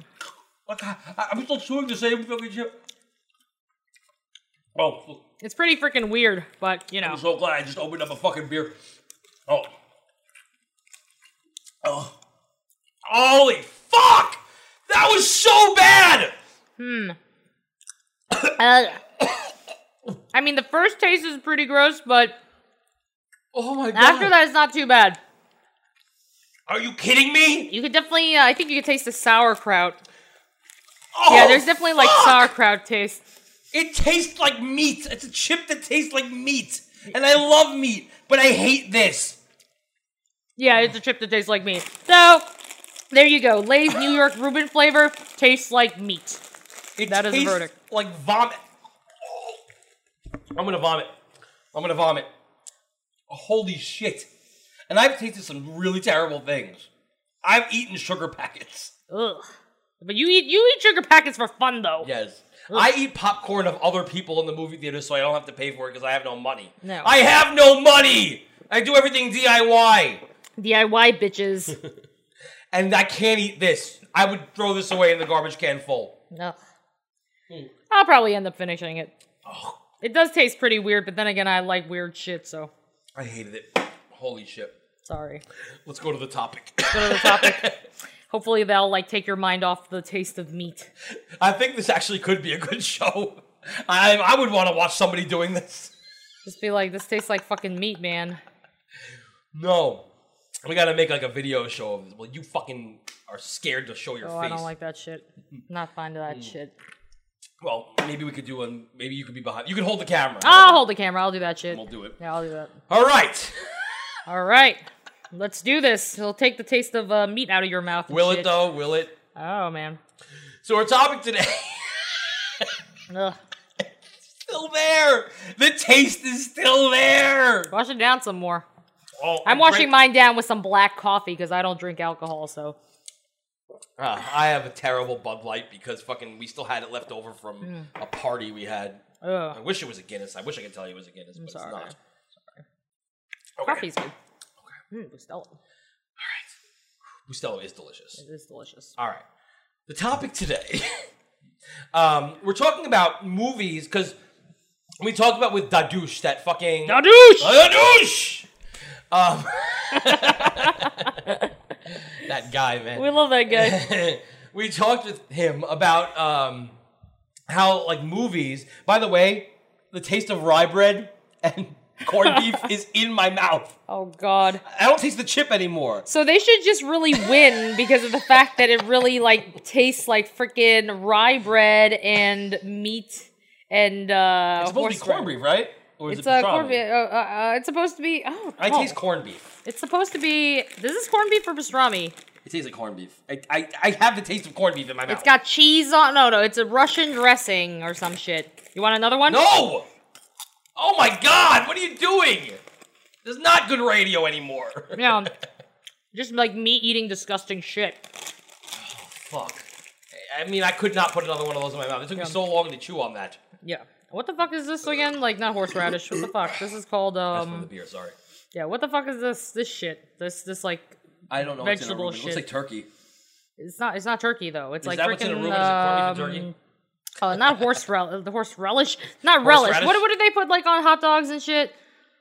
[SPEAKER 1] Like, I, I'm still chewing the same fucking chip. Oh,
[SPEAKER 2] It's pretty freaking weird, but you know.
[SPEAKER 1] I'm so glad I just opened up a fucking beer. Oh. Oh. Holy fuck! That was so bad!
[SPEAKER 2] Hmm. Ugh. Uh, I mean, the first taste is pretty gross, but
[SPEAKER 1] oh my
[SPEAKER 2] after that, it's not too bad.
[SPEAKER 1] Are you kidding me?
[SPEAKER 2] You could definitely, uh, I think you could taste the sauerkraut.
[SPEAKER 1] Oh,
[SPEAKER 2] yeah, there's definitely like sauerkraut taste.
[SPEAKER 1] It tastes like meat. It's a chip that tastes like meat. And I love meat, but I hate this.
[SPEAKER 2] Yeah, it's a chip that tastes like meat. So, there you go. Lay's New York Reuben flavor tastes like meat.
[SPEAKER 1] It
[SPEAKER 2] that is the
[SPEAKER 1] tastes
[SPEAKER 2] verdict.
[SPEAKER 1] Like vomit. I'm gonna vomit. I'm gonna vomit. Holy shit. And I've tasted some really terrible things. I've eaten sugar packets.
[SPEAKER 2] Ugh. But you eat you eat sugar packets for fun though.
[SPEAKER 1] Yes. I eat popcorn of other people in the movie theater so I don't have to pay for it because I have no money.
[SPEAKER 14] No.
[SPEAKER 1] I have no money. I do everything DIY.
[SPEAKER 14] DIY bitches.
[SPEAKER 1] and I can't eat this. I would throw this away in the garbage can full.
[SPEAKER 2] No. I'll probably end up finishing it.
[SPEAKER 1] Oh.
[SPEAKER 2] It does taste pretty weird, but then again, I like weird shit, so
[SPEAKER 1] I hated it. Holy shit.
[SPEAKER 2] sorry.
[SPEAKER 1] Let's go to the topic.
[SPEAKER 2] Go to the topic. Hopefully, they'll like take your mind off the taste of meat.
[SPEAKER 1] I think this actually could be a good show. I, I would want to watch somebody doing this.
[SPEAKER 2] Just be like, this tastes like fucking meat, man.
[SPEAKER 1] No. We gotta make like a video show of this. Well, you fucking are scared to show your
[SPEAKER 2] oh,
[SPEAKER 1] face. Mm.
[SPEAKER 2] I don't like that shit. Not fond of that shit.
[SPEAKER 1] Well, maybe we could do one. Maybe you could be behind. You could hold the camera.
[SPEAKER 2] I'll hold the camera. I'll do that shit.
[SPEAKER 1] We'll do it.
[SPEAKER 2] Yeah, I'll do that.
[SPEAKER 1] All right.
[SPEAKER 2] All right. Let's do this. It'll take the taste of uh, meat out of your mouth. and
[SPEAKER 1] Will
[SPEAKER 2] shit.
[SPEAKER 1] it though? Will it?
[SPEAKER 2] Oh man.
[SPEAKER 1] So our topic today
[SPEAKER 2] Ugh.
[SPEAKER 1] still there. The taste is still there.
[SPEAKER 2] Wash it down some more.
[SPEAKER 1] Oh,
[SPEAKER 2] I'm
[SPEAKER 1] I
[SPEAKER 2] washing
[SPEAKER 1] drank-
[SPEAKER 2] mine down with some black coffee because I don't drink alcohol. So
[SPEAKER 1] Uh, I have a terrible Bud Light because fucking we still had it left over from
[SPEAKER 2] Mm.
[SPEAKER 1] a party we had.
[SPEAKER 2] Ugh.
[SPEAKER 1] I wish it was a Guinness. I wish I could tell you it was a Guinness, but it's not.
[SPEAKER 2] coffee's good. Mm, Bustelo.
[SPEAKER 1] Bustelo is delicious.
[SPEAKER 2] It is delicious.
[SPEAKER 1] All right. The topic today, um, we're talking about movies because we talked about with Dadush, that fucking.
[SPEAKER 2] Dadush!
[SPEAKER 1] Dadush! Um, that guy, man.
[SPEAKER 2] We love that guy.
[SPEAKER 1] we talked with him about um, how, like, movies. By the way, the taste of rye bread and corned beef is in my mouth.
[SPEAKER 2] Oh, God.
[SPEAKER 1] I don't taste the chip anymore.
[SPEAKER 2] So they should just really win because of the fact that it really like tastes like freaking rye bread and meat and uh
[SPEAKER 1] It's supposed to be
[SPEAKER 2] horse
[SPEAKER 1] corned
[SPEAKER 2] bread.
[SPEAKER 1] beef, right? Or is
[SPEAKER 2] It's
[SPEAKER 1] it
[SPEAKER 2] uh,
[SPEAKER 1] pastrami?
[SPEAKER 2] corned beef. Uh, uh, uh, it's supposed to be. Oh,
[SPEAKER 1] I
[SPEAKER 2] oh.
[SPEAKER 1] taste corned beef.
[SPEAKER 2] It's supposed to be. This is corned beef or pastrami.
[SPEAKER 1] It tastes like corned beef. I, I, I have the taste of corned beef in my mouth.
[SPEAKER 2] It's got cheese on. No, no, it's a Russian dressing or some shit. You want another one?
[SPEAKER 1] No! Oh my god, what are you doing? This is not good radio anymore.
[SPEAKER 2] Yeah. Just like me eating disgusting shit.
[SPEAKER 1] Fuck. I mean, I could not put another one of those in my mouth. It took me so long to chew on that.
[SPEAKER 2] Yeah. What the fuck is this again? Like not horseradish. What the fuck? This is called
[SPEAKER 1] That's from the
[SPEAKER 2] um.
[SPEAKER 1] beer, sorry.
[SPEAKER 2] Yeah. What the fuck is this? This shit. This this like.
[SPEAKER 1] I don't know what's in a
[SPEAKER 2] Vegetable
[SPEAKER 1] room. It
[SPEAKER 2] shit.
[SPEAKER 1] looks like turkey.
[SPEAKER 2] It's not. It's not turkey though. It's
[SPEAKER 1] Is
[SPEAKER 2] like
[SPEAKER 1] that
[SPEAKER 2] freaking.
[SPEAKER 1] what's in a room? Is it corned beef and
[SPEAKER 2] um, uh, not horse relish. The horse relish. Not relish. What,
[SPEAKER 1] Horseradish?
[SPEAKER 2] what do they put like on hot dogs and shit?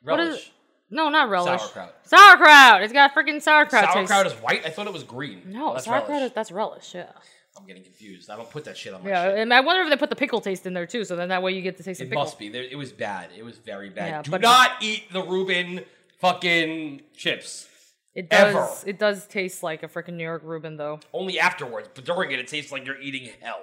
[SPEAKER 2] What is-
[SPEAKER 1] Relish.
[SPEAKER 2] no, not relish.
[SPEAKER 1] Sauerkraut.
[SPEAKER 2] Sauerkraut. It's got freaking sauerkraut. taste.
[SPEAKER 1] Sauerkraut is white? I thought it was green.
[SPEAKER 2] No,
[SPEAKER 1] that's
[SPEAKER 2] sauerkraut
[SPEAKER 1] relish.
[SPEAKER 2] is that's relish. Yeah.
[SPEAKER 1] I'm getting confused. I don't put that shit on my
[SPEAKER 2] Yeah, and I wonder if they put the pickle taste in there too, so then that way you get to taste
[SPEAKER 1] It
[SPEAKER 2] the pickle.
[SPEAKER 1] must be. There- It was bad. It was very bad.
[SPEAKER 2] Yeah,
[SPEAKER 1] Do
[SPEAKER 2] but-
[SPEAKER 1] not eat the Reuben fucking chips.
[SPEAKER 2] It
[SPEAKER 1] Ever.
[SPEAKER 2] does. It does taste like a freaking New York Reuben, though.
[SPEAKER 1] Only afterwards, but during it, it tastes like you're eating hell.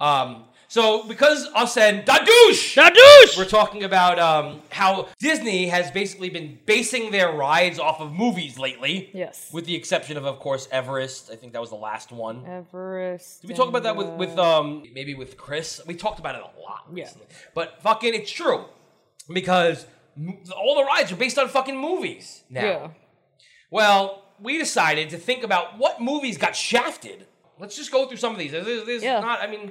[SPEAKER 1] Um, so because us and Dadoosh,
[SPEAKER 2] Dadoosh,
[SPEAKER 1] we're talking about um, how Disney has basically been basing their rides off of movies lately.
[SPEAKER 2] Yes.
[SPEAKER 1] With the exception of, of course, Everest. I think that was the last one.
[SPEAKER 2] Everest.
[SPEAKER 1] Did we talk about that with
[SPEAKER 2] and,
[SPEAKER 1] with um maybe with Chris? We talked about it a lot
[SPEAKER 2] Yeah.
[SPEAKER 1] recently. But fucking, it's true because m- all the rides are based on fucking movies now.
[SPEAKER 2] Yeah.
[SPEAKER 1] Well, we decided to think about what movies got shafted. Let's just go through some of these. This, this is not. I mean,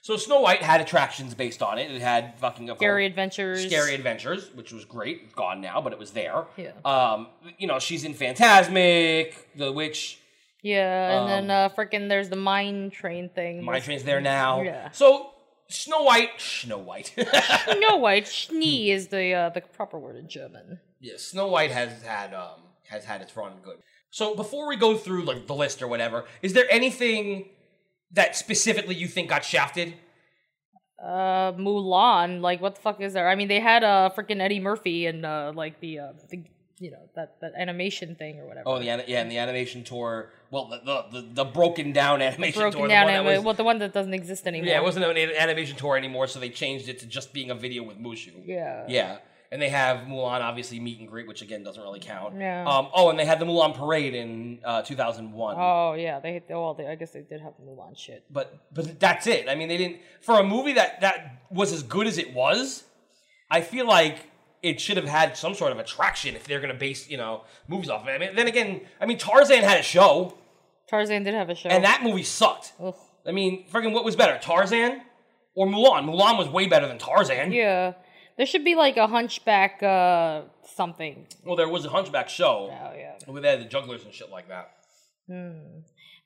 [SPEAKER 1] so Snow White had attractions based on it. It had fucking of
[SPEAKER 2] Scary
[SPEAKER 1] course,
[SPEAKER 2] Adventures.
[SPEAKER 1] Scary Adventures, which was great. It's gone now, but it was there.
[SPEAKER 2] Yeah.
[SPEAKER 1] Um, you know, she's in Phantasmic, The Witch.
[SPEAKER 2] Yeah, and
[SPEAKER 1] Um,
[SPEAKER 2] then uh, freaking there's the mine train thing.
[SPEAKER 1] Mine Train's there now.
[SPEAKER 2] Yeah.
[SPEAKER 1] So Snow White, Snow White,
[SPEAKER 2] Snow White
[SPEAKER 1] Hmm.
[SPEAKER 2] Schnee is the uh, the proper word in German.
[SPEAKER 1] yeah, Snow White has had um has had its run good. So before we go through like the list or whatever, is there anything that specifically you think got shafted?
[SPEAKER 2] Uh, Mulan. Like, what the fuck is there? I mean, they had uh freaking Eddie Murphy and uh like the uh the you know that that animation thing or whatever.
[SPEAKER 1] Oh, the an- yeah, and the animation tour. Well, the the, the, the broken down animation
[SPEAKER 2] broken
[SPEAKER 1] tour.
[SPEAKER 2] down
[SPEAKER 1] the one
[SPEAKER 2] anima-
[SPEAKER 1] that was,
[SPEAKER 2] well, the one that doesn't exist anymore.
[SPEAKER 1] yeah, it wasn't an animation tour anymore, so they changed it to just being a video with Mushu.
[SPEAKER 2] Yeah.
[SPEAKER 1] Yeah. And they have Mulan, obviously, meet and greet, which again doesn't really count.
[SPEAKER 2] Yeah.
[SPEAKER 1] Um, oh, and they had the Mulan parade in uh, 2001.
[SPEAKER 2] Oh yeah, they hit. Well, they, I guess they did have Mulan shit.
[SPEAKER 1] but but that's it. I mean, they didn't for a movie that that was as good as it was. I feel like it should have had some sort of attraction if they're going to base you know movies off of it. I mean, then again, I mean Tarzan had a show,
[SPEAKER 2] Tarzan did have a show.
[SPEAKER 1] and that movie sucked.
[SPEAKER 2] Ugh.
[SPEAKER 1] I mean, freaking what was better, Tarzan Or Mulan. Mulan was way better than Tarzan.
[SPEAKER 2] Yeah. There should be like a hunchback uh something.
[SPEAKER 1] Well, there was a Hunchback show.
[SPEAKER 2] Oh yeah.
[SPEAKER 1] Where they had the jugglers and shit like that.
[SPEAKER 2] Hmm.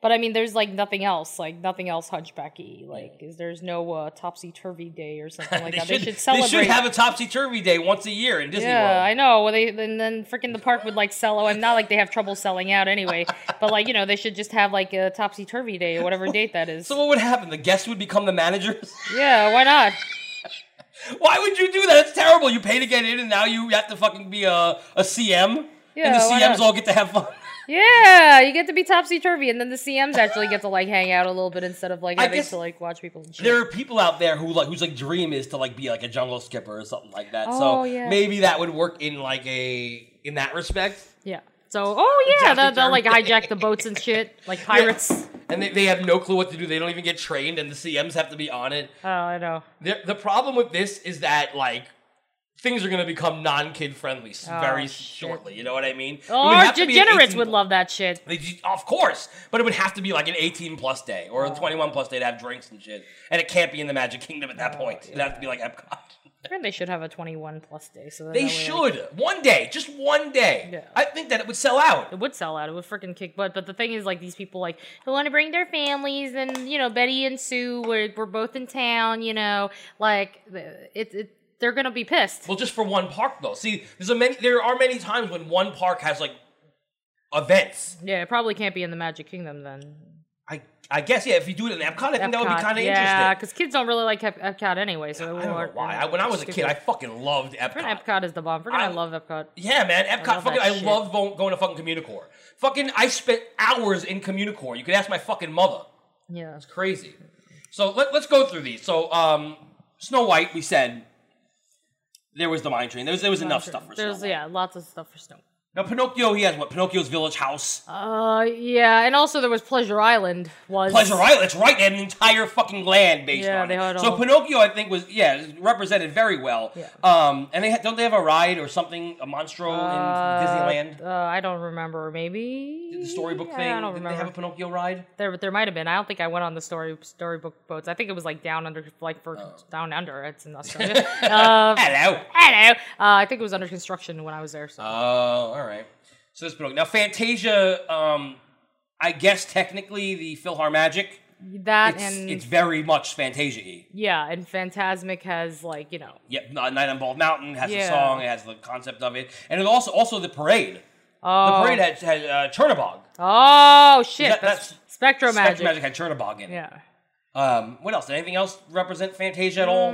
[SPEAKER 2] But I mean there's like nothing else, like nothing else hunchbacky. Like is there's no uh, topsy turvy day or something like that. they should
[SPEAKER 1] They
[SPEAKER 2] celebrate
[SPEAKER 1] should have a topsy turvy day once a year in Disney
[SPEAKER 2] yeah,
[SPEAKER 1] World.
[SPEAKER 2] I know. Well, they and then freaking the park would like sell. Oh, I'm not like they have trouble selling out anyway. but like you know, they should just have like a topsy turvy day or whatever date that is.
[SPEAKER 1] So what would happen? The guests would become the managers.
[SPEAKER 2] Yeah, why not?
[SPEAKER 1] Why would you do that? It's terrible. You pay to get in, and now you have to fucking be a, a CM.
[SPEAKER 2] Yeah,
[SPEAKER 1] and the
[SPEAKER 2] why
[SPEAKER 1] CMs
[SPEAKER 2] not?
[SPEAKER 1] all get to have fun.
[SPEAKER 2] Yeah, you get to be topsy turvy, and then the CMs actually get to like hang out a little bit instead of like
[SPEAKER 1] I
[SPEAKER 2] having
[SPEAKER 1] guess-
[SPEAKER 2] to like watch people. and shit.
[SPEAKER 1] There are people out there who like whose like dream is to like be like a jungle skipper or something like that. so
[SPEAKER 2] Oh, yeah.
[SPEAKER 1] maybe that would work in like a in that respect.
[SPEAKER 2] Yeah. So oh yeah,
[SPEAKER 1] Topsy
[SPEAKER 2] they'll, they'll like
[SPEAKER 1] turvy.
[SPEAKER 2] hijack the boats and shit, like pirates.
[SPEAKER 1] And they, they have no clue what to do. They don't even get trained, and the CMs have to be on it.
[SPEAKER 2] Oh, I know.
[SPEAKER 1] The, the problem with this is that like things are going to become non kid friendly s-
[SPEAKER 2] Oh,
[SPEAKER 1] very
[SPEAKER 2] shit.
[SPEAKER 1] shortly. You know what I mean? It
[SPEAKER 2] Oh,
[SPEAKER 1] would
[SPEAKER 2] our
[SPEAKER 1] have to be an
[SPEAKER 2] degenerates
[SPEAKER 1] 18
[SPEAKER 2] would love that shit.
[SPEAKER 1] They ju- of course, but it would have to be like an 18 plus day or a 21 plus day to have drinks and shit. And it can't be in the Magic Kingdom at that point. It'd have to be like Epcot.
[SPEAKER 2] And they should have a 21 plus day. So that
[SPEAKER 1] They
[SPEAKER 2] way, like-
[SPEAKER 1] should one day, just one day. I think that it would sell out.
[SPEAKER 2] It would sell out. It would freaking kick butt. But the thing is, like these people, like who want to bring their families, and you know, Betty and Sue were, were both in town. You know, like the- it, it they're gonna be pissed.
[SPEAKER 1] Well, just for one park though. See, there's a many. There are many times when one park has like events.
[SPEAKER 2] Yeah, it probably can't be in the Magic Kingdom then.
[SPEAKER 1] I I guess yeah. If you do it in Epcot, I think that would be
[SPEAKER 2] Epcot,
[SPEAKER 1] kind of
[SPEAKER 2] yeah,
[SPEAKER 1] interesting.
[SPEAKER 2] because kids don't really like Ep- Epcot anyway. So
[SPEAKER 1] I don't know why. I, when I was a kid, I fucking loved Epcot.
[SPEAKER 2] freaking Epcot is the bomb. Freaking I, love Epcot.
[SPEAKER 1] Yeah, man,
[SPEAKER 2] I
[SPEAKER 1] Epcot.
[SPEAKER 2] love
[SPEAKER 1] fucking,
[SPEAKER 2] that
[SPEAKER 1] I
[SPEAKER 2] shit.
[SPEAKER 1] loved vo- going to fucking Communicore. Fucking, I spent hours in Communicore. You could ask my fucking mother.
[SPEAKER 2] Yeah.
[SPEAKER 1] It's crazy. So let, let's go through these. So, um, Snow White, we said there was the mine train. There was there was enough stuff for Snow.
[SPEAKER 2] There's yeah, lots of stuff for Snow.
[SPEAKER 1] Now Pinocchio, he has what? Pinocchio's village house.
[SPEAKER 2] Uh, yeah, and also there was Pleasure Island. Was
[SPEAKER 1] Pleasure Island. That's right. They had an entire fucking land based
[SPEAKER 2] Yeah,
[SPEAKER 1] on
[SPEAKER 2] they
[SPEAKER 1] it.
[SPEAKER 2] had
[SPEAKER 1] so
[SPEAKER 2] all-
[SPEAKER 1] Pinocchio, I think, was yeah represented very well.
[SPEAKER 2] Yeah.
[SPEAKER 1] Um, and they had, don't they have a ride or something? A monstro in Disneyland?
[SPEAKER 2] Uh, I don't remember. Maybe the
[SPEAKER 1] storybook
[SPEAKER 2] I
[SPEAKER 1] thing?
[SPEAKER 2] don't
[SPEAKER 1] Did they
[SPEAKER 2] remember.
[SPEAKER 1] have a Pinocchio ride?
[SPEAKER 2] There, there might have been. I don't think I went on the story storybook boats. I think it was like down under, like for
[SPEAKER 1] Oh.
[SPEAKER 2] down under. It's in Australia. uh,
[SPEAKER 1] Hello.
[SPEAKER 2] hello. Uh, I think it was under construction when I was there. So
[SPEAKER 1] Oh, all right. So this Pinocchio. Now Fantasia, um, I guess technically the Philhar Magic.
[SPEAKER 2] that
[SPEAKER 1] It's,
[SPEAKER 2] and
[SPEAKER 1] it's very much Fantasia-y.
[SPEAKER 2] yeah, and Phantasmic has like you know
[SPEAKER 1] Yep, uh, Night on Bald Mountain has the
[SPEAKER 2] Yeah.
[SPEAKER 1] song, it has the concept of it, and it also also the parade.
[SPEAKER 2] oh
[SPEAKER 1] The parade had, had uh, Chernabog.
[SPEAKER 2] oh shit
[SPEAKER 1] That-
[SPEAKER 2] that's,
[SPEAKER 1] that's-
[SPEAKER 2] Spectro Magic.
[SPEAKER 1] Spectrum Magic had Chernabog in it.
[SPEAKER 2] yeah.
[SPEAKER 1] Um, what else? Did anything else represent Fantasia at all?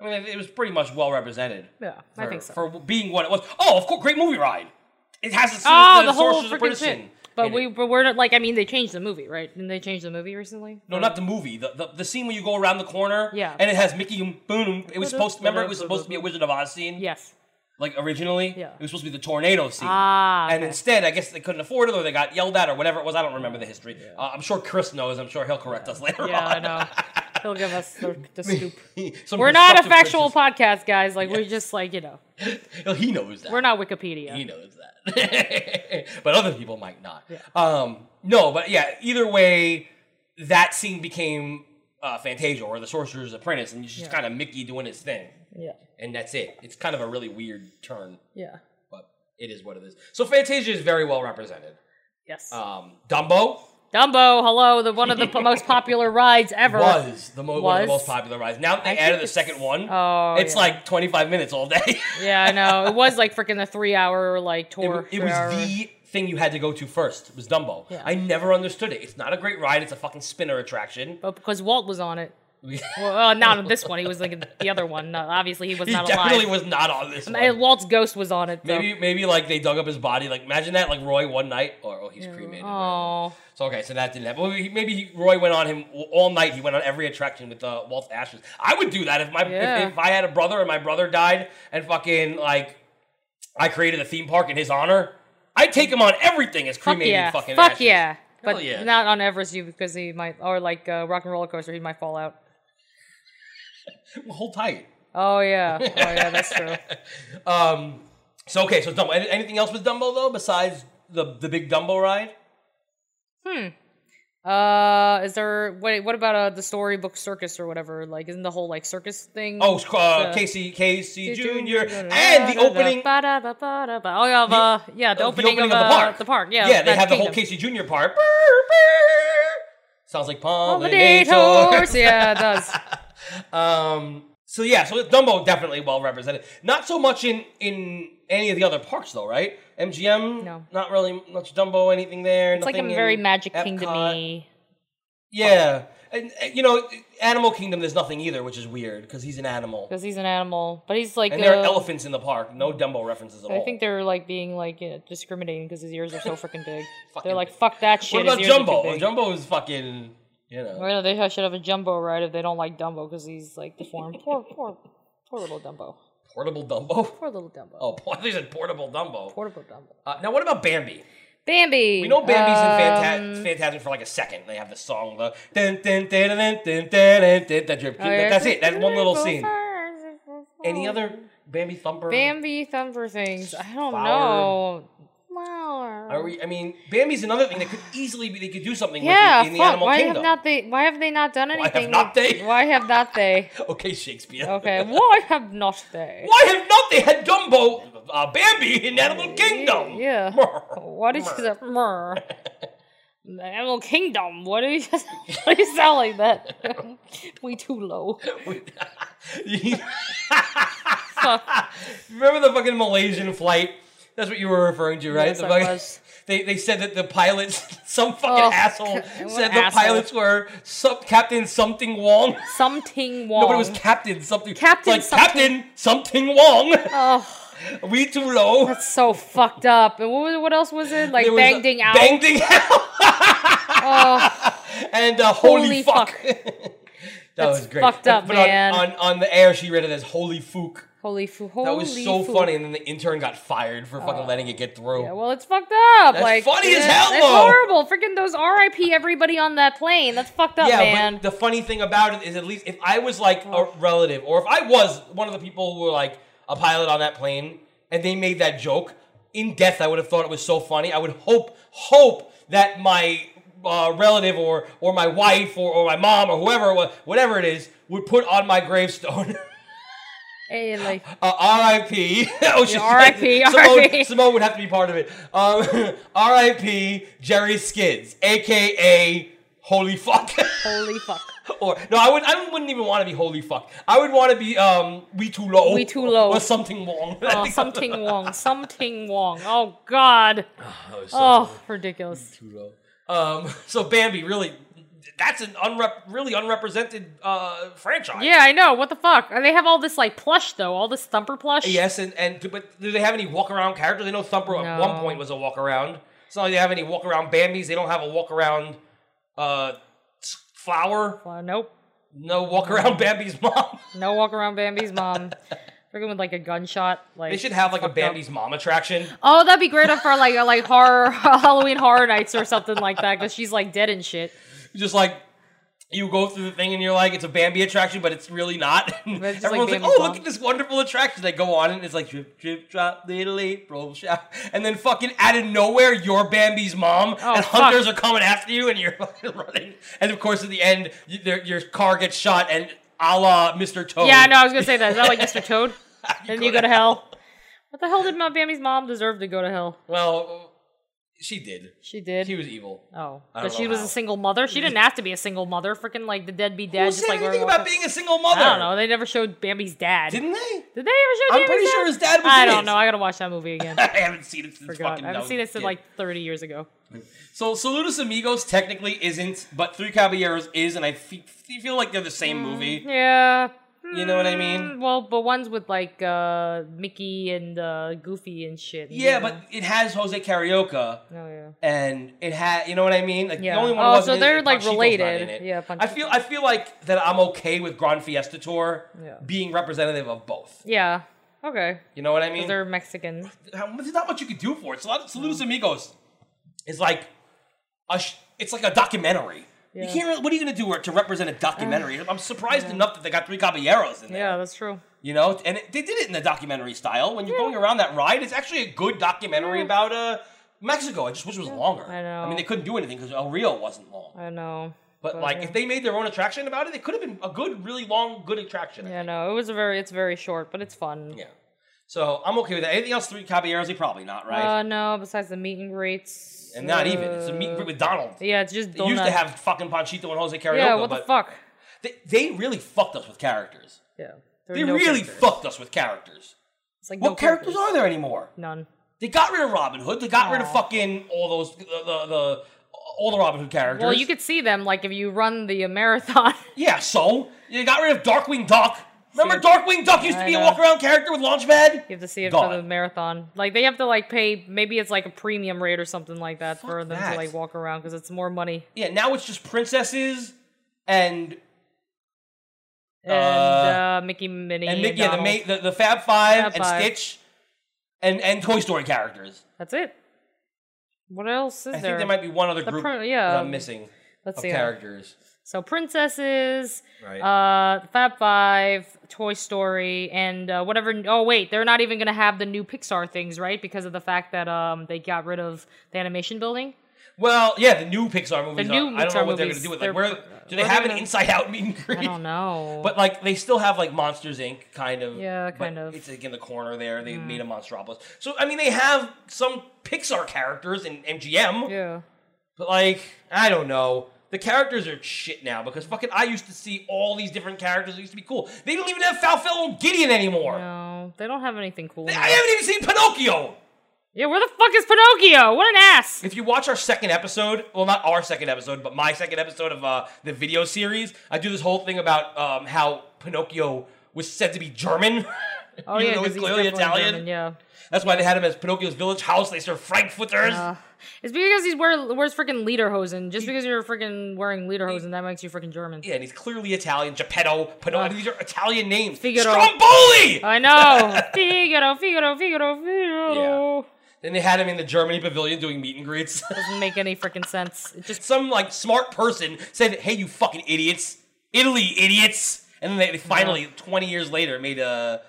[SPEAKER 1] I mean, it was pretty much well represented.
[SPEAKER 2] Mm. Yeah,
[SPEAKER 1] for,
[SPEAKER 2] I think so.
[SPEAKER 1] For being what it was. Oh, of course, great movie ride. It has a
[SPEAKER 2] Oh, the, whole
[SPEAKER 1] Sorcerer's
[SPEAKER 2] freaking
[SPEAKER 1] Apprentice
[SPEAKER 2] shit.
[SPEAKER 1] in-
[SPEAKER 2] But
[SPEAKER 1] in it.
[SPEAKER 2] we, but we're not like I mean they changed the movie right? Didn't they change the movie recently?
[SPEAKER 1] No, not the movie. The, the the scene where you go around the corner.
[SPEAKER 2] Yeah.
[SPEAKER 1] And it has Mickey and boom. It was supposed. Remember, it was supposed to be a Wizard of Oz scene.
[SPEAKER 2] Yes.
[SPEAKER 1] Like originally. Yeah. It was supposed to be the tornado scene.
[SPEAKER 2] Ah,
[SPEAKER 1] And instead, I guess they couldn't afford it, or they got yelled at, or whatever it was. I don't remember the history. Uh, I'm sure Chris knows. I'm sure he'll correct us later
[SPEAKER 2] Yeah, I
[SPEAKER 1] on.
[SPEAKER 2] know. He'll give us the, the scoop.
[SPEAKER 1] Some
[SPEAKER 2] we're not a
[SPEAKER 1] constructive
[SPEAKER 2] factual podcast, guys. Like we're just like you know,
[SPEAKER 1] criticism. He knows that.
[SPEAKER 2] we're not Wikipedia.
[SPEAKER 1] He knows that. but other people might not. Um, no, but yeah, either way, that scene became uh, Fantasia or the Sorcerer's Apprentice, and it's just
[SPEAKER 2] Yeah.
[SPEAKER 1] kind of Mickey doing his thing,
[SPEAKER 2] Yeah,
[SPEAKER 1] and that's it. It's kind of a really weird turn,
[SPEAKER 2] yeah,
[SPEAKER 1] but it is what it is. So Fantasia is very well represented.
[SPEAKER 2] yes.
[SPEAKER 1] Um, Dumbo
[SPEAKER 2] Dumbo, hello, the one of the po- most popular rides ever.
[SPEAKER 1] was the mo- one of the
[SPEAKER 2] Was.
[SPEAKER 1] most popular rides. Now that they
[SPEAKER 2] I
[SPEAKER 1] added
[SPEAKER 2] think
[SPEAKER 1] the second one,
[SPEAKER 2] Oh,
[SPEAKER 1] it's
[SPEAKER 2] yeah.
[SPEAKER 1] like 25 minutes all day.
[SPEAKER 2] yeah, I know. It was like freaking the three-hour like tour.
[SPEAKER 1] It was
[SPEAKER 2] three-hour-
[SPEAKER 1] the thing you had to go to first. Was Dumbo?
[SPEAKER 2] Yeah.
[SPEAKER 1] I never understood it. It's not a great ride. It's a fucking spinner attraction.
[SPEAKER 2] but Oh, because Walt was on it. well, uh, not on this one. He was like the other one. No, obviously, he was
[SPEAKER 1] he
[SPEAKER 2] not
[SPEAKER 1] definitely
[SPEAKER 2] alive.
[SPEAKER 1] was not on this.
[SPEAKER 2] And,
[SPEAKER 1] one.
[SPEAKER 2] uh, Walt's ghost was on it. though.
[SPEAKER 1] Maybe maybe like they dug up his body. Like imagine that. Like Roy one night, or oh he's
[SPEAKER 2] Yeah.
[SPEAKER 1] cremated.
[SPEAKER 2] Oh,
[SPEAKER 1] So okay, so that didn't happen. Well, he- Maybe he, Roy went on him all night. He went on every attraction with uh, Walt's ashes. I would do that if my if-
[SPEAKER 2] Yeah.
[SPEAKER 1] if, I had a brother and my brother died and fucking like I created a theme park in his honor. I'd take him on everything as
[SPEAKER 2] fuck
[SPEAKER 1] cremated
[SPEAKER 2] yeah! Fuck
[SPEAKER 1] fucking ashes.
[SPEAKER 2] yeah!
[SPEAKER 1] Hell
[SPEAKER 2] But
[SPEAKER 1] yeah.
[SPEAKER 2] not on Everest, you because he might, or like uh, Rock and Roller Coaster, he might fall out.
[SPEAKER 1] Well, hold tight.
[SPEAKER 2] Oh yeah, oh yeah, that's true.
[SPEAKER 1] Um. So okay, so Dumbo. Any- Anything else with Dumbo though besides the the big Dumbo ride?
[SPEAKER 2] Hmm. Uh, is there wait? What about uh, the storybook circus or whatever? Like, isn't the whole like circus thing?
[SPEAKER 1] Oh, uh,
[SPEAKER 2] So-
[SPEAKER 1] Casey, Casey Jr.
[SPEAKER 2] Da-
[SPEAKER 1] and
[SPEAKER 2] da-
[SPEAKER 1] the
[SPEAKER 2] da-
[SPEAKER 1] opening.
[SPEAKER 2] ba- da- ba- ba- da- ba- Oh yeah, the, yeah, the,
[SPEAKER 1] of the
[SPEAKER 2] opening,
[SPEAKER 1] opening
[SPEAKER 2] of,
[SPEAKER 1] of
[SPEAKER 2] uh,
[SPEAKER 1] the park.
[SPEAKER 2] the park. Yeah,
[SPEAKER 1] yeah, they
[SPEAKER 2] Magic
[SPEAKER 1] have the whole Casey
[SPEAKER 2] Kingdom.
[SPEAKER 1] Jr. part. Sounds like
[SPEAKER 2] Pollinators.
[SPEAKER 1] pollinators.
[SPEAKER 2] yeah, it does.
[SPEAKER 1] Um, so yeah, so Dumbo definitely well represented. Not so much in in any of the other parks though, right? MGM, no, not really much Dumbo, anything there.
[SPEAKER 2] It's like a
[SPEAKER 1] nothing
[SPEAKER 2] very
[SPEAKER 1] in
[SPEAKER 2] Magic
[SPEAKER 1] Epcot.
[SPEAKER 2] Kingdomy.
[SPEAKER 1] Yeah, and, and, you know, Animal Kingdom, there's nothing either, which is weird because he's an animal.
[SPEAKER 2] because he's an animal, but he's like
[SPEAKER 1] and there
[SPEAKER 2] uh,
[SPEAKER 1] are elephants in the park. No Dumbo references at
[SPEAKER 2] I
[SPEAKER 1] all.
[SPEAKER 2] think they're like being like yeah, discriminating because his ears are so freaking big. they're like, fuck that shit.
[SPEAKER 1] what about
[SPEAKER 2] his ears are too
[SPEAKER 1] Jumbo?
[SPEAKER 2] big."
[SPEAKER 1] Jumbo is fucking, you know.
[SPEAKER 2] Well, they should have a Jumbo ride if they don't like Dumbo because he's like deformed. poor, poor, poor little Dumbo.
[SPEAKER 1] Portable Dumbo?
[SPEAKER 2] Poor little Dumbo.
[SPEAKER 1] Oh, po- I thought you said portable Dumbo.
[SPEAKER 2] Portable Dumbo.
[SPEAKER 1] Uh, now, what about Bambi?
[SPEAKER 2] Bambi.
[SPEAKER 1] We know Bambi's
[SPEAKER 2] um,
[SPEAKER 1] in Fanta- Phantasm for like a second. They have the song, the dun dun dun dun dun dun dun dun dun, that drip.
[SPEAKER 2] Oh, yeah.
[SPEAKER 1] That's it. That's one little scene. Any other Bambi Thumper?
[SPEAKER 2] Bambi Thumper things. I
[SPEAKER 1] Flower.
[SPEAKER 2] don't know. Flower.
[SPEAKER 1] Are we, I mean, Bambi's another thing that could easily be. They could do something
[SPEAKER 2] yeah,
[SPEAKER 1] with it in the
[SPEAKER 2] fuck.
[SPEAKER 1] Animal
[SPEAKER 2] Why
[SPEAKER 1] Kingdom.
[SPEAKER 2] have not they? Why have they not done
[SPEAKER 1] have
[SPEAKER 2] anything?
[SPEAKER 1] not they?
[SPEAKER 2] Why have not they?
[SPEAKER 1] okay, Shakespeare.
[SPEAKER 2] Okay, why have not they?
[SPEAKER 1] Why have not they had Dumbo, uh, Bambi in Animal Kingdom?
[SPEAKER 2] Yeah. Why did you say mer? Animal Kingdom. What do you why do you sound like that? we too low.
[SPEAKER 1] Remember the fucking Malaysian flight? That's what you were referring to, right?
[SPEAKER 2] Yes,
[SPEAKER 1] the
[SPEAKER 2] I
[SPEAKER 1] fucking-
[SPEAKER 2] was.
[SPEAKER 1] They, they said that the pilots, some fucking
[SPEAKER 2] Oh,
[SPEAKER 1] asshole,
[SPEAKER 2] God, what
[SPEAKER 1] said
[SPEAKER 2] an
[SPEAKER 1] the
[SPEAKER 2] asshole.
[SPEAKER 1] pilots were sub Captain something Wong.
[SPEAKER 2] Something
[SPEAKER 1] No, but it
[SPEAKER 2] Wong.
[SPEAKER 1] was Captain something.
[SPEAKER 2] Captain
[SPEAKER 1] like
[SPEAKER 2] something-
[SPEAKER 1] Captain something Wong.
[SPEAKER 2] Oh,
[SPEAKER 1] we too low.
[SPEAKER 2] That's so fucked up. And what was what else was it? Like
[SPEAKER 1] There was uh,
[SPEAKER 2] bang
[SPEAKER 1] a-
[SPEAKER 2] ding out. Oh,
[SPEAKER 1] Bang ding out. and uh, holy,
[SPEAKER 2] Holy
[SPEAKER 1] fuck. that
[SPEAKER 2] That's
[SPEAKER 1] was great.
[SPEAKER 2] fucked up,
[SPEAKER 1] but on-
[SPEAKER 2] man.
[SPEAKER 1] On, on, the air, she read it as holy fook.
[SPEAKER 2] Holy foo. Holy
[SPEAKER 1] That was so
[SPEAKER 2] foo.
[SPEAKER 1] funny, and then the intern got fired for fucking
[SPEAKER 2] Oh.
[SPEAKER 1] letting it get through.
[SPEAKER 2] Yeah, well, it's fucked up.
[SPEAKER 1] That's
[SPEAKER 2] like
[SPEAKER 1] funny as
[SPEAKER 2] that-
[SPEAKER 1] hell,
[SPEAKER 2] That's
[SPEAKER 1] though.
[SPEAKER 2] horrible. Freaking those R.I.P. everybody on that plane. That's fucked up,
[SPEAKER 1] Yeah,
[SPEAKER 2] man.
[SPEAKER 1] but the funny thing about it is, at least if I was like a relative, or if I was one of the people who were like a pilot on that plane, and they made that joke in death, I would have thought it was so funny. I would hope, hope that my uh, relative or or my wife or, or my mom or whoever, it was, whatever it is, would put on my gravestone.
[SPEAKER 2] Hey, like
[SPEAKER 1] Uh, R.I.P. oh, she-
[SPEAKER 2] R.I.P.,
[SPEAKER 1] Simone,
[SPEAKER 2] R.I.P..
[SPEAKER 1] Simone would have to be part of it. Um, R.I.P. Jerry Skids, a.k.a. Holy Fuck.
[SPEAKER 2] Holy Fuck.
[SPEAKER 1] or no, I would. I wouldn't even want to be Holy Fuck. I would want to be um, We Too Low.
[SPEAKER 2] We Too Low.
[SPEAKER 1] Or something wrong.
[SPEAKER 2] oh, something Wong. Something Wong. Oh God.
[SPEAKER 1] that was so
[SPEAKER 2] Oh, ridiculous.
[SPEAKER 1] Um, so Bambi, really, that's an unrep- really unrepresented uh, franchise.
[SPEAKER 2] Yeah, I know. What the fuck? And They have all this like plush though. All this thumper plush.
[SPEAKER 1] Yes, and, and but do they have any walk around characters? I know Thumper at one
[SPEAKER 2] No.
[SPEAKER 1] point was a walk around. It's not like they have any walk around Bambies. They don't have a walk around uh, s- flower.
[SPEAKER 2] Uh, nope.
[SPEAKER 1] No walk around Bambi's mom.
[SPEAKER 2] No walk around Bambi's mom. Freaking with like a gunshot. Like
[SPEAKER 1] They should have like a
[SPEAKER 2] fucked up.
[SPEAKER 1] Bambi's mom attraction.
[SPEAKER 2] Oh, that'd be great for like a, like horror Halloween horror nights or something like that because she's like dead and shit.
[SPEAKER 1] Just like you go through the thing and you're like, it's a Bambi attraction, but it's really not.
[SPEAKER 2] it's just like
[SPEAKER 1] Everyone's like,
[SPEAKER 2] Bambi's
[SPEAKER 1] oh,
[SPEAKER 2] mom."
[SPEAKER 1] look at this wonderful attraction. They go on and it's like drip, drip, drop, little April shout. And then fucking out of nowhere, you're Bambi's mom, and
[SPEAKER 2] Oh, fuck.
[SPEAKER 1] hunters are coming after you, and you're fucking running. And of course, at the end, you, their- your car gets shot, and a la Mr. Toad.
[SPEAKER 2] Yeah, I know. I was gonna say that. Is that like Mr. Toad? Then you go to hell. What the hell did my Bambi's mom deserve to go to hell?
[SPEAKER 1] Well, she did.
[SPEAKER 2] She did.
[SPEAKER 1] She was evil.
[SPEAKER 2] Oh,
[SPEAKER 1] I
[SPEAKER 2] but
[SPEAKER 1] don't
[SPEAKER 2] she
[SPEAKER 1] know
[SPEAKER 2] was
[SPEAKER 1] how.
[SPEAKER 2] a single mother. She didn't have to be a single mother. Freaking like the dead be dead.
[SPEAKER 1] Who
[SPEAKER 2] just
[SPEAKER 1] said
[SPEAKER 2] like
[SPEAKER 1] anything
[SPEAKER 2] everyone
[SPEAKER 1] about
[SPEAKER 2] else.
[SPEAKER 1] being a single mother?
[SPEAKER 2] I don't know. They never showed Bambi's dad.
[SPEAKER 1] Didn't they?
[SPEAKER 2] Did they ever show?
[SPEAKER 1] I'm
[SPEAKER 2] Bambi's
[SPEAKER 1] pretty sure his dad was
[SPEAKER 2] I
[SPEAKER 1] in
[SPEAKER 2] don't
[SPEAKER 1] it.
[SPEAKER 2] know. I gotta watch that movie again.
[SPEAKER 1] I haven't seen it since
[SPEAKER 2] Forgot.
[SPEAKER 1] fucking
[SPEAKER 2] I haven't
[SPEAKER 1] was
[SPEAKER 2] seen it since
[SPEAKER 1] a kid.
[SPEAKER 2] like 30 years ago.
[SPEAKER 1] So Saludos Amigos technically isn't, but Three Caballeros is, and I fe- fe- feel like they're the same movie.
[SPEAKER 2] Mm, Yeah.
[SPEAKER 1] You know what I mean?
[SPEAKER 2] Mm, Well, but one's with like uh Mickey and uh Goofy and shit.
[SPEAKER 1] Yeah, but it has Jose Carioca,
[SPEAKER 2] Oh yeah.
[SPEAKER 1] and it had, you know what I mean? Like
[SPEAKER 2] Yeah.
[SPEAKER 1] the only one who
[SPEAKER 2] Oh,
[SPEAKER 1] wasn't
[SPEAKER 2] so
[SPEAKER 1] in it,
[SPEAKER 2] they're, like,
[SPEAKER 1] Panchito's not
[SPEAKER 2] related.
[SPEAKER 1] in it.
[SPEAKER 2] Yeah,
[SPEAKER 1] I feel I feel like that I'm okay with Grand Fiesta Tour
[SPEAKER 2] Yeah.
[SPEAKER 1] being representative of both.
[SPEAKER 2] Yeah. Okay.
[SPEAKER 1] You know what I
[SPEAKER 2] 'Cause
[SPEAKER 1] mean?
[SPEAKER 2] They're Mexican.
[SPEAKER 1] How- There's not much you could do for it. So Saludos Amigos is like a sh- it's like a documentary. You
[SPEAKER 2] Yeah.
[SPEAKER 1] can't. Really, what are you gonna do to represent a documentary? I'm surprised enough that they got Three Caballeros in there.
[SPEAKER 2] Yeah, that's true.
[SPEAKER 1] You know, and it, they did it in the documentary style. When you're going around that ride, it's actually a good documentary about uh, Mexico. I just wish it was longer.
[SPEAKER 2] I know.
[SPEAKER 1] I mean, they couldn't do anything because El Rio wasn't long.
[SPEAKER 2] I know.
[SPEAKER 1] But like, if they made their own attraction about it, it could have been a good, really long, good attraction.
[SPEAKER 2] yeah, no, it was a very, it's very short, but it's fun.
[SPEAKER 1] Yeah. So I'm okay with that. Anything else? Three caballeros? Probably not, right?
[SPEAKER 2] Uh, no, besides the meet and greets. Uh,
[SPEAKER 1] and not even. It's a meet and greet with Donald.
[SPEAKER 2] Yeah, it's just
[SPEAKER 1] They used to
[SPEAKER 2] donut.
[SPEAKER 1] have fucking Panchito and Jose Carioca.
[SPEAKER 2] Yeah, what the
[SPEAKER 1] but
[SPEAKER 2] fuck?
[SPEAKER 1] They, they really fucked us with characters.
[SPEAKER 2] Yeah. there
[SPEAKER 1] They
[SPEAKER 2] were no
[SPEAKER 1] really
[SPEAKER 2] characters.
[SPEAKER 1] fucked us with characters.
[SPEAKER 2] It's like
[SPEAKER 1] what
[SPEAKER 2] no
[SPEAKER 1] characters, are there anymore?
[SPEAKER 2] None.
[SPEAKER 1] They got rid of Robin Hood. They got rid of fucking all those the, the, the all the Robin Hood characters.
[SPEAKER 2] Well, you could see them like if you run the uh, marathon.
[SPEAKER 1] Yeah, so you got rid of Darkwing Duck. Remember, Darkwing Duck used to
[SPEAKER 2] I
[SPEAKER 1] be a
[SPEAKER 2] know.
[SPEAKER 1] walk around character with Launchpad. You
[SPEAKER 2] have to see it
[SPEAKER 1] Gone.
[SPEAKER 2] for the marathon. Like they have to like pay. Maybe it's like a premium rate or something like that for them
[SPEAKER 1] that.
[SPEAKER 2] to like walk around because it's more money.
[SPEAKER 1] Yeah, now it's just princesses and
[SPEAKER 2] And
[SPEAKER 1] Uh,
[SPEAKER 2] uh, Mickey Minnie
[SPEAKER 1] and Mickey, yeah, the,
[SPEAKER 2] Donald.
[SPEAKER 1] ma- the the Fab Five
[SPEAKER 2] Fab
[SPEAKER 1] and
[SPEAKER 2] Five.
[SPEAKER 1] Stitch, and and Toy Story characters.
[SPEAKER 2] That's it. What else is
[SPEAKER 1] I
[SPEAKER 2] there?
[SPEAKER 1] think there might be one other
[SPEAKER 2] The
[SPEAKER 1] group
[SPEAKER 2] prin- yeah,
[SPEAKER 1] that I'm missing
[SPEAKER 2] let's
[SPEAKER 1] of
[SPEAKER 2] see.
[SPEAKER 1] characters.
[SPEAKER 2] So princesses,
[SPEAKER 1] Right.
[SPEAKER 2] uh, Fab Five, Toy Story, and uh, whatever. Oh wait, they're not even gonna have the new Pixar things, right? Because of the fact that um they got rid of the animation building.
[SPEAKER 1] Well, yeah, the new Pixar movies.
[SPEAKER 2] new
[SPEAKER 1] are- I don't know
[SPEAKER 2] Pixar
[SPEAKER 1] what they're going to
[SPEAKER 2] movies,
[SPEAKER 1] do with
[SPEAKER 2] they're-
[SPEAKER 1] like, where do they
[SPEAKER 2] where
[SPEAKER 1] have
[SPEAKER 2] they're
[SPEAKER 1] an
[SPEAKER 2] gonna-
[SPEAKER 1] Inside Out meet and greet?
[SPEAKER 2] I don't know.
[SPEAKER 1] But like they still have like Monsters Inc. kind of.
[SPEAKER 2] Yeah,
[SPEAKER 1] but
[SPEAKER 2] kind of. Mm.
[SPEAKER 1] It's like in the corner there. They made a Monstropolis. So I mean, they have some Pixar characters in MGM.
[SPEAKER 2] Yeah.
[SPEAKER 1] But like, I don't know. The characters are shit now because fucking I used to see all these different characters. It used to be cool. They don't even have Falfello and Gideon anymore.
[SPEAKER 2] No, they don't have anything cool.
[SPEAKER 1] I haven't even seen Pinocchio.
[SPEAKER 2] Yeah, where the fuck is Pinocchio? What an ass!
[SPEAKER 1] If you watch our second episode, well, not our second episode, but my second episode of uh, the video series, I do this whole thing about um, how Pinocchio was said to be German.
[SPEAKER 2] Oh
[SPEAKER 1] even
[SPEAKER 2] yeah,
[SPEAKER 1] though
[SPEAKER 2] 'cause
[SPEAKER 1] he's
[SPEAKER 2] he's
[SPEAKER 1] clearly
[SPEAKER 2] definitely
[SPEAKER 1] Italian.
[SPEAKER 2] German, yeah.
[SPEAKER 1] That's why they had him as Pinocchio's village house. They serve Frankfurters.
[SPEAKER 2] Uh, it's because he's wear, wears freaking lederhosen. Just because you're freaking wearing lederhosen, that makes you freaking German.
[SPEAKER 1] yeah, and he's clearly Italian. Geppetto, Pinocchio. these are Italian names.
[SPEAKER 2] Uh. Figaro. Uh.
[SPEAKER 1] Stromboli!
[SPEAKER 2] I know. Figaro, Figaro, Figaro, Figaro.
[SPEAKER 1] Then they had him in the Germany pavilion doing meet and greets.
[SPEAKER 2] Doesn't make any freaking sense. It just
[SPEAKER 1] some like smart person said, "Hey, you fucking idiots, Italy idiots!" And then they, they finally, twenty years later, made a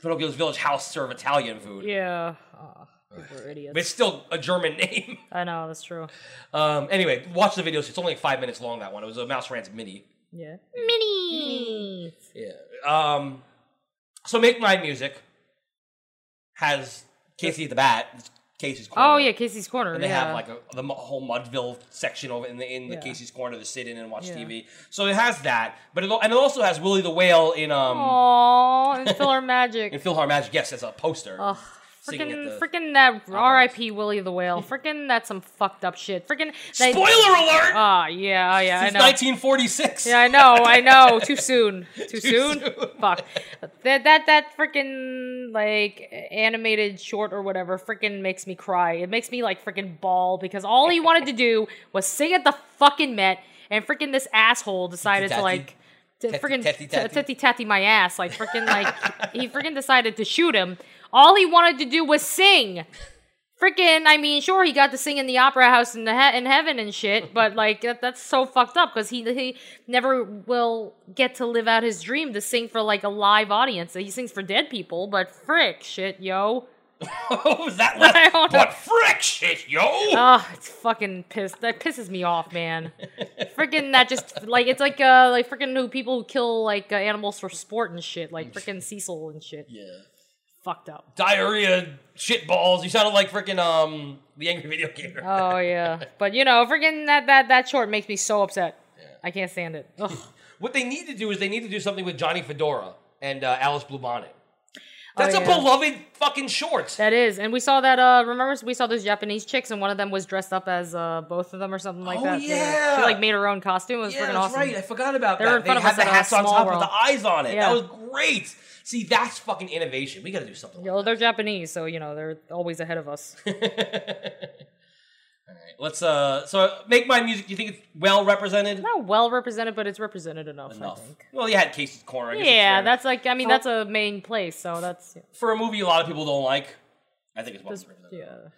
[SPEAKER 1] Pinocchio's village house serve Italian food.
[SPEAKER 2] Yeah. Aw, people are
[SPEAKER 1] But it's
[SPEAKER 2] idiots.
[SPEAKER 1] still a German name.
[SPEAKER 2] I know, that's true.
[SPEAKER 1] Um, anyway, watch the videos. It's only like five minutes long. That one. It was a Mouse Rants mini.
[SPEAKER 2] Yeah. Mini.
[SPEAKER 1] Yeah. Um, so make my music has Casey the Bat. It's Casey's corner.
[SPEAKER 2] Oh yeah, Casey's corner.
[SPEAKER 1] And they
[SPEAKER 2] yeah.
[SPEAKER 1] have like a, the mu- whole Mudville section over in the in the
[SPEAKER 2] Yeah.
[SPEAKER 1] Casey's corner to sit in and watch
[SPEAKER 2] Yeah.
[SPEAKER 1] TV. So it has that, but it al- and it also has Willie the Whale in um
[SPEAKER 2] Aww, and Filler Magic.
[SPEAKER 1] in Philhar Magic. Yes, as a poster.
[SPEAKER 2] Ugh.
[SPEAKER 1] Singing at
[SPEAKER 2] Freaking,
[SPEAKER 1] the-
[SPEAKER 2] freaking that R.I.P. Willie the Whale. Freaking that's some fucked up shit. Freaking they-
[SPEAKER 1] Spoiler alert!
[SPEAKER 2] Ah, yeah, oh, yeah,
[SPEAKER 1] Since
[SPEAKER 2] I know.
[SPEAKER 1] 1946.
[SPEAKER 2] Yeah, I know, I know. Too soon. Too, soon? Fuck. That that that freaking like animated short or whatever freaking makes me cry. It makes me like freaking bawl because all he wanted to do was sing at the fucking Met, and freaking this asshole decided to
[SPEAKER 1] Tatty.
[SPEAKER 2] like. To
[SPEAKER 1] Tatty,
[SPEAKER 2] freaking
[SPEAKER 1] tatty,
[SPEAKER 2] t-
[SPEAKER 1] tatty.
[SPEAKER 2] tatty tatty my ass like freaking like he freaking decided to shoot him. All he wanted to do was sing. Freaking, I mean, sure, he got to sing in the opera house in the he- in heaven and shit, but like that, that's so fucked up because he he never will get to live out his dream to sing for like a live audience. He sings for dead people, but frick, shit, yo.
[SPEAKER 1] what was that
[SPEAKER 2] I don't know.
[SPEAKER 1] But frick shit, yo!
[SPEAKER 2] Oh, it's fucking pissed. That pisses me off, man. freaking that just like it's like uh like freaking who people who kill like uh, animals for sport and shit, like freaking Cecil and shit.
[SPEAKER 1] Yeah.
[SPEAKER 2] Fucked up.
[SPEAKER 1] Diarrhea shit balls. You sounded like freaking um the angry video gamer.
[SPEAKER 2] Oh yeah, but you know, freaking that that that short makes me so upset. I can't stand it. Ugh.
[SPEAKER 1] What they need to do is they need to do something with Johnny Fedora and uh, Alice Blue Bonnet.
[SPEAKER 2] Oh,
[SPEAKER 1] That's a
[SPEAKER 2] yeah.
[SPEAKER 1] beloved fucking short.
[SPEAKER 2] That is, and we saw that. Uh, remember we saw those Japanese chicks, and one of them was dressed up as uh both of them or something like
[SPEAKER 1] Oh,
[SPEAKER 2] that.
[SPEAKER 1] yeah.
[SPEAKER 2] she like made her own costume. It was
[SPEAKER 1] Yeah,
[SPEAKER 2] freaking
[SPEAKER 1] that's
[SPEAKER 2] awesome.
[SPEAKER 1] right. I forgot about
[SPEAKER 2] They
[SPEAKER 1] that.
[SPEAKER 2] were in front
[SPEAKER 1] they
[SPEAKER 2] of
[SPEAKER 1] had
[SPEAKER 2] us
[SPEAKER 1] the
[SPEAKER 2] at, uh,
[SPEAKER 1] hats on
[SPEAKER 2] Small
[SPEAKER 1] top
[SPEAKER 2] World.
[SPEAKER 1] with the eyes on it.
[SPEAKER 2] Yeah.
[SPEAKER 1] That was great. See, that's fucking innovation. We got to do something.
[SPEAKER 2] Yo, they're Japanese, so you know they're always ahead of us.
[SPEAKER 1] Let's uh, so make my music. You think it's well represented?
[SPEAKER 2] Not well represented, but it's represented enough.
[SPEAKER 1] Enough.
[SPEAKER 2] I think.
[SPEAKER 1] Well, you had Casey's Corner. I guess it's
[SPEAKER 2] Yeah,
[SPEAKER 1] fair.
[SPEAKER 2] that's like I mean
[SPEAKER 1] Well-
[SPEAKER 2] that's a main place, so that's
[SPEAKER 1] for a movie a lot of people don't like. I think it's well
[SPEAKER 2] This-
[SPEAKER 1] represented.
[SPEAKER 2] yeah.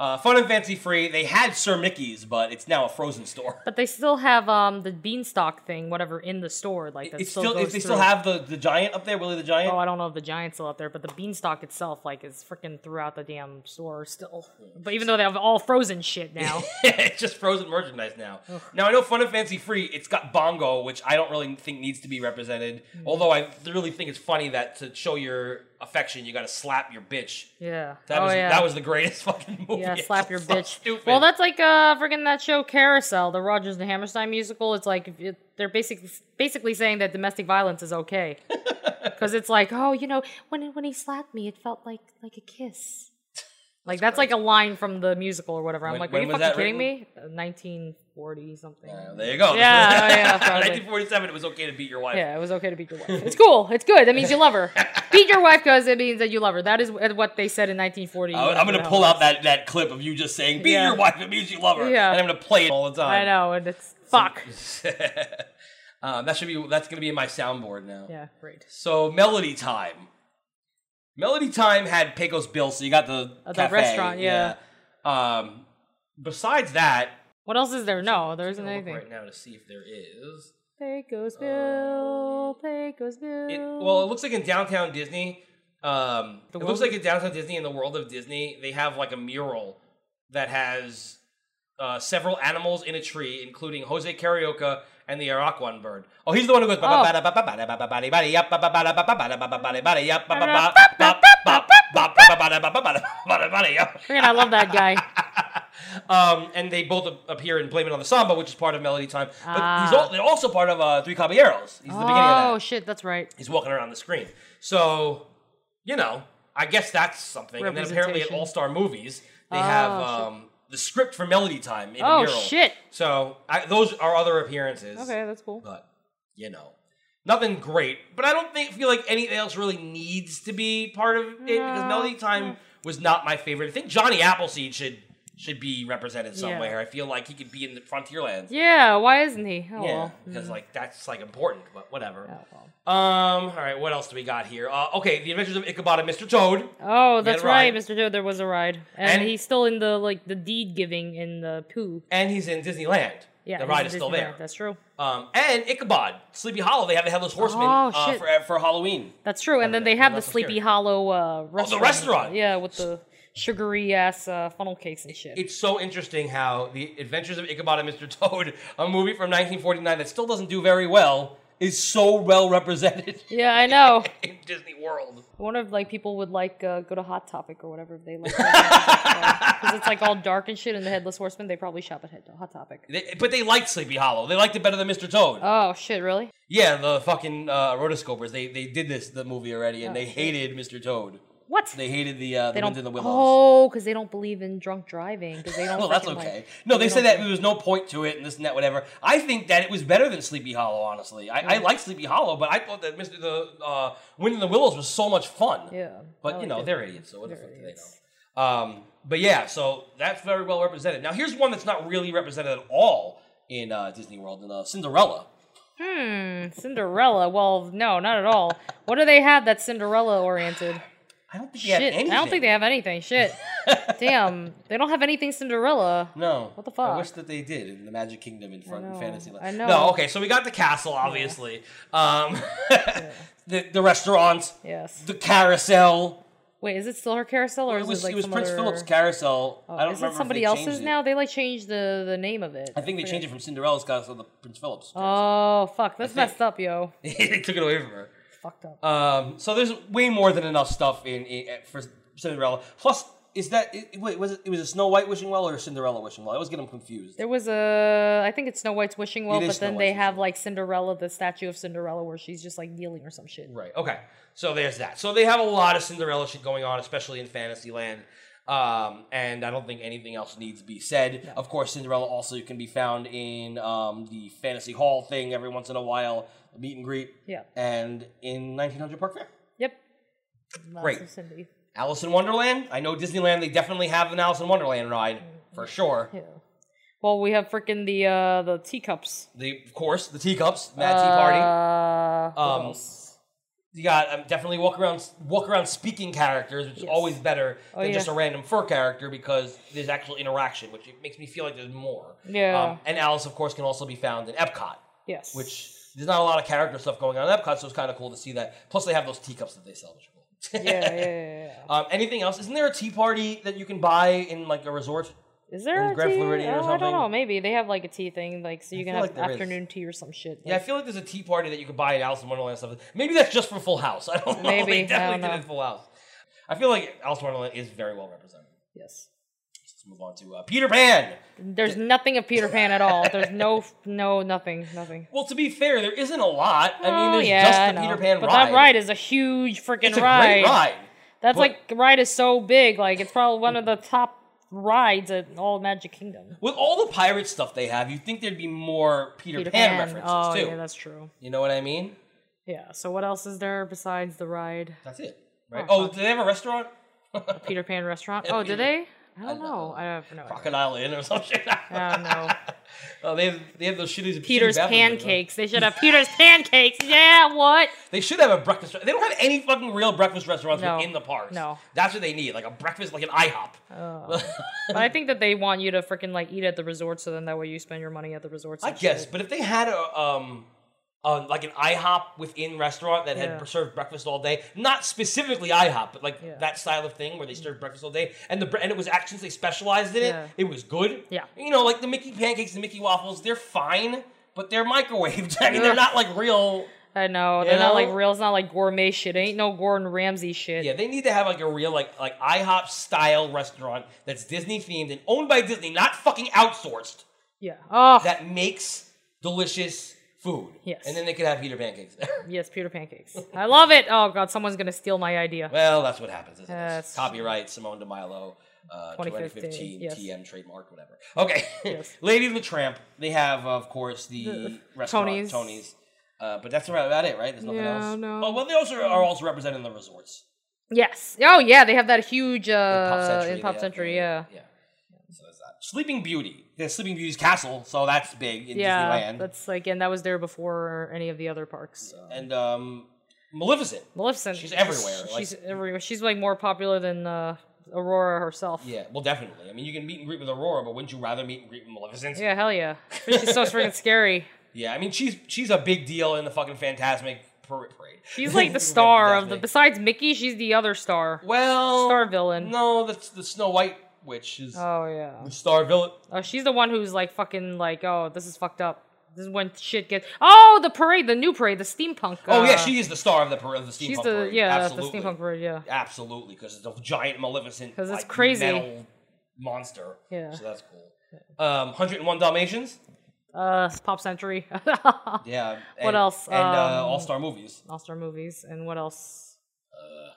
[SPEAKER 1] Uh, fun and fancy free. They had Sir Mickey's, but it's now a frozen store.
[SPEAKER 2] But they still have um the beanstalk thing, whatever, in the store. Like that
[SPEAKER 1] It's
[SPEAKER 2] still,
[SPEAKER 1] still,
[SPEAKER 2] goes
[SPEAKER 1] if they still
[SPEAKER 2] through.
[SPEAKER 1] have the, the giant up there, Willie the Giant.
[SPEAKER 2] Oh, I don't know if the giant's still out there, but the beanstalk itself, like, is freaking throughout the damn store still. But even though they have all frozen shit now,
[SPEAKER 1] it's just frozen merchandise now. Now I know Fun and Fancy Free. It's got Bongo, which I don't really think needs to be represented.
[SPEAKER 2] Mm.
[SPEAKER 1] Although I really think it's funny that to show your affection, you got to slap your bitch.
[SPEAKER 2] yeah.
[SPEAKER 1] That
[SPEAKER 2] oh,
[SPEAKER 1] was
[SPEAKER 2] yeah.
[SPEAKER 1] that was the greatest fucking movie.
[SPEAKER 2] Yeah,
[SPEAKER 1] It's
[SPEAKER 2] slap your
[SPEAKER 1] so
[SPEAKER 2] bitch.
[SPEAKER 1] Stupid.
[SPEAKER 2] Well, that's like uh freaking that show Carousel, the Rogers and Hammerstein musical. It's like it, they're basically basically saying that domestic violence is okay because it's like, oh, you know, when when he slapped me, it felt like like a kiss. Like that's, like a line from the musical or whatever. I'm
[SPEAKER 1] When-
[SPEAKER 2] like,
[SPEAKER 1] when
[SPEAKER 2] are you
[SPEAKER 1] was that
[SPEAKER 2] fucking kidding
[SPEAKER 1] written? Uh,
[SPEAKER 2] me? Uh, 1940 something.
[SPEAKER 1] there you go.
[SPEAKER 2] Yeah, oh, yeah, probably.
[SPEAKER 1] 1947. It was okay to beat your wife.
[SPEAKER 2] Yeah, it was okay to beat your wife. It's cool. It's good. That means you love her. Beat your wife because it means that you love her. That is wh- what they said in 1940.
[SPEAKER 1] I, am
[SPEAKER 2] whatever
[SPEAKER 1] gonna
[SPEAKER 2] the
[SPEAKER 1] pull
[SPEAKER 2] hell.
[SPEAKER 1] out that, that clip of you just saying "beat
[SPEAKER 2] Yeah.
[SPEAKER 1] your wife." It means you love her,
[SPEAKER 2] Yeah.
[SPEAKER 1] and I'm gonna play it all the
[SPEAKER 2] I
[SPEAKER 1] time.
[SPEAKER 2] know, and it's fuck.
[SPEAKER 1] um, that should be that's gonna be in my soundboard now.
[SPEAKER 2] Yeah, great.
[SPEAKER 1] So melody time. Melody time had Pecos Bill, so you got the
[SPEAKER 2] Uh, the
[SPEAKER 1] cafe,
[SPEAKER 2] restaurant, yeah.
[SPEAKER 1] yeah. Um, besides that,
[SPEAKER 2] What else is there? No, there isn't
[SPEAKER 1] I'm gonna look
[SPEAKER 2] anything.
[SPEAKER 1] right now to see if there is.
[SPEAKER 2] Pecos Bill, Pecos Bill.
[SPEAKER 1] Um, It, well, it looks like in downtown Disney, um, it looks
[SPEAKER 2] world-
[SPEAKER 1] like in downtown Disney in the world of Disney, they have like a mural that has uh, several animals in a tree, including Jose Carioca and the Araquan bird. Oh, he's the one who goes.
[SPEAKER 2] Oh. Man, I love that guy.
[SPEAKER 1] Um, and they both a- appear in Blame It on the Samba, which is part of Melody Time. But he's
[SPEAKER 2] Ah.
[SPEAKER 1] al- they're also part of uh, Three Caballeros. He's the beginning of that
[SPEAKER 2] oh shit, that's right.
[SPEAKER 1] he's walking around the screen. So, you know, I guess that's something. And then apparently at
[SPEAKER 2] Representation.
[SPEAKER 1] All Star Movies, they
[SPEAKER 2] Oh,
[SPEAKER 1] have
[SPEAKER 2] shit.
[SPEAKER 1] um, the script for Melody Time in a
[SPEAKER 2] Oh,
[SPEAKER 1] mural.
[SPEAKER 2] shit.
[SPEAKER 1] So I, those are other appearances.
[SPEAKER 2] Okay, that's cool.
[SPEAKER 1] But you know, nothing great. But I don't think feel like anything else really needs to be part of it because
[SPEAKER 2] No,
[SPEAKER 1] Melody Time was not my favorite. I think Johnny Appleseed should should be represented
[SPEAKER 2] Yeah.
[SPEAKER 1] somewhere. I feel like he could be in the Frontierlands.
[SPEAKER 2] Yeah, why isn't he? Oh,
[SPEAKER 1] Yeah,
[SPEAKER 2] well.
[SPEAKER 1] because
[SPEAKER 2] Mm.
[SPEAKER 1] like that's like important, but whatever. Um, all right, what else do we got here? Uh, okay, The Adventures of Ichabod and Mr. Toad.
[SPEAKER 2] Oh,
[SPEAKER 1] We had
[SPEAKER 2] that's
[SPEAKER 1] a
[SPEAKER 2] right,
[SPEAKER 1] ride.
[SPEAKER 2] Mr. Joe. There was a ride, and,
[SPEAKER 1] And-
[SPEAKER 2] he's still in the like the deed giving in the poo.
[SPEAKER 1] And he's in Disneyland.
[SPEAKER 2] Yeah,
[SPEAKER 1] the
[SPEAKER 2] he's
[SPEAKER 1] ride
[SPEAKER 2] in
[SPEAKER 1] is still
[SPEAKER 2] Disneyland,
[SPEAKER 1] there.
[SPEAKER 2] That's true.
[SPEAKER 1] Um, and Ichabod, Sleepy Hollow. They have the Headless Horseman
[SPEAKER 2] Oh,
[SPEAKER 1] uh,
[SPEAKER 2] shit.
[SPEAKER 1] for for Halloween.
[SPEAKER 2] That's true. And then they have the
[SPEAKER 1] that's what's
[SPEAKER 2] Sleepy
[SPEAKER 1] here.
[SPEAKER 2] Hollow uh, restaurant.
[SPEAKER 1] Oh, restaurant!
[SPEAKER 2] Yeah, with the sugary ass uh, funnel cakes and shit.
[SPEAKER 1] It's so interesting how The Adventures of Ichabod and Mr. Toad, a movie from 1949 that still doesn't do very well, is so well represented
[SPEAKER 2] yeah, I know.
[SPEAKER 1] in Disney World.
[SPEAKER 2] I wonder if like people would like uh, go to Hot Topic or whatever if they like because it's like all dark and shit. And the Headless Horseman, they probably shop at Head- Hot Topic.
[SPEAKER 1] They, but they liked Sleepy Hollow. They liked it better than Mr. Toad.
[SPEAKER 2] Oh shit, really?
[SPEAKER 1] Yeah, the fucking uh, rotoscopers. They they did this the movie already, and
[SPEAKER 2] Oh,
[SPEAKER 1] they
[SPEAKER 2] shit.
[SPEAKER 1] hated Mr. Toad.
[SPEAKER 2] What?
[SPEAKER 1] They hated the uh,
[SPEAKER 2] They
[SPEAKER 1] the
[SPEAKER 2] don't.
[SPEAKER 1] Wind in the Willows.
[SPEAKER 2] Oh, because they don't believe in drunk driving because they don't.
[SPEAKER 1] well, Oh, that's
[SPEAKER 2] freaking,
[SPEAKER 1] okay.
[SPEAKER 2] Like,
[SPEAKER 1] no, they, said that there was no point to it, and this and that, whatever. I think that it was better than Sleepy Hollow. Honestly, I, I
[SPEAKER 2] Mm.
[SPEAKER 1] like Sleepy Hollow, but I thought that Mr. The uh, Wind in the Willows was so much fun.
[SPEAKER 2] yeah.
[SPEAKER 1] But
[SPEAKER 2] I
[SPEAKER 1] you
[SPEAKER 2] like
[SPEAKER 1] know,
[SPEAKER 2] it.
[SPEAKER 1] they're idiots, so what the fuck do they know? Um, but yeah, so that's very well represented. Now here's one that's not really represented at all in uh, Disney World, in uh, Cinderella.
[SPEAKER 2] Hmm. Cinderella. Well, no, not at all. What do they have that's Cinderella oriented?
[SPEAKER 1] I don't think
[SPEAKER 2] shit. I don't think they have anything. Shit. Damn. They don't have anything Cinderella.
[SPEAKER 1] No.
[SPEAKER 2] What the
[SPEAKER 1] I
[SPEAKER 2] fuck?
[SPEAKER 1] wish that they did in the Magic Kingdom in front
[SPEAKER 2] know,
[SPEAKER 1] in Fantasyland.
[SPEAKER 2] I know.
[SPEAKER 1] No, okay, so we got the castle, obviously. Um, the, the restaurant.
[SPEAKER 2] Yes.
[SPEAKER 1] The carousel.
[SPEAKER 2] Wait, is it still her carousel or
[SPEAKER 1] It
[SPEAKER 2] is
[SPEAKER 1] was,
[SPEAKER 2] it like
[SPEAKER 1] it was
[SPEAKER 2] some
[SPEAKER 1] Prince
[SPEAKER 2] other- Oh,
[SPEAKER 1] Philip's carousel. I don't
[SPEAKER 2] is
[SPEAKER 1] remember
[SPEAKER 2] it
[SPEAKER 1] if
[SPEAKER 2] somebody
[SPEAKER 1] they
[SPEAKER 2] else's
[SPEAKER 1] changed it.
[SPEAKER 2] now? They like changed the the name of it.
[SPEAKER 1] I think they changed it from Cinderella's castle to Prince Philip's.
[SPEAKER 2] Oh fuck, that's messed up, yo.
[SPEAKER 1] they took it away from her.
[SPEAKER 2] Fucked up.
[SPEAKER 1] Um, so there's way more than enough stuff in, in for Cinderella. Plus, is that it, wait was it, it was a Snow White wishing well or a Cinderella wishing well? I always get them confused.
[SPEAKER 2] There was a, I think it's Snow White's wishing well,
[SPEAKER 1] It is
[SPEAKER 2] but
[SPEAKER 1] Snow
[SPEAKER 2] then
[SPEAKER 1] White's
[SPEAKER 2] they
[SPEAKER 1] wishing
[SPEAKER 2] have like Cinderella, the statue of Cinderella, where she's just like kneeling or some shit.
[SPEAKER 1] Right. Okay. So there's that. So they have a lot of Cinderella shit going on, especially in Fantasyland. Um, and I don't think anything else needs to be said. Of course, Cinderella also can be found in um, the Fantasy Hall thing every once in a while, meet and greet,
[SPEAKER 2] Yeah.
[SPEAKER 1] and in 1900 Park Fair.
[SPEAKER 2] Yep. Lots
[SPEAKER 1] Great.
[SPEAKER 2] of Cindy.
[SPEAKER 1] Alice in Wonderland. I know Disneyland, they definitely have an Alice in Wonderland ride for sure.
[SPEAKER 2] Mm-hmm. Yeah. Well, we have freaking the uh the teacups.
[SPEAKER 1] The, of course, the teacups, Mad Tea Party.
[SPEAKER 2] Uh, what
[SPEAKER 1] Um,
[SPEAKER 2] else?
[SPEAKER 1] You got um, definitely walk around walk around speaking characters, which is always better
[SPEAKER 2] Oh,
[SPEAKER 1] than
[SPEAKER 2] yeah.
[SPEAKER 1] just a random fur character because there's actual interaction, which it makes me feel like there's more.
[SPEAKER 2] Yeah.
[SPEAKER 1] Um, and Alice, of course, can also be found in Epcot.
[SPEAKER 2] Yes.
[SPEAKER 1] Which there's not a lot of character stuff going on in Epcot, so it's kind of cool to see that. Plus, they have those teacups that they sell. Which
[SPEAKER 2] yeah, yeah, yeah, yeah.
[SPEAKER 1] Um, anything else? Isn't there a tea party that you can buy in like a resort?
[SPEAKER 2] Is there
[SPEAKER 1] in
[SPEAKER 2] a
[SPEAKER 1] Grand
[SPEAKER 2] tea?
[SPEAKER 1] Floridian
[SPEAKER 2] oh,
[SPEAKER 1] or something?
[SPEAKER 2] I don't know. Maybe they have like a tea thing, like so you can
[SPEAKER 1] feel
[SPEAKER 2] have
[SPEAKER 1] like there is.
[SPEAKER 2] afternoon tea or some shit.
[SPEAKER 1] Yeah, I
[SPEAKER 2] like-
[SPEAKER 1] feel like there's a tea party that you could buy at Alice in Wonderland and stuff. Maybe that's just for Full House. I don't know.
[SPEAKER 2] Maybe, I
[SPEAKER 1] they definitely
[SPEAKER 2] don't know.
[SPEAKER 1] did it in Full House. I feel like Alice in Wonderland is very well represented.
[SPEAKER 2] Yes.
[SPEAKER 1] Let's move on to uh, Peter Pan.
[SPEAKER 2] There's nothing of Peter Pan at all. There's no, no, nothing, nothing.
[SPEAKER 1] Well, to be fair, there isn't a lot. I mean,
[SPEAKER 2] Oh,
[SPEAKER 1] there's
[SPEAKER 2] yeah,
[SPEAKER 1] just
[SPEAKER 2] I
[SPEAKER 1] the
[SPEAKER 2] know.
[SPEAKER 1] Peter Pan
[SPEAKER 2] but
[SPEAKER 1] ride.
[SPEAKER 2] that ride is a huge freaking
[SPEAKER 1] It's a
[SPEAKER 2] ride.
[SPEAKER 1] great ride.
[SPEAKER 2] That's
[SPEAKER 1] But-
[SPEAKER 2] like the ride is so big. Like it's probably one of the top rides at all Magic Kingdom.
[SPEAKER 1] With all the pirate stuff they have, you'd think there'd be more Peter,
[SPEAKER 2] Peter
[SPEAKER 1] Pan,
[SPEAKER 2] Pan.
[SPEAKER 1] references
[SPEAKER 2] Oh,
[SPEAKER 1] too.
[SPEAKER 2] yeah, that's true.
[SPEAKER 1] You know what I mean?
[SPEAKER 2] Yeah. So what else is there besides the ride?
[SPEAKER 1] That's it. Right. Oh, do they have a restaurant?
[SPEAKER 2] a Peter Pan restaurant.
[SPEAKER 1] Yeah,
[SPEAKER 2] Oh,
[SPEAKER 1] Peter-
[SPEAKER 2] do they? I don't know. I have no. idea.
[SPEAKER 1] Crocodile Inn or some shit.
[SPEAKER 2] I don't know.
[SPEAKER 1] Oh, they have they have those shitty shitty
[SPEAKER 2] Peter's
[SPEAKER 1] bathrooms in them.
[SPEAKER 2] pancakes. They should have Peter's pancakes. Yeah. What?
[SPEAKER 1] They should have a breakfast. They don't have any fucking real breakfast restaurants
[SPEAKER 2] No.
[SPEAKER 1] within the parks.
[SPEAKER 2] No.
[SPEAKER 1] that's what they need, like a breakfast, like an IHOP.
[SPEAKER 2] Oh. but I think that they want you to freaking like eat at the resort, so then that way you spend your money at the resorts.
[SPEAKER 1] I
[SPEAKER 2] and
[SPEAKER 1] guess,
[SPEAKER 2] shit.
[SPEAKER 1] but if they had a um, a, like an IHOP within restaurant that had
[SPEAKER 2] Yeah.
[SPEAKER 1] served breakfast all day, not specifically IHOP, but like that style of thing where they served breakfast all day, and the bre- and it was actually they specialized in it.
[SPEAKER 2] Yeah.
[SPEAKER 1] It was good.
[SPEAKER 2] Yeah.
[SPEAKER 1] you know, like the Mickey pancakes, the Mickey waffles, they're fine, but they're microwaved. I mean, they're not like real.
[SPEAKER 2] I know
[SPEAKER 1] You
[SPEAKER 2] they're not
[SPEAKER 1] know?
[SPEAKER 2] like real. It's not like gourmet shit. It ain't no Gordon Ramsay shit.
[SPEAKER 1] Yeah, they need to have like a real like like IHOP style restaurant that's Disney themed and owned by Disney, not fucking outsourced.
[SPEAKER 2] Yeah. Oh.
[SPEAKER 1] That makes delicious food.
[SPEAKER 2] Yes.
[SPEAKER 1] And then they could have Peter pancakes.
[SPEAKER 2] Yes, Peter pancakes. I love it. Oh god, someone's gonna steal my idea.
[SPEAKER 1] well, that's what happens. Isn't
[SPEAKER 2] That's-
[SPEAKER 1] it? Copyright Simone de Milo, uh,
[SPEAKER 2] 2015,
[SPEAKER 1] 2015,
[SPEAKER 2] yes.
[SPEAKER 1] TM trademark, whatever. Okay. Lady and the Tramp. They have, of course, the,
[SPEAKER 2] The-
[SPEAKER 1] restaurant Tony's.
[SPEAKER 2] Tony's.
[SPEAKER 1] Uh, but that's about it, right? There's nothing
[SPEAKER 2] Yeah,
[SPEAKER 1] else.
[SPEAKER 2] no.
[SPEAKER 1] Oh well, they also are also representing the resorts.
[SPEAKER 2] Yes. Oh yeah, they have that huge uh
[SPEAKER 1] Century,
[SPEAKER 2] in Pop
[SPEAKER 1] they have
[SPEAKER 2] Century. Yeah.
[SPEAKER 1] Yeah. So there's that. Sleeping Beauty. There's Sleeping Beauty's castle, so that's big in
[SPEAKER 2] Yeah.
[SPEAKER 1] Disneyland.
[SPEAKER 2] That's like, and that was there before any of the other parks.
[SPEAKER 1] And um, Maleficent.
[SPEAKER 2] Maleficent.
[SPEAKER 1] She's everywhere. like-
[SPEAKER 2] She's everywhere. She's like more popular than uh, Aurora herself.
[SPEAKER 1] yeah, well, definitely. I mean, you can meet and greet with Aurora, but wouldn't you rather meet and greet with Maleficent?
[SPEAKER 2] Yeah, hell yeah. She's so freaking scary.
[SPEAKER 1] Yeah, I mean, she's she's a big deal in the fucking Fantasmic par- Parade.
[SPEAKER 2] She's like the star of the. Besides Mickey, she's the other star.
[SPEAKER 1] Well,
[SPEAKER 2] star villain.
[SPEAKER 1] No, that's the Snow White witch is
[SPEAKER 2] Oh yeah.
[SPEAKER 1] the star villain.
[SPEAKER 2] Oh, she's the one who's like fucking like, oh, this is fucked up. This is when shit gets. Oh, the parade, the new parade, the steampunk.
[SPEAKER 1] oh yeah,
[SPEAKER 2] uh,
[SPEAKER 1] she is the star of the par- of the steampunk
[SPEAKER 2] She's the
[SPEAKER 1] parade.
[SPEAKER 2] yeah,
[SPEAKER 1] Absolutely.
[SPEAKER 2] the steampunk parade. Yeah.
[SPEAKER 1] Absolutely, because it's a giant Maleficent.
[SPEAKER 2] 'Cause it's
[SPEAKER 1] like,
[SPEAKER 2] crazy.
[SPEAKER 1] metal monster.
[SPEAKER 2] Yeah.
[SPEAKER 1] So that's cool. Um, 101 Dalmatians.
[SPEAKER 2] Uh, Pop Century.
[SPEAKER 1] Yeah.
[SPEAKER 2] What
[SPEAKER 1] and-
[SPEAKER 2] else?
[SPEAKER 1] And uh,
[SPEAKER 2] Um,
[SPEAKER 1] All Star movies.
[SPEAKER 2] All Star movies and what else?
[SPEAKER 1] Uh,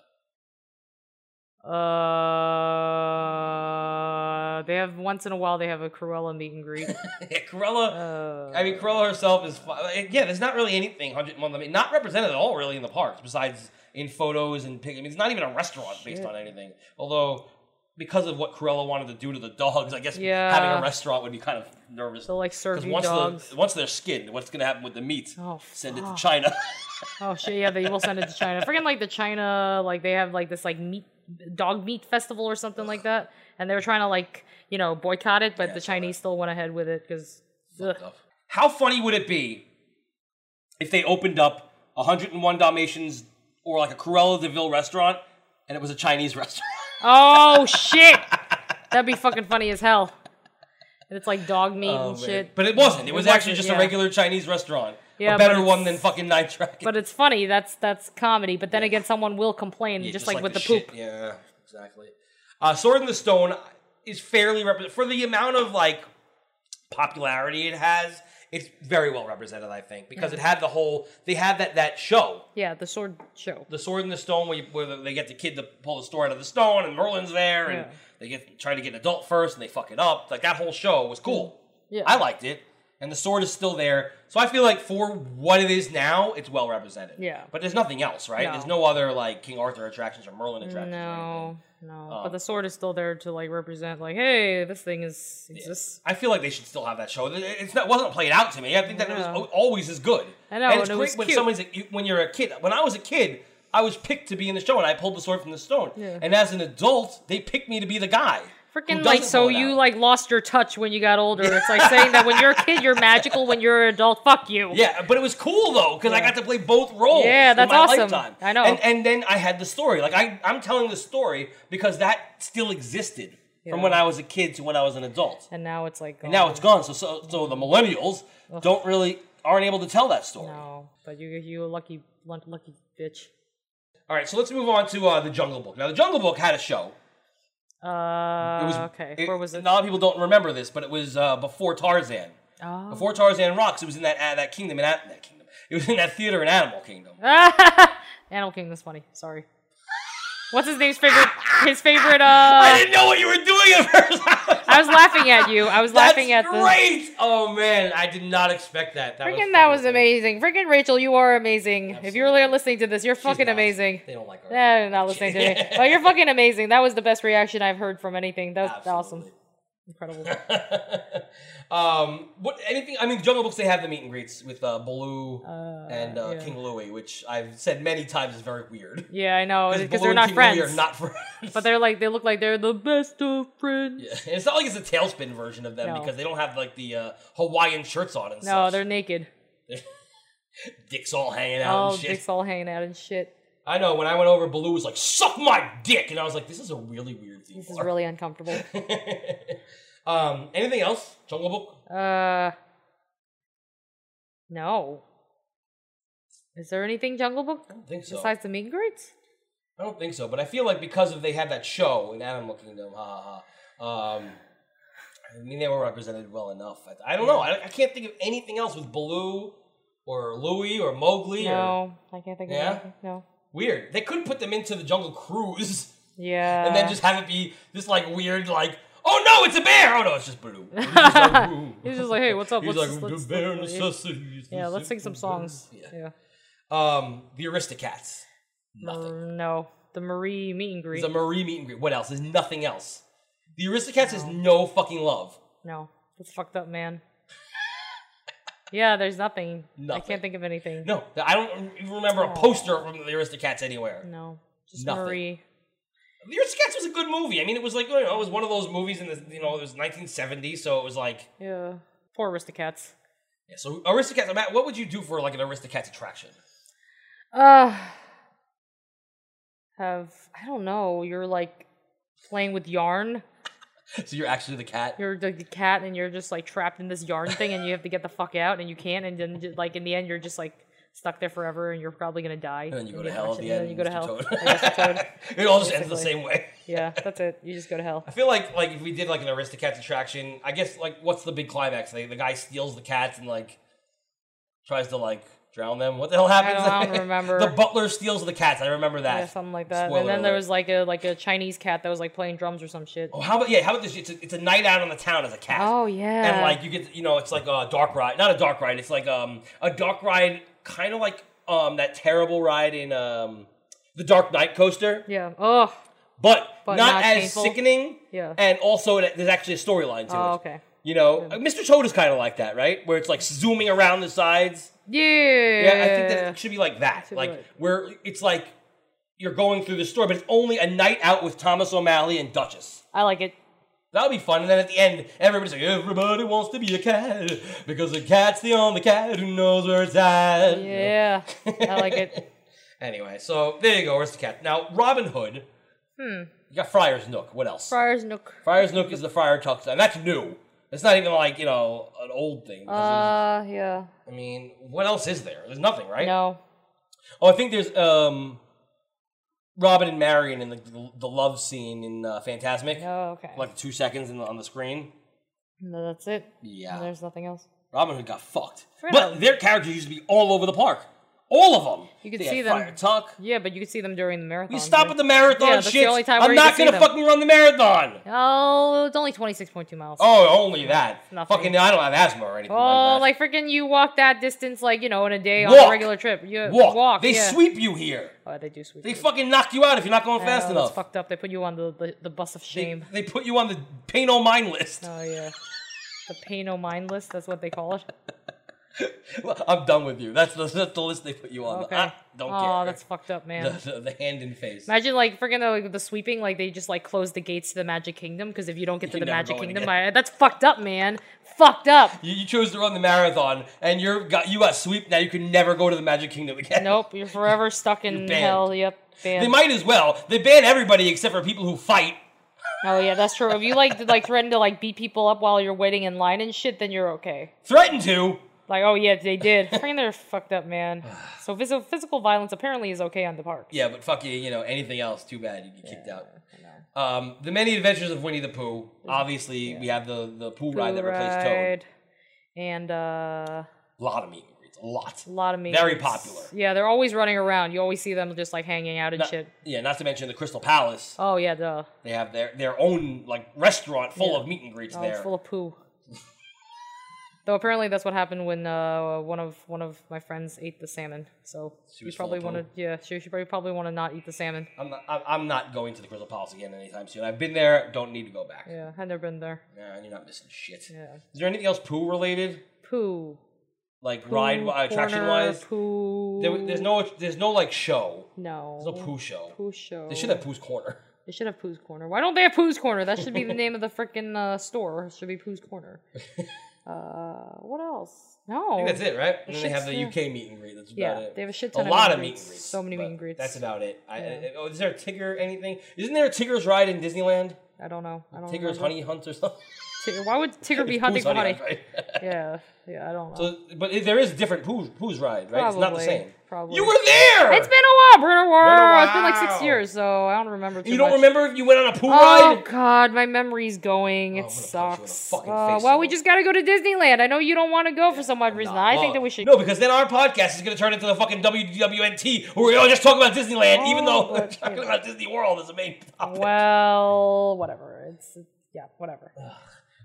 [SPEAKER 2] Uh, they have once in a while they have a Cruella meet and greet. Uh,
[SPEAKER 1] yeah, Cruella. I mean, Cruella herself is. fi- like, Yeah, there's not really anything 101 Dalmatians. Not represented at all, really, in the parks, besides in photos and pic. I mean, it's not even a restaurant based
[SPEAKER 2] Shit.
[SPEAKER 1] on anything. Although, because of what Cruella wanted to do to the dogs, I guess
[SPEAKER 2] Yeah.
[SPEAKER 1] having a restaurant would be kind of nervous.
[SPEAKER 2] They'll like serve
[SPEAKER 1] Because
[SPEAKER 2] you
[SPEAKER 1] once,
[SPEAKER 2] dogs.
[SPEAKER 1] the, once they're skinned, what's going to happen with the meat?
[SPEAKER 2] Oh,
[SPEAKER 1] Send it to
[SPEAKER 2] fuck.
[SPEAKER 1] China.
[SPEAKER 2] Oh shit! Yeah, they will send it to China. Freaking like the China, like they have like this like meat dog meat festival or something like that, and they were trying to like you know boycott it, but the Chinese still went ahead with it because
[SPEAKER 1] How funny would it be if they opened up 101 Dalmatians or like a Cruella de Vil restaurant and it was a Chinese restaurant?
[SPEAKER 2] oh shit, that'd be fucking funny as hell. And it's like dog meat
[SPEAKER 1] Oh,
[SPEAKER 2] and
[SPEAKER 1] man.
[SPEAKER 2] shit.
[SPEAKER 1] But it wasn't. It was actually just a
[SPEAKER 2] yeah.
[SPEAKER 1] regular Chinese restaurant.
[SPEAKER 2] Yeah,
[SPEAKER 1] a
[SPEAKER 2] but
[SPEAKER 1] better
[SPEAKER 2] it's-
[SPEAKER 1] one than fucking Nine Track.
[SPEAKER 2] But it's funny. That's that's comedy. But then again, someone will complain,
[SPEAKER 1] Yeah,
[SPEAKER 2] just, like, with the,
[SPEAKER 1] shit.
[SPEAKER 2] poop.
[SPEAKER 1] Yeah, exactly. Uh, Sword in the Stone is fairly represented for the amount of like popularity it has. It's very well represented, I think, because it had the whole. They had that that show
[SPEAKER 2] Yeah, the sword show.
[SPEAKER 1] the sword in the stone where, you, where they get the kid to pull the sword out of the stone and Merlin's there and
[SPEAKER 2] Yeah.
[SPEAKER 1] they get try to get an adult first and they fuck it up. Like that whole show was cool.
[SPEAKER 2] Yeah.
[SPEAKER 1] I liked it. And the sword is still there. So I feel like for what it is now, it's well represented.
[SPEAKER 2] Yeah.
[SPEAKER 1] But there's nothing else, right?
[SPEAKER 2] No.
[SPEAKER 1] There's no other like King Arthur attractions or Merlin attractions.
[SPEAKER 2] No, no.
[SPEAKER 1] Um,
[SPEAKER 2] but the sword is still there to like represent, like, hey, this thing is exists.
[SPEAKER 1] I feel like they should still have that show. It- It's not, it wasn't played out to me. I think that it was
[SPEAKER 2] Yeah.
[SPEAKER 1] al- always as good.
[SPEAKER 2] I know,
[SPEAKER 1] and it's
[SPEAKER 2] and it
[SPEAKER 1] great
[SPEAKER 2] was
[SPEAKER 1] when
[SPEAKER 2] cute.
[SPEAKER 1] somebody's a, you- when you're a kid. When I was a kid, I was picked to be in the show, and I pulled the sword from the stone.
[SPEAKER 2] Yeah.
[SPEAKER 1] And as an adult, they picked me to be the guy.
[SPEAKER 2] Freaking
[SPEAKER 1] Who
[SPEAKER 2] like
[SPEAKER 1] doesn't
[SPEAKER 2] so
[SPEAKER 1] pull it
[SPEAKER 2] you like lost your touch when you got older. It's like saying that when you're a kid you're magical, when you're an adult, fuck you.
[SPEAKER 1] Yeah, but it was cool though because I got to play both roles.
[SPEAKER 2] Yeah,
[SPEAKER 1] in
[SPEAKER 2] that's
[SPEAKER 1] my
[SPEAKER 2] awesome.
[SPEAKER 1] Lifetime.
[SPEAKER 2] I know.
[SPEAKER 1] And, and then I had the story. Like I, I'm telling the story because that still existed from
[SPEAKER 2] Yeah.
[SPEAKER 1] when I was a kid to when I was an adult.
[SPEAKER 2] And now it's like
[SPEAKER 1] And now
[SPEAKER 2] gone.
[SPEAKER 1] it's gone. So, so, so the millennials don't really aren't able to tell that story.
[SPEAKER 2] No, but you you a lucky luck- lucky bitch.
[SPEAKER 1] All right, so let's move on to uh, the Jungle Book. Now, the Jungle Book had a show.
[SPEAKER 2] Uh,
[SPEAKER 1] It was
[SPEAKER 2] okay.
[SPEAKER 1] Where was it? A lot of people don't remember this, but it was uh, before Tarzan.
[SPEAKER 2] Oh.
[SPEAKER 1] Before Tarzan rocks, it was in that uh, that kingdom in An- that kingdom. It was in that theater in Animal Kingdom.
[SPEAKER 2] Ah. Animal Kingdom's funny. Sorry. What's his name's favorite? His favorite. Uh,
[SPEAKER 1] I didn't know what you were doing at first.
[SPEAKER 2] I was laughing at you. I was laughing at the.
[SPEAKER 1] Great! Oh man, I did not expect that. That was
[SPEAKER 2] Freaking that was amazing. Freaking Rachel, you are amazing. If you're there listening to this, you're fucking amazing.
[SPEAKER 1] They don't like her.
[SPEAKER 2] Yeah, they're Eh, not listening to me. But you're fucking amazing. That was the best reaction I've heard from anything. That was awesome. Incredible.
[SPEAKER 1] Um, what anything? I mean, Jungle Books they have the meet and greets with uh, Baloo and uh,
[SPEAKER 2] yeah.
[SPEAKER 1] King Louie, which I've said many times is very weird.
[SPEAKER 2] Yeah, I know.
[SPEAKER 1] 'Cause
[SPEAKER 2] Because
[SPEAKER 1] Baloo
[SPEAKER 2] they're
[SPEAKER 1] and
[SPEAKER 2] not
[SPEAKER 1] King Louie
[SPEAKER 2] friends.
[SPEAKER 1] are not friends.
[SPEAKER 2] But they're like, they look like they're the best of friends.
[SPEAKER 1] And it's not like it's a tailspin version of them
[SPEAKER 2] No.
[SPEAKER 1] because they don't have like the uh, Hawaiian shirts on and
[SPEAKER 2] No,
[SPEAKER 1] stuff.
[SPEAKER 2] they're naked.
[SPEAKER 1] dicks all hanging out
[SPEAKER 2] Oh,
[SPEAKER 1] and shit.
[SPEAKER 2] dicks all hanging out and shit.
[SPEAKER 1] I know. When I went over, Baloo was like, "Suck my dick," and I was like, "This is a really weird thing."
[SPEAKER 2] This is
[SPEAKER 1] for her."
[SPEAKER 2] really uncomfortable.
[SPEAKER 1] Um, anything else? Jungle Book.
[SPEAKER 2] Uh, no. Is there anything Jungle Book? I don't
[SPEAKER 1] think so.
[SPEAKER 2] Besides the meet and greets?
[SPEAKER 1] I don't think so, but I feel like because of they had that show in Animal Kingdom, ha ha. Um, I mean, they were represented well enough. I, I don't know. I, I can't think of anything else with Baloo or Louie or Mowgli. Or,
[SPEAKER 2] No, I can't think of
[SPEAKER 1] Yeah?
[SPEAKER 2] anything. No.
[SPEAKER 1] weird. They could put them into the Jungle Cruise
[SPEAKER 2] Yeah.
[SPEAKER 1] and then just have it be this like weird like. Oh no, it's a bear! Oh no, it's just Baloo. He's
[SPEAKER 2] He's just like, hey, what's up?
[SPEAKER 1] He's
[SPEAKER 2] Let's-
[SPEAKER 1] like,
[SPEAKER 2] let's-
[SPEAKER 1] the bear
[SPEAKER 2] let's-
[SPEAKER 1] necessities.
[SPEAKER 2] Yeah, let's sing some songs. Yeah.
[SPEAKER 1] Um, the Aristocats.
[SPEAKER 2] Nothing. Mm, No. The Marie meet and greet.
[SPEAKER 1] It's a Marie meet and greet. What else? There's nothing else. The Aristocats is no fucking love.
[SPEAKER 2] No. That's fucked up, man. yeah, there's nothing. I
[SPEAKER 1] Nothing.
[SPEAKER 2] can't think of anything.
[SPEAKER 1] No, I don't even remember a
[SPEAKER 2] Aw.
[SPEAKER 1] poster from the Aristocats anywhere.
[SPEAKER 2] No. Just
[SPEAKER 1] Nothing.
[SPEAKER 2] Marie.
[SPEAKER 1] The Aristocats was a good movie. I mean, it was like you know, it was one of those movies in the you know it was 1970, so it was like
[SPEAKER 2] Yeah. Poor Aristocats.
[SPEAKER 1] yeah, so Aristocats. Matt, what would you do for like an Aristocats attraction?
[SPEAKER 2] Uh, have I don't know. You're like playing with yarn.
[SPEAKER 1] So you're actually the cat.
[SPEAKER 2] You're the, the cat, and you're just like trapped in this yarn thing, and you have to get the fuck out, and you can't, and then ju- like in the end, you're just like stuck there forever, and you're probably gonna die.
[SPEAKER 1] And then you go
[SPEAKER 2] in
[SPEAKER 1] to hell at
[SPEAKER 2] action,
[SPEAKER 1] the
[SPEAKER 2] and
[SPEAKER 1] end.
[SPEAKER 2] Then you go to hell.
[SPEAKER 1] Mr.
[SPEAKER 2] I guess you're Toad.
[SPEAKER 1] Toad. it all just ends the
[SPEAKER 2] Basically.
[SPEAKER 1] same way.
[SPEAKER 2] Yeah, that's it. You just go to hell.
[SPEAKER 1] I feel like like if we did like an Aristocats attraction, I guess like what's the big climax? They, the guy steals the cats and like tries to like drown them. What the hell
[SPEAKER 2] I
[SPEAKER 1] happens?
[SPEAKER 2] don't- I don't remember.
[SPEAKER 1] the butler steals the cats. I remember that.
[SPEAKER 2] Yeah, something like that.
[SPEAKER 1] Spoiler
[SPEAKER 2] and then there
[SPEAKER 1] alert.
[SPEAKER 2] was like a like a Chinese cat that was like playing drums or some shit.
[SPEAKER 1] Oh, how about yeah? How about this? It's a, it's a night out on the town as a cat.
[SPEAKER 2] Oh, yeah.
[SPEAKER 1] And like you get you know it's like a dark ride, not a dark ride. It's like um a dark ride, kind of like um that terrible ride in um the Dark Knight coaster,
[SPEAKER 2] Yeah. Oh.
[SPEAKER 1] but,
[SPEAKER 2] But
[SPEAKER 1] not,
[SPEAKER 2] not
[SPEAKER 1] as
[SPEAKER 2] painful.
[SPEAKER 1] sickening.
[SPEAKER 2] Yeah.
[SPEAKER 1] And also it- there's actually a storyline to
[SPEAKER 2] Oh,
[SPEAKER 1] it.
[SPEAKER 2] okay.
[SPEAKER 1] You know, uh, Mr. Toad is kind of like that, right? Where it's like zooming around the sides.
[SPEAKER 2] Yeah.
[SPEAKER 1] Yeah, I think that it should be like that.
[SPEAKER 2] should be
[SPEAKER 1] Like
[SPEAKER 2] like-
[SPEAKER 1] where it's like you're going through the store, but it's only a night out with Thomas O'Malley and Duchess.
[SPEAKER 2] I like it.
[SPEAKER 1] That'll be fun. And then at the end, everybody's like, everybody wants to be a cat because a cat's the only cat who knows where it's at. You know?
[SPEAKER 2] Yeah. I like it.
[SPEAKER 1] Anyway, so there you go. Where's the cat? Now, Robin Hood.
[SPEAKER 2] Hmm.
[SPEAKER 1] You got Friar's Nook. What else?
[SPEAKER 2] Friar's Nook.
[SPEAKER 1] Friar's Nook is the Friar Tuck. And that's new. It's not even like, you know, an old thing.
[SPEAKER 2] Uh, yeah.
[SPEAKER 1] I mean, what else is there? There's nothing, right?
[SPEAKER 2] No.
[SPEAKER 1] Oh, I think there's um, Robin and Marion in the, the, love scene in uh, Fantasmic.
[SPEAKER 2] Oh, okay.
[SPEAKER 1] Like two seconds in the, on the screen.
[SPEAKER 2] No, that's it.
[SPEAKER 1] Yeah.
[SPEAKER 2] There's nothing else.
[SPEAKER 1] Robin Hood got fucked.
[SPEAKER 2] Really?
[SPEAKER 1] But their characters used to be all over the park. All of them.
[SPEAKER 2] You could
[SPEAKER 1] They had
[SPEAKER 2] see them.
[SPEAKER 1] Friar Tuck.
[SPEAKER 2] Yeah, but you could see them during the marathon.
[SPEAKER 1] You stop
[SPEAKER 2] right?
[SPEAKER 1] at the marathon
[SPEAKER 2] Yeah, that's
[SPEAKER 1] shit.
[SPEAKER 2] the only time
[SPEAKER 1] I'm
[SPEAKER 2] where you
[SPEAKER 1] not
[SPEAKER 2] can
[SPEAKER 1] gonna
[SPEAKER 2] see them.
[SPEAKER 1] fucking run the marathon.
[SPEAKER 2] Oh, it's only twenty six point two miles.
[SPEAKER 1] Oh, only that.
[SPEAKER 2] Nothing.
[SPEAKER 1] Fucking, I don't have asthma or anything.
[SPEAKER 2] Oh,
[SPEAKER 1] like
[SPEAKER 2] like freaking you walk that distance like you know in a day on
[SPEAKER 1] Walk.
[SPEAKER 2] a regular trip. You
[SPEAKER 1] that. walk.
[SPEAKER 2] walk
[SPEAKER 1] They
[SPEAKER 2] yeah.
[SPEAKER 1] sweep you here.
[SPEAKER 2] Oh, they do sweep.
[SPEAKER 1] They fucking knock you out if you're not going
[SPEAKER 2] I
[SPEAKER 1] fast
[SPEAKER 2] know,
[SPEAKER 1] enough.
[SPEAKER 2] It's Uh, fucked up. They put you on the the, the bus of shame.
[SPEAKER 1] They put you on the pay no mind list.
[SPEAKER 2] Oh yeah, the pay no mind list. That's what they call it.
[SPEAKER 1] I'm done with you. That's the, that's the list they put you on.
[SPEAKER 2] Okay.
[SPEAKER 1] I don't
[SPEAKER 2] Aw,
[SPEAKER 1] care.
[SPEAKER 2] that's fucked up, man.
[SPEAKER 1] The, the, the hand in face.
[SPEAKER 2] Imagine like freaking the, like, the sweeping, like they just like close the gates to the Magic Kingdom because if you don't get to
[SPEAKER 1] You're
[SPEAKER 2] the
[SPEAKER 1] never
[SPEAKER 2] Magic
[SPEAKER 1] going
[SPEAKER 2] Kingdom,
[SPEAKER 1] again.
[SPEAKER 2] I, that's fucked up, man. Fucked up.
[SPEAKER 1] You, you chose to run the marathon, and you're got you got sweep. Now you can never go to the Magic Kingdom again.
[SPEAKER 2] Nope, you're forever stuck in
[SPEAKER 1] banned.
[SPEAKER 2] hell. Yep, banned.
[SPEAKER 1] They might as well. They ban everybody except for people who fight.
[SPEAKER 2] Oh yeah, that's true. If you like did, like threaten to like beat people up while you're waiting in line and shit, then you're okay.
[SPEAKER 1] Threaten to.
[SPEAKER 2] Like oh yeah, they did. Freaking they're fucked up, man. So phys- physical violence apparently is okay on the park.
[SPEAKER 1] Yeah, but fuck you. You know anything else? Too bad you get kicked out. Um, the many adventures of Winnie the Pooh. Obviously, we have the the poo ride that replaced Toad.
[SPEAKER 2] Ride. And uh,
[SPEAKER 1] A lot of meat and greets. A lot.
[SPEAKER 2] a lot of me.
[SPEAKER 1] Very popular.
[SPEAKER 2] Yeah, they're always running around. You always see them just like hanging out and
[SPEAKER 1] Not-
[SPEAKER 2] shit.
[SPEAKER 1] Yeah, not to mention the Crystal Palace.
[SPEAKER 2] Oh yeah, duh.
[SPEAKER 1] They have their their own like restaurant full of meet and greets
[SPEAKER 2] oh,
[SPEAKER 1] there.
[SPEAKER 2] it's full of poo. Though apparently that's what happened when uh, one of one of my friends ate the salmon. So
[SPEAKER 1] She
[SPEAKER 2] you
[SPEAKER 1] was full of
[SPEAKER 2] probably
[SPEAKER 1] poo?
[SPEAKER 2] want to yeah, she should probably probably want to not eat the salmon.
[SPEAKER 1] I'm not, I'm- I'm not going to the Crystal Palace again anytime soon. I've been there. Don't need to go back.
[SPEAKER 2] Yeah, I've never been there.
[SPEAKER 1] Nah, you're not missing shit.
[SPEAKER 2] Yeah.
[SPEAKER 1] Is there anything else poo related?
[SPEAKER 2] Poo.
[SPEAKER 1] Like ride
[SPEAKER 2] Poo
[SPEAKER 1] uh, attraction
[SPEAKER 2] corner,
[SPEAKER 1] wise?
[SPEAKER 2] Poo.
[SPEAKER 1] There, there's no there's no like show.
[SPEAKER 2] No.
[SPEAKER 1] There's no poo show.
[SPEAKER 2] Poo show.
[SPEAKER 1] They should have poo's corner.
[SPEAKER 2] They should have Pooh's Corner. Why don't they have Pooh's Corner? That should be the name of the freaking uh, store. It should be Pooh's Corner. Uh, what else? No.
[SPEAKER 1] I think that's it, right? And then they
[SPEAKER 2] Shit's-
[SPEAKER 1] have the
[SPEAKER 2] yeah.
[SPEAKER 1] UK meet and greet. That's about
[SPEAKER 2] Yeah,
[SPEAKER 1] it.
[SPEAKER 2] they have a shit
[SPEAKER 1] a
[SPEAKER 2] ton of
[SPEAKER 1] lot
[SPEAKER 2] meet
[SPEAKER 1] of
[SPEAKER 2] and
[SPEAKER 1] meet and
[SPEAKER 2] greets,
[SPEAKER 1] greets.
[SPEAKER 2] so many meet
[SPEAKER 1] but
[SPEAKER 2] and greets.
[SPEAKER 1] That's about it. I,
[SPEAKER 2] Yeah.
[SPEAKER 1] I- oh, is there a Tigger anything? Isn't there a Tigger's ride in Disneyland?
[SPEAKER 2] I don't know. I don't
[SPEAKER 1] Tigger's
[SPEAKER 2] remember.
[SPEAKER 1] honey hunt or something.
[SPEAKER 2] Tigger. Why would Tigger be
[SPEAKER 1] Pooh's
[SPEAKER 2] hunting for honey?
[SPEAKER 1] Hunt, right?
[SPEAKER 2] yeah, yeah, I don't know.
[SPEAKER 1] So, but it- there is different poo's, poo's ride, right? It's not the
[SPEAKER 2] Probably,
[SPEAKER 1] same.
[SPEAKER 2] Probably.
[SPEAKER 1] You were there.
[SPEAKER 2] It's been a while, Bruno. War. It's been like
[SPEAKER 1] wow.
[SPEAKER 2] six years, so I don't remember. Too
[SPEAKER 1] You don't
[SPEAKER 2] much.
[SPEAKER 1] remember if you went on a poo
[SPEAKER 2] Oh
[SPEAKER 1] ride?
[SPEAKER 2] god, my memory's going.
[SPEAKER 1] Oh,
[SPEAKER 2] It sucks. Uh,
[SPEAKER 1] face
[SPEAKER 2] well, we just gotta go to Disneyland. I know you don't want to go for some odd reason. I think
[SPEAKER 1] Well,
[SPEAKER 2] that we should.
[SPEAKER 1] No, because then our podcast is going to turn into the fucking WWNT, where we all just talk about Disneyland, even
[SPEAKER 2] Oh,
[SPEAKER 1] though we're talking about Disney World as a main.
[SPEAKER 2] Well, whatever. It's yeah, whatever.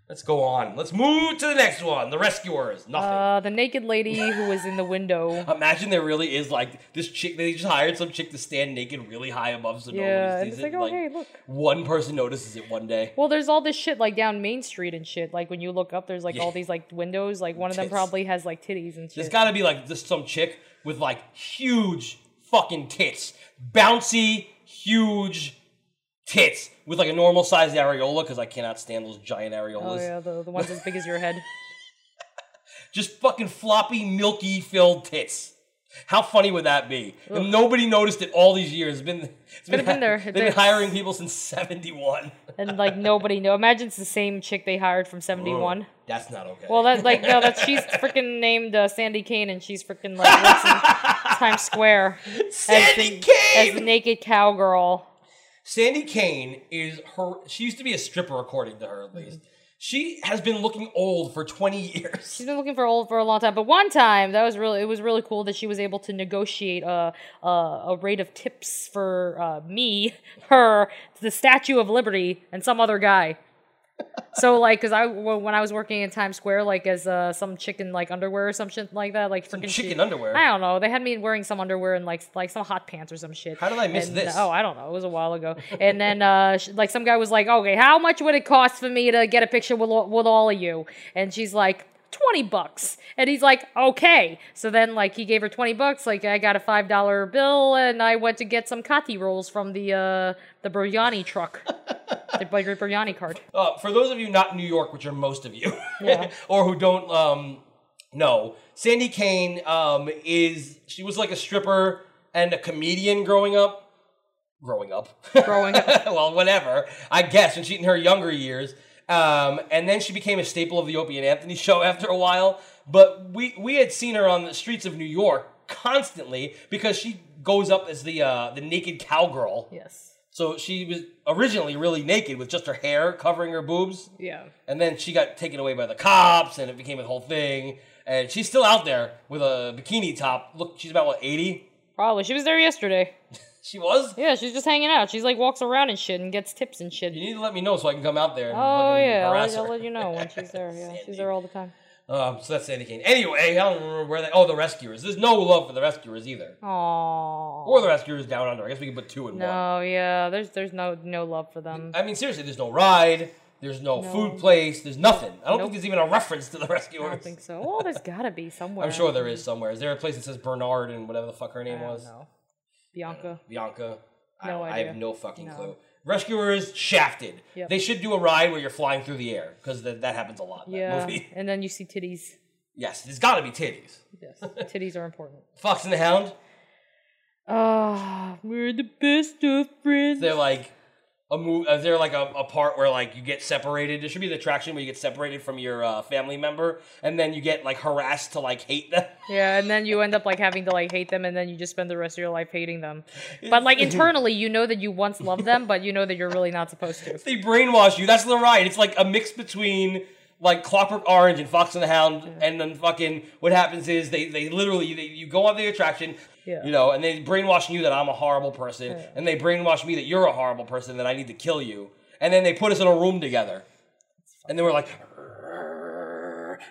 [SPEAKER 1] Let's go on. Let's move to the next one. The Rescuers. Nothing.
[SPEAKER 2] Uh, the naked lady who was in the window.
[SPEAKER 1] Imagine there really is like this chick. They just hired some chick to stand naked really high above so no one
[SPEAKER 2] yeah, and
[SPEAKER 1] sees
[SPEAKER 2] it's
[SPEAKER 1] it.
[SPEAKER 2] like, oh hey, look.
[SPEAKER 1] One person notices it one day.
[SPEAKER 2] Well, there's all this shit like down Main Street and shit. Like when you look up, there's like all these like windows. Like one of them
[SPEAKER 1] Tits.
[SPEAKER 2] probably has like titties and
[SPEAKER 1] There's
[SPEAKER 2] shit.
[SPEAKER 1] got to be like just some chick with like huge fucking tits, bouncy, huge tits with like a normal sized areola because I cannot stand those giant
[SPEAKER 2] Oh
[SPEAKER 1] areolas.
[SPEAKER 2] yeah, the, the ones as big as your head.
[SPEAKER 1] Just fucking floppy, milky filled tits. How funny would that be? And nobody noticed it all these years. It's been it's
[SPEAKER 2] Could've been there.
[SPEAKER 1] They've been hiring people since '71.
[SPEAKER 2] and like nobody know. Imagine it's the same chick they hired from seventy one.
[SPEAKER 1] That's not okay.
[SPEAKER 2] Well, that like no, that she's freaking named uh, Sandy Kane, and she's freaking like works in Times Square. Sandy as the, Kane as the naked cowgirl.
[SPEAKER 1] Sandy Kane is her. She used to be a stripper, according to her at least. She has been looking old for 20 years.
[SPEAKER 2] She's been looking for old for a long time, but one time that was really it was really cool that she was able to negotiate a a, a rate of tips for uh, me, her, the Statue of Liberty, and some other guy. so like, cause I w- when I was working in Times Square, like as uh, some chicken like underwear or some shit like that, like freaking
[SPEAKER 1] chicken
[SPEAKER 2] shit-
[SPEAKER 1] underwear?
[SPEAKER 2] I don't know. They had me wearing some underwear and like s- like some hot pants or some shit. How
[SPEAKER 1] did I miss this?
[SPEAKER 2] Oh, I don't know. It was a while ago. and then uh, sh- like some guy was like, okay, how much would it cost for me to get a picture with all, with all of you? And she's like. 20 bucks. And he's like, okay. So then, like, he gave her 20 bucks. Like, I got a $5 bill and I went to get some kati rolls from the uh, the biryani truck, the bir- biryani cart.
[SPEAKER 1] Uh, for those of you not in New York, which are most of you,
[SPEAKER 2] Yeah.
[SPEAKER 1] or who don't um, know, Sandy Kane um, is she was like a stripper and a comedian growing up. Growing up.
[SPEAKER 2] Growing
[SPEAKER 1] up. well, whatever. I guess when she in her younger years, um, and then she became a staple of the Opie and Anthony show after a while. But we we had seen her on the streets of New York constantly because she goes up as the uh, the naked cowgirl.
[SPEAKER 2] Yes.
[SPEAKER 1] So she was originally really naked with just her hair covering her boobs.
[SPEAKER 2] Yeah.
[SPEAKER 1] And then she got taken away by the cops, and it became a whole thing. And she's still out there with a bikini top. Look, she's about what eighty.
[SPEAKER 2] Probably. Oh, She was there yesterday.
[SPEAKER 1] She was?
[SPEAKER 2] Yeah, she's just hanging out. She's like walks around and shit and gets tips and shit.
[SPEAKER 1] You need to let me know so I can come out there. And
[SPEAKER 2] oh
[SPEAKER 1] fucking
[SPEAKER 2] yeah, I'll,
[SPEAKER 1] harass
[SPEAKER 2] let- I'll
[SPEAKER 1] her.
[SPEAKER 2] let you know when she's there. Yeah, she's there all the time.
[SPEAKER 1] Um, so that's Sandy Kane. Anyway, I don't remember where they. Oh, the rescuers. There's no love for the rescuers either,
[SPEAKER 2] Aww.
[SPEAKER 1] or the rescuers down under. I guess we can put two in one.
[SPEAKER 2] No, yeah, there's there's no no love for them.
[SPEAKER 1] I mean, seriously, there's no ride. There's no,
[SPEAKER 2] No.
[SPEAKER 1] food place. There's nothing. I don't
[SPEAKER 2] Nope.
[SPEAKER 1] think there's even a reference to the
[SPEAKER 2] I
[SPEAKER 1] rescuers.
[SPEAKER 2] don't think so. Well, there's gotta be somewhere.
[SPEAKER 1] I'm sure there
[SPEAKER 2] Um,
[SPEAKER 1] is somewhere. Is there a place that says Bernard and whatever the fuck her name was?
[SPEAKER 2] Bianca.
[SPEAKER 1] Bianca.
[SPEAKER 2] No
[SPEAKER 1] I, I
[SPEAKER 2] idea.
[SPEAKER 1] have no fucking
[SPEAKER 2] No.
[SPEAKER 1] clue. Rescuers shafted.
[SPEAKER 2] Yep.
[SPEAKER 1] They should do a ride where you're flying through the air because th- that happens a lot. In
[SPEAKER 2] Yeah.
[SPEAKER 1] That movie.
[SPEAKER 2] And then you see titties.
[SPEAKER 1] Yes, there's got to be titties.
[SPEAKER 2] Yes. titties are important.
[SPEAKER 1] Fox and the Hound.
[SPEAKER 2] Ah, we're the best of friends.
[SPEAKER 1] They're like a move. Is there like a, a part where like you get separated? There should be the attraction where you get separated from your uh, family member, and then you get like harassed to like hate them.
[SPEAKER 2] Yeah, and then you end up like having to like hate them, and then you just spend the rest of your life hating them. But like internally, you know that you once loved them, but you know that you're really not supposed to. Oh,
[SPEAKER 1] They brainwash you. That's the ride. It's like a mix between like Clockwork Orange and Fox and the Hound, and then fucking what happens is they they literally they, you go on the attraction.
[SPEAKER 2] Yeah.
[SPEAKER 1] You know, and they brainwashing you that I'm a horrible person,
[SPEAKER 2] Yeah.
[SPEAKER 1] and they brainwash me that you're a horrible person, that I need to kill you, and then they put us in a room together, and then we're like,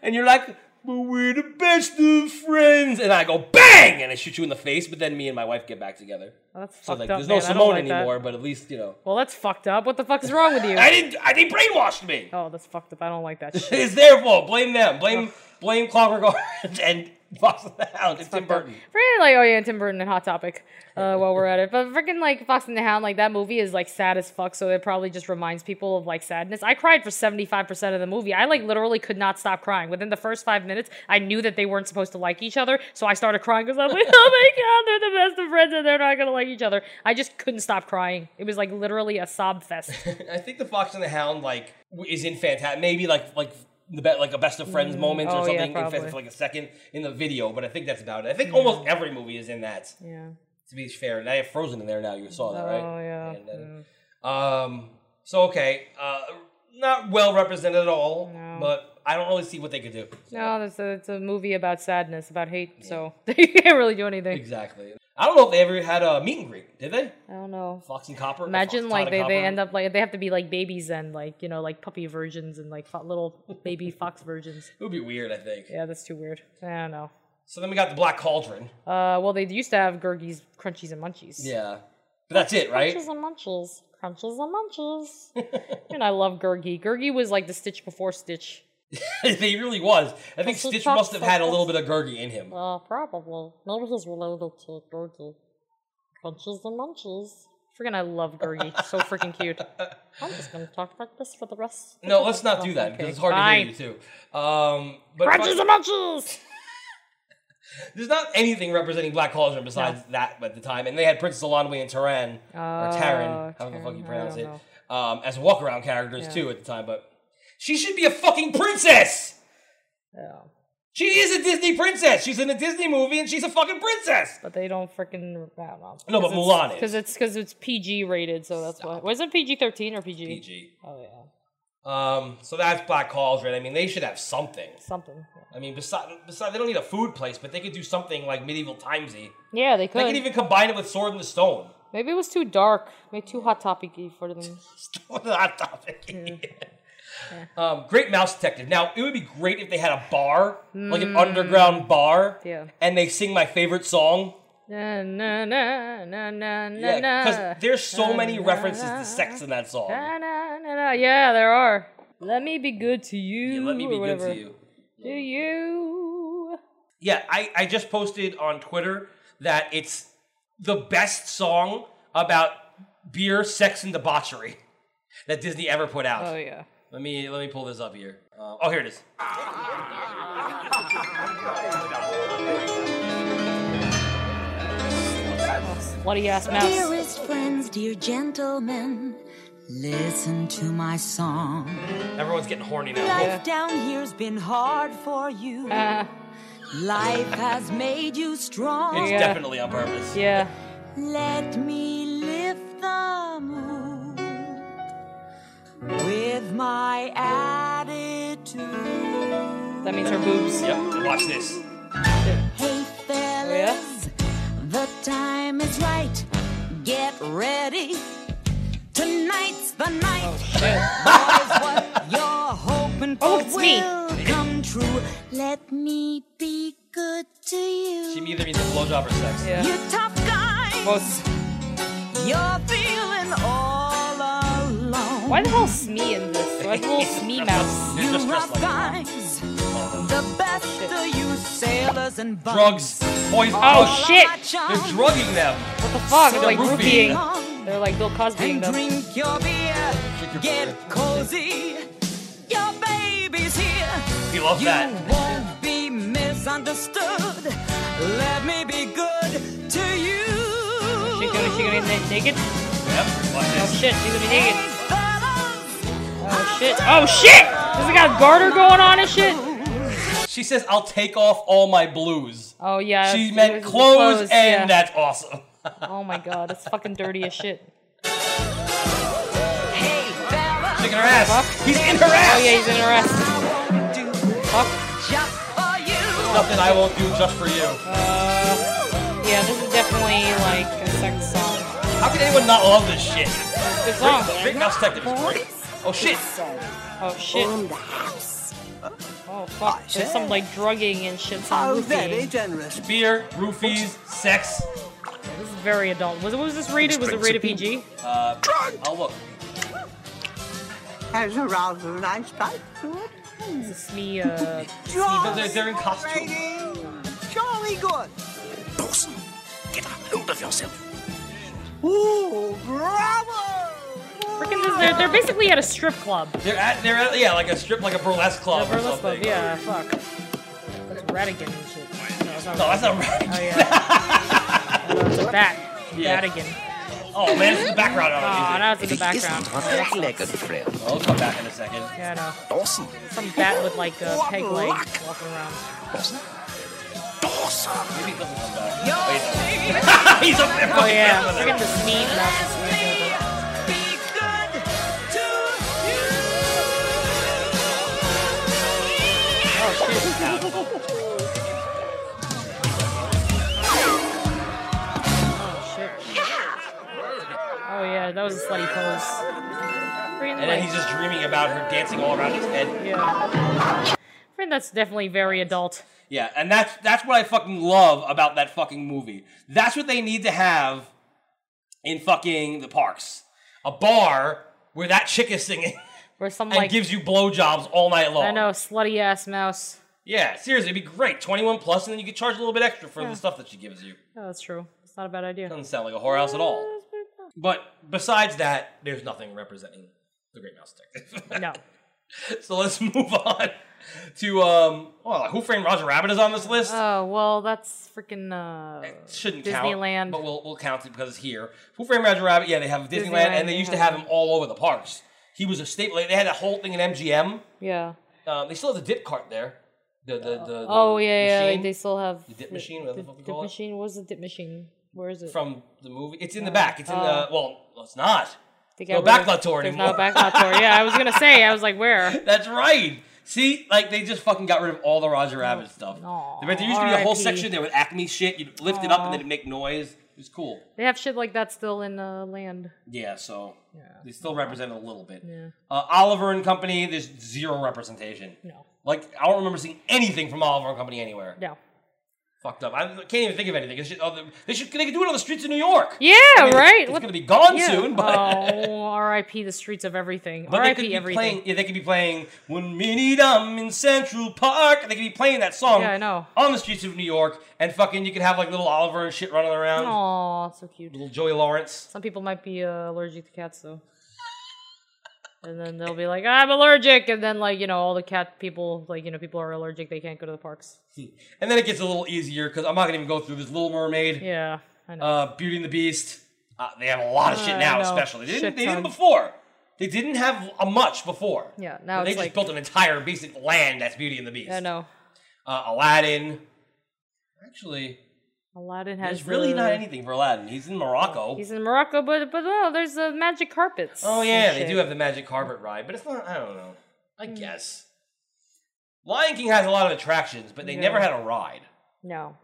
[SPEAKER 1] and you're like, but we're the best of friends, and I go bang, and I shoot you in the face, but then me and my wife get back together.
[SPEAKER 2] Oh, that's
[SPEAKER 1] So
[SPEAKER 2] fucked
[SPEAKER 1] like,
[SPEAKER 2] up,
[SPEAKER 1] there's
[SPEAKER 2] man.
[SPEAKER 1] no
[SPEAKER 2] I don't
[SPEAKER 1] Simone
[SPEAKER 2] like that.
[SPEAKER 1] anymore, but at least you know.
[SPEAKER 2] Well, that's fucked up. What the fuck is wrong with you?
[SPEAKER 1] I didn't. I, they brainwashed me.
[SPEAKER 2] Oh, that's fucked up. I don't like that shit.
[SPEAKER 1] it's their fault. Blame them. Blame blame Clockwork Orange and Fox and the Hound and Tim Burton.
[SPEAKER 2] Freaking like oh yeah, Tim Burton and Hot Topic. Uh, while we're at it, but freaking like Fox and the Hound, like that movie is like sad as fuck. So it probably just reminds people of like sadness. I cried for seventy five percent of the movie. I like literally could not stop crying. Within the first five minutes, I knew that they weren't supposed to like each other, so I started crying because I was like, oh my god, they're the best of friends and they're not gonna like each other. I just couldn't stop crying. It was like literally a sob fest.
[SPEAKER 1] I think the Fox and the Hound like w- is in fantastic. Maybe like like the be- like a best of friends
[SPEAKER 2] Mm,
[SPEAKER 1] moment
[SPEAKER 2] oh,
[SPEAKER 1] or
[SPEAKER 2] yeah,
[SPEAKER 1] something in
[SPEAKER 2] probably.
[SPEAKER 1] fa- for like a second in the video. But I think that's about it. I think almost every movie is in that.
[SPEAKER 2] yeah.
[SPEAKER 1] To be fair, and I have Frozen in there now. You saw that, right?
[SPEAKER 2] Oh yeah.
[SPEAKER 1] And then- Um. So okay, uh, not well represented at all. But I don't really see what they could do.
[SPEAKER 2] No, that's a, it's a movie about sadness, about hate. So they can't really do anything.
[SPEAKER 1] Exactly. I don't know if they ever had a meet and greet. Did they?
[SPEAKER 2] I don't know.
[SPEAKER 1] Fox and Copper.
[SPEAKER 2] Imagine
[SPEAKER 1] Fox,
[SPEAKER 2] like
[SPEAKER 1] Todd
[SPEAKER 2] they,
[SPEAKER 1] and
[SPEAKER 2] they
[SPEAKER 1] Copper?
[SPEAKER 2] end up like they have to be like babies and like you know like puppy versions and like fo- little baby fox versions.
[SPEAKER 1] It would be weird, I think.
[SPEAKER 2] Yeah, that's too weird. I don't know.
[SPEAKER 1] So then we got the Black Cauldron.
[SPEAKER 2] Uh, well, they used to have Gurgies, Crunchies, and Munchies.
[SPEAKER 1] Yeah. But that's it, right?
[SPEAKER 2] Crunches and munchies. Crunches and munchies. and I love Gurgi. Gurgi was like the Stitch before Stitch.
[SPEAKER 1] he really was. I think
[SPEAKER 2] Crunches,
[SPEAKER 1] Stitch
[SPEAKER 2] crunch,
[SPEAKER 1] must have had a
[SPEAKER 2] crunches.
[SPEAKER 1] little bit of Gurgi in him.
[SPEAKER 2] Uh, probably. Maybe he's related to Gurgi. Crunches and munchies. Freaking, I love Gurgi. so freaking cute. I'm just gonna talk like this for the rest.
[SPEAKER 1] No, let's not do that
[SPEAKER 2] Okay,
[SPEAKER 1] because it's hard
[SPEAKER 2] fine.
[SPEAKER 1] to hear you too. Um, but
[SPEAKER 2] Crunches and munchies.
[SPEAKER 1] there's not anything representing Black Cauldron besides that at the time, and they had Princess Alonwe and Taran or Taran,
[SPEAKER 2] Oh,
[SPEAKER 1] however the fuck you
[SPEAKER 2] Taran, I
[SPEAKER 1] pronounce
[SPEAKER 2] don't
[SPEAKER 1] it,
[SPEAKER 2] know.
[SPEAKER 1] um, as walk around characters
[SPEAKER 2] Yeah.
[SPEAKER 1] too at the time. But she should be a fucking princess.
[SPEAKER 2] Yeah.
[SPEAKER 1] She is a Disney princess. She's in a Disney movie and she's a fucking princess.
[SPEAKER 2] But they don't freaking. I don't know.
[SPEAKER 1] No, but Mulan is.
[SPEAKER 2] because it's because it's PG rated, so that's why. Was it PG thirteen or PG?
[SPEAKER 1] PG.
[SPEAKER 2] Oh yeah,
[SPEAKER 1] Um, so that's Black Cauldron. I mean, they should have something.
[SPEAKER 2] something.
[SPEAKER 1] I mean, besides, besides, they don't need a food place, but they could do something like medieval timesy.
[SPEAKER 2] Yeah, they could.
[SPEAKER 1] They could even combine it with Sword in the Stone.
[SPEAKER 2] Maybe it was too dark. Maybe too hot topicy for them.
[SPEAKER 1] Hot topic. Um, great mouse detective. Now, it would be great if they had a bar, like an
[SPEAKER 2] Mm.
[SPEAKER 1] underground bar,
[SPEAKER 2] Yeah.
[SPEAKER 1] and they sing my favorite song.
[SPEAKER 2] Na na na na na na
[SPEAKER 1] Yeah,
[SPEAKER 2] na.
[SPEAKER 1] because there's so
[SPEAKER 2] Na,
[SPEAKER 1] many
[SPEAKER 2] na,
[SPEAKER 1] references
[SPEAKER 2] na,
[SPEAKER 1] to sex in that song.
[SPEAKER 2] Na, na, na, na. Yeah, there are. Let me be good to you.
[SPEAKER 1] Let me
[SPEAKER 2] or
[SPEAKER 1] be good
[SPEAKER 2] whatever.
[SPEAKER 1] to you.
[SPEAKER 2] To you.
[SPEAKER 1] Yeah, I, I just posted on Twitter that it's the best song about beer, sex, and debauchery that Disney ever put out.
[SPEAKER 2] Oh yeah.
[SPEAKER 1] Let me let me pull this up here. Uh, oh, here it is.
[SPEAKER 2] Slutty ass mouse.
[SPEAKER 15] Dearest friends, dear gentlemen, listen to my song.
[SPEAKER 1] Everyone's getting horny now.
[SPEAKER 15] Life down here's been hard for you.
[SPEAKER 2] Uh,
[SPEAKER 15] Life has made you strong.
[SPEAKER 1] It's definitely on purpose.
[SPEAKER 2] Yeah.
[SPEAKER 15] Let me lift the mood with my attitude.
[SPEAKER 2] That means her boobs.
[SPEAKER 1] Yep. Watch this.
[SPEAKER 15] Hey,
[SPEAKER 2] Oh,
[SPEAKER 15] fellas, the time is right. Get ready. Tonight's the night. Boys, what you're hoping for
[SPEAKER 2] Oh, it's me.
[SPEAKER 15] will come true. Let me be good to you.
[SPEAKER 1] She either needs a blowjob or sex.
[SPEAKER 15] You tough guys, you're feeling all alone.
[SPEAKER 2] Why the hell Smee in this? Why the little Smee mouse?
[SPEAKER 15] You rough guys, the best of you sailors and
[SPEAKER 1] Drugs. Poison.
[SPEAKER 2] Oh, shit.
[SPEAKER 1] They're drugging them.
[SPEAKER 2] What the fuck? They're like
[SPEAKER 1] roofing.
[SPEAKER 2] roofying. They're like Bill Cosbying them.
[SPEAKER 15] drink your beer, get cozy. Your baby's here.
[SPEAKER 1] He loves
[SPEAKER 15] you
[SPEAKER 1] that.
[SPEAKER 15] won't be misunderstood. Let me be good to you.
[SPEAKER 2] She gonna, she gonna be naked?
[SPEAKER 1] Yep. Oh
[SPEAKER 2] shit, she's gonna be naked. Oh shit. Oh shit! Does it got garter going on and shit?
[SPEAKER 1] She says, I'll take off all my blues.
[SPEAKER 2] Oh yeah.
[SPEAKER 1] she
[SPEAKER 2] it
[SPEAKER 1] meant
[SPEAKER 2] was the
[SPEAKER 1] clothes, and
[SPEAKER 2] clothes, yeah.
[SPEAKER 1] that's awesome.
[SPEAKER 2] Oh my god, that's fucking dirty as shit.
[SPEAKER 1] Shaking her ass. He's in her ass.
[SPEAKER 2] Oh yeah, he's in her ass. Fuck.
[SPEAKER 1] There's nothing I won't do just for you.
[SPEAKER 2] Uh, yeah, this is definitely like a sex song.
[SPEAKER 1] How can anyone not love this shit?
[SPEAKER 2] Good song,
[SPEAKER 1] Big,
[SPEAKER 2] man.
[SPEAKER 1] Big Mouse Detective is great. Oh shit.
[SPEAKER 2] Oh shit. Oh fuck. There's some like drugging and shit. Some
[SPEAKER 1] How
[SPEAKER 2] oh,
[SPEAKER 1] very
[SPEAKER 2] generous.
[SPEAKER 1] Beer, roofies, sex.
[SPEAKER 2] This is very adult. Was it was this rated? Was it rated PG?
[SPEAKER 1] Uh, I'll look.
[SPEAKER 16] Has a rather nice pipe to it.
[SPEAKER 2] Is this me, uh,
[SPEAKER 1] They're, they're- they're in costume.
[SPEAKER 16] Jolly good.
[SPEAKER 1] Bosun, get a hold of yourself.
[SPEAKER 16] Ooh, bravo!
[SPEAKER 2] Freaking this, they're, they're basically at a strip club.
[SPEAKER 1] They're at, they're at, yeah, like a strip, like a burlesque club or
[SPEAKER 2] Burlesque club,
[SPEAKER 1] Oh, something. uh,
[SPEAKER 2] yeah, fuck. That's Radigan and shit. No, it's not
[SPEAKER 1] No, that's not
[SPEAKER 2] Radigan. Oh, yeah. no, it's a bat.
[SPEAKER 1] Yeah.
[SPEAKER 2] Radigan.
[SPEAKER 1] Oh man, it's the background on
[SPEAKER 2] Aw,
[SPEAKER 1] it.
[SPEAKER 2] now it's in the background. Yeah, that sucks.
[SPEAKER 1] I'll come back in a second.
[SPEAKER 2] Yeah, I know.
[SPEAKER 1] Dawson.
[SPEAKER 2] Some bat with like a peg leg walking around.
[SPEAKER 1] Dawson. Dawson. Maybe he doesn't come back. Wait. He's up there.
[SPEAKER 2] Oh yeah,
[SPEAKER 1] fucking
[SPEAKER 2] freaking the Smee mouse.
[SPEAKER 1] Oh, shit.
[SPEAKER 2] Oh yeah, that was a slutty pose. Freaking,
[SPEAKER 1] And then he's
[SPEAKER 2] like,
[SPEAKER 1] just dreaming about her dancing all around his head.
[SPEAKER 2] freaking that's definitely very adult.
[SPEAKER 1] Yeah, and that's that's what I fucking love about that fucking movie. That's what they need to have in fucking the parks. A bar where that chick is singing
[SPEAKER 2] Where some
[SPEAKER 1] and
[SPEAKER 2] like
[SPEAKER 1] gives you blowjobs all night long.
[SPEAKER 2] I know slutty ass mouse.
[SPEAKER 1] Yeah, seriously, it'd be great. Twenty-one plus, and then you could charge a little bit extra for the stuff that she gives you.
[SPEAKER 2] Oh, that's true. It's not a bad idea.
[SPEAKER 1] Doesn't sound like a whorehouse at all. But besides that, there's nothing representing the Great Mouse Detective.
[SPEAKER 2] no.
[SPEAKER 1] So let's move on to um. Well, Who Framed Roger Rabbit is on this list.
[SPEAKER 2] Oh well, that's freaking uh,
[SPEAKER 1] Shouldn't
[SPEAKER 2] Disneyland.
[SPEAKER 1] count, but we'll we'll count it because it's here. Who Framed Roger Rabbit? Yeah, they have Disneyland,
[SPEAKER 2] Disneyland,
[SPEAKER 1] and they
[SPEAKER 2] they
[SPEAKER 1] used to
[SPEAKER 2] have-
[SPEAKER 1] have him all over the parks. He was a staple. Like, they had that whole thing in MGM.
[SPEAKER 2] Yeah.
[SPEAKER 1] Um, they still have the dip cart there. The the the, the
[SPEAKER 2] Oh yeah, yeah.
[SPEAKER 1] machine
[SPEAKER 2] They, they still have
[SPEAKER 1] The dip machine, whatever the fuck we
[SPEAKER 2] dip
[SPEAKER 1] call it.
[SPEAKER 2] machine. What's the dip machine? Where is it?
[SPEAKER 1] from the movie. It's in the
[SPEAKER 2] Uh,
[SPEAKER 1] back. It's in the
[SPEAKER 2] oh.
[SPEAKER 1] well. no, It's not.
[SPEAKER 2] They got
[SPEAKER 1] No
[SPEAKER 2] rid of-
[SPEAKER 1] backlot tour
[SPEAKER 2] There's
[SPEAKER 1] anymore.
[SPEAKER 2] no backlot tour. Yeah, I was gonna say. I was like, where?
[SPEAKER 1] That's right. See, like they just fucking got rid of all the Roger
[SPEAKER 2] Oh,
[SPEAKER 1] Rabbit stuff. there, there used to be a whole
[SPEAKER 2] RIP.
[SPEAKER 1] section there with Acme shit. You'd lift it up
[SPEAKER 2] Aw.
[SPEAKER 1] and then it'd make noise. It was cool.
[SPEAKER 2] They have shit like that still in uh, land.
[SPEAKER 1] Yeah, so they still represent it a little bit.
[SPEAKER 2] Yeah.
[SPEAKER 1] Uh, Oliver and Company, there's zero representation.
[SPEAKER 2] No.
[SPEAKER 1] Like I don't remember seeing anything from Oliver and Company anywhere.
[SPEAKER 2] No.
[SPEAKER 1] Fucked up. I can't even think of anything. It's just, oh, they- they should they could do it on the streets of New York.
[SPEAKER 2] Yeah,
[SPEAKER 1] I mean, it's-
[SPEAKER 2] right.
[SPEAKER 1] It's,
[SPEAKER 2] What-
[SPEAKER 1] gonna be gone
[SPEAKER 2] yeah.
[SPEAKER 1] soon, but.
[SPEAKER 2] oh, R.I.P. the streets of everything.
[SPEAKER 1] But they could
[SPEAKER 2] R.I.P.
[SPEAKER 1] be
[SPEAKER 2] everything.
[SPEAKER 1] playing. Yeah, they could be playing "One Minute I'm in Central Park." They could be playing that song.
[SPEAKER 2] Yeah, I know.
[SPEAKER 1] On the streets of New York, and fucking, you could have like little Oliver and shit running around.
[SPEAKER 2] Oh. Aw, so cute.
[SPEAKER 1] Little Joey Lawrence.
[SPEAKER 2] Some people might be uh, allergic to cats though. And then they'll be like, I'm allergic, and then like you know all the cat people, like you know people are allergic, they can't go to the parks.
[SPEAKER 1] And then it gets a little easier because I'm not gonna even go through this Little Mermaid.
[SPEAKER 2] Yeah, I know.
[SPEAKER 1] Uh, Beauty and the Beast. Uh, they have a lot of shit
[SPEAKER 2] I
[SPEAKER 1] now,
[SPEAKER 2] know.
[SPEAKER 1] especially they didn't.
[SPEAKER 2] Shit
[SPEAKER 1] They didn't
[SPEAKER 2] ton.
[SPEAKER 1] before. They didn't have a much before.
[SPEAKER 2] Yeah, now
[SPEAKER 1] they
[SPEAKER 2] it's
[SPEAKER 1] just
[SPEAKER 2] like
[SPEAKER 1] built an entire basic land that's Beauty and the Beast.
[SPEAKER 2] I know.
[SPEAKER 1] Uh, Aladdin. Actually,
[SPEAKER 2] Aladdin has
[SPEAKER 1] there's really
[SPEAKER 2] the-
[SPEAKER 1] not anything for Aladdin. He's in Morocco.
[SPEAKER 2] He's in Morocco, but but oh, there's the magic carpets.
[SPEAKER 1] Oh
[SPEAKER 2] and
[SPEAKER 1] yeah, they
[SPEAKER 2] shit. Hmm.
[SPEAKER 1] do have the magic carpet ride, but it's not. I don't know. I guess Lion King has a lot of attractions, but they never
[SPEAKER 2] Yeah.
[SPEAKER 1] had a ride.
[SPEAKER 2] No,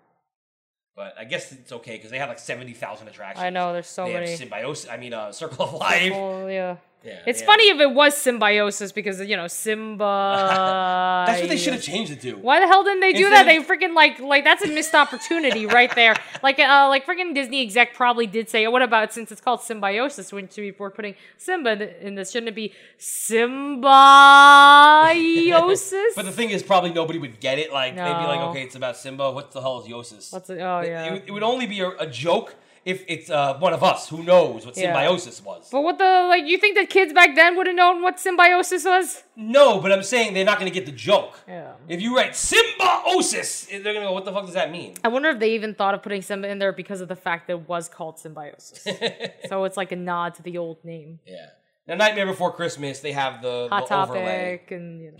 [SPEAKER 1] But I guess it's okay because they have like seventy thousand attractions.
[SPEAKER 2] I know there's so
[SPEAKER 1] they
[SPEAKER 2] many.
[SPEAKER 1] Have symbiosis. I mean, uh, Circle of Life.
[SPEAKER 2] Circle, yeah. It's funny if it was symbiosis because you know Simba.
[SPEAKER 1] That's what they should have changed it to.
[SPEAKER 2] Why the hell didn't they do
[SPEAKER 1] Instead
[SPEAKER 2] that? They freaking like like that's a missed opportunity right there. Like uh like freaking Disney exec probably did say, "What about since it's called symbiosis? When we we're putting Simba in- in this, shouldn't it be symbiosis?"
[SPEAKER 1] But the thing is, probably nobody would get it. Like they'd be like,
[SPEAKER 2] No.
[SPEAKER 1] okay, it's about Simba. What the hell is Yosis?
[SPEAKER 2] What's it? Oh
[SPEAKER 1] It-
[SPEAKER 2] yeah.
[SPEAKER 1] It, would- it would only be a, a joke if it's uh, one of us who knows what
[SPEAKER 2] Yeah.
[SPEAKER 1] symbiosis was.
[SPEAKER 2] But what the like? You think that kids back then would have known what symbiosis was?
[SPEAKER 1] No, but I'm saying they're not going to get the joke.
[SPEAKER 2] Yeah.
[SPEAKER 1] If you write symbiosis, they're going to go, what the fuck does that mean?
[SPEAKER 2] I wonder if they even thought of putting Simba in there because of the fact that it was called symbiosis. so it's like a nod to the old name.
[SPEAKER 1] Yeah. Now, Nightmare Before Christmas, they have the,
[SPEAKER 2] Hot
[SPEAKER 1] the overlay.
[SPEAKER 2] topic and you know.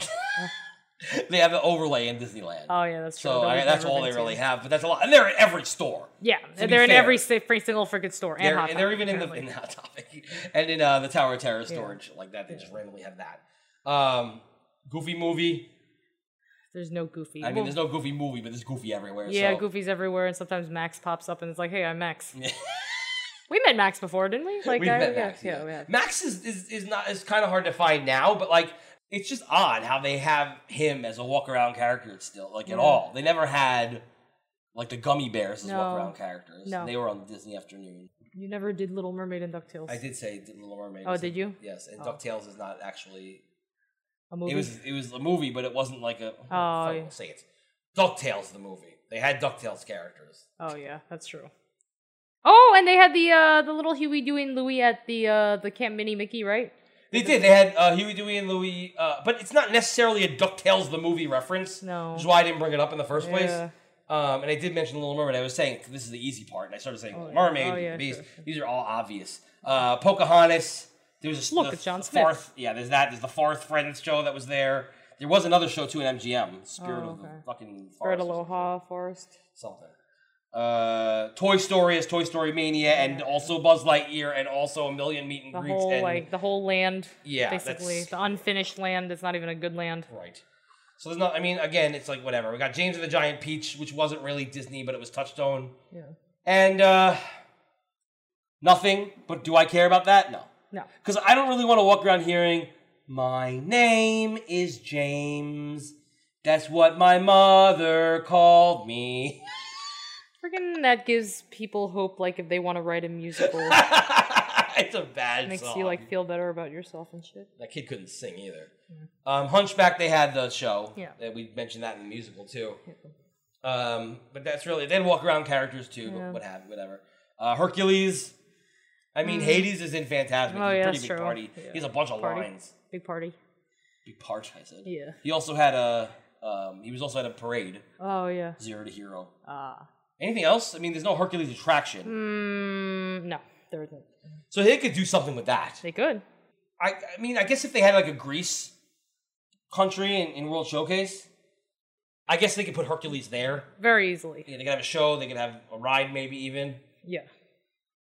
[SPEAKER 1] They have the overlay in Disneyland.
[SPEAKER 2] Oh yeah, that's true.
[SPEAKER 1] so
[SPEAKER 2] that
[SPEAKER 1] I,
[SPEAKER 2] we've
[SPEAKER 1] that's
[SPEAKER 2] never
[SPEAKER 1] all they
[SPEAKER 2] been to.
[SPEAKER 1] really have, but that's a lot. And they're in every store.
[SPEAKER 2] Yeah,
[SPEAKER 1] To be
[SPEAKER 2] they're in
[SPEAKER 1] fair.
[SPEAKER 2] every si- free single freaking store and
[SPEAKER 1] they're,
[SPEAKER 2] hot.
[SPEAKER 1] and they're
[SPEAKER 2] Topic,
[SPEAKER 1] even in the, in
[SPEAKER 2] apparently.
[SPEAKER 1] the Hot Topic and in uh, the Tower of Terror store
[SPEAKER 2] Yeah.
[SPEAKER 1] and shit like that. They just randomly have that. Um, goofy movie.
[SPEAKER 2] There's no Goofy.
[SPEAKER 1] I mean,
[SPEAKER 2] Well,
[SPEAKER 1] there's no goofy movie, but there's goofy everywhere.
[SPEAKER 2] Yeah,
[SPEAKER 1] so.
[SPEAKER 2] Goofy's everywhere, and sometimes Max pops up and it's like, "Hey, I'm Max." we met Max before, didn't we? Like,
[SPEAKER 1] We've
[SPEAKER 2] I,
[SPEAKER 1] met
[SPEAKER 2] yeah,
[SPEAKER 1] Max,
[SPEAKER 2] yeah, we have.
[SPEAKER 1] Max is, is, is not is kind of hard to find now, but like it's just odd how they have him as a walk around character still, like at
[SPEAKER 2] Yeah.
[SPEAKER 1] all. They never had like the gummy bears as
[SPEAKER 2] No.
[SPEAKER 1] walk around characters.
[SPEAKER 2] No.
[SPEAKER 1] They were on Disney Afternoon.
[SPEAKER 2] You never did Little Mermaid and Ducktales.
[SPEAKER 1] I did say The Little Mermaid.
[SPEAKER 2] Oh,
[SPEAKER 1] was a-
[SPEAKER 2] did you?
[SPEAKER 1] Yes, and
[SPEAKER 2] Oh.
[SPEAKER 1] Ducktales is not actually
[SPEAKER 2] A movie.
[SPEAKER 1] It was it was a movie, but it wasn't like a
[SPEAKER 2] Oh,
[SPEAKER 1] fuck,
[SPEAKER 2] yeah.
[SPEAKER 1] I'll say it. Ducktales the movie. They had Ducktales characters.
[SPEAKER 2] Oh yeah, that's true. Oh, and they had the uh the little Huey, Dewey, and Louie at the uh the Camp Mini Mickey, right?
[SPEAKER 1] They did. They had uh, Huey, Dewey, and Louie, uh, but it's not necessarily a DuckTales the movie reference.
[SPEAKER 2] No.
[SPEAKER 1] Which is why I didn't bring it up in the first place.
[SPEAKER 2] Yeah.
[SPEAKER 1] Um, and I did mention Little Mermaid. I was saying this is the easy part, and I started saying
[SPEAKER 2] Oh,
[SPEAKER 1] Little
[SPEAKER 2] yeah.
[SPEAKER 1] Mermaid,
[SPEAKER 2] Oh, yeah,
[SPEAKER 1] the Beast.
[SPEAKER 2] sure,
[SPEAKER 1] These are all obvious. Uh, Pocahontas. There was a
[SPEAKER 2] Look,
[SPEAKER 1] the,
[SPEAKER 2] it's John
[SPEAKER 1] the
[SPEAKER 2] Smith.
[SPEAKER 1] Farth- yeah, there's that. There's the Farth Friends show that was there. There was another show too in MGM, Spirit
[SPEAKER 2] Oh,
[SPEAKER 1] of the
[SPEAKER 2] okay.
[SPEAKER 1] fucking
[SPEAKER 2] Or at
[SPEAKER 1] Forest,
[SPEAKER 2] Aloha Forest.
[SPEAKER 1] something. Uh, Toy Story is Toy Story Mania, and also Buzz Lightyear, and also a million meet and
[SPEAKER 2] The
[SPEAKER 1] greets.
[SPEAKER 2] whole
[SPEAKER 1] and
[SPEAKER 2] like the whole land.
[SPEAKER 1] Yeah,
[SPEAKER 2] Basically.
[SPEAKER 1] that's-
[SPEAKER 2] The unfinished land that's not even a good land.
[SPEAKER 1] Right. So there's not. I mean, again, it's like whatever. We got James and the Giant Peach, which wasn't really Disney, but it was Touchstone,
[SPEAKER 2] Yeah.
[SPEAKER 1] and uh, nothing. But do I care about that? No,
[SPEAKER 2] No.
[SPEAKER 1] because I don't really want to walk around hearing my name is James. That's what my mother called me.
[SPEAKER 2] Freaking that gives people hope like if they want to write a musical.
[SPEAKER 1] it's a bad
[SPEAKER 2] makes
[SPEAKER 1] song.
[SPEAKER 2] you like feel better about yourself and shit.
[SPEAKER 1] that kid couldn't sing either. Um, Hunchback, they had the show.
[SPEAKER 2] Mm. Yeah.
[SPEAKER 1] That we mentioned that in the musical too. Um, but that's really then walk around characters too,
[SPEAKER 2] Yeah.
[SPEAKER 1] but what have whatever. Uh, Hercules. I mean,
[SPEAKER 2] Mm.
[SPEAKER 1] Hades is in Fantasmic.
[SPEAKER 2] Oh,
[SPEAKER 1] He's
[SPEAKER 2] yeah,
[SPEAKER 1] a pretty
[SPEAKER 2] that's
[SPEAKER 1] big
[SPEAKER 2] true.
[SPEAKER 1] party.
[SPEAKER 2] Yeah.
[SPEAKER 1] He has a bunch of
[SPEAKER 2] Party.
[SPEAKER 1] lines.
[SPEAKER 2] Big party.
[SPEAKER 1] Big part, I said.
[SPEAKER 2] Yeah.
[SPEAKER 1] He also had a. Um, he was also at a parade.
[SPEAKER 2] Oh yeah.
[SPEAKER 1] Zero to hero.
[SPEAKER 2] Ah.
[SPEAKER 1] Anything else? I mean, there's no Hercules attraction,
[SPEAKER 2] Mm, no, there isn't.
[SPEAKER 1] so they could do something with that.
[SPEAKER 2] They could.
[SPEAKER 1] I, I mean, I guess if they had like a Greece country in, in World Showcase, I guess they could put Hercules there.
[SPEAKER 2] Very easily.
[SPEAKER 1] Yeah, they could have a show. They could have a ride, maybe even.
[SPEAKER 2] Yeah.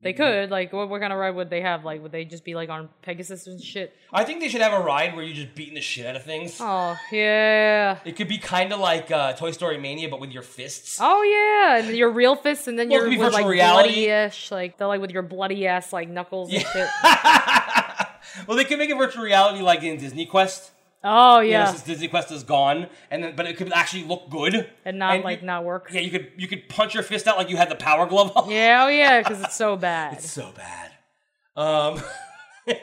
[SPEAKER 2] They
[SPEAKER 1] Mm-hmm.
[SPEAKER 2] could. Like what what kind of ride would they have? Like would they just be like on Pegasus and shit?
[SPEAKER 1] I think they should have a ride where you're just beating the shit out of things.
[SPEAKER 2] Oh yeah.
[SPEAKER 1] It could be kind of like uh, Toy Story Mania, but with your fists.
[SPEAKER 2] Oh yeah. And your real fists and then
[SPEAKER 1] Well, it could
[SPEAKER 2] your
[SPEAKER 1] be
[SPEAKER 2] with,
[SPEAKER 1] virtual
[SPEAKER 2] like
[SPEAKER 1] reality.
[SPEAKER 2] bloody ish like they're like with your bloody ass like knuckles and shit.
[SPEAKER 1] Well, they could make a virtual reality like in Disney Quest.
[SPEAKER 2] Oh
[SPEAKER 1] You know,
[SPEAKER 2] yeah.
[SPEAKER 1] since Disney Quest is gone, and then, but it could actually look good
[SPEAKER 2] and not
[SPEAKER 1] and
[SPEAKER 2] like not work.
[SPEAKER 1] Yeah, you could you could punch your fist out like you had the power glove on.
[SPEAKER 2] Yeah, oh yeah, because it's so bad.
[SPEAKER 1] It's so bad. Um, uh,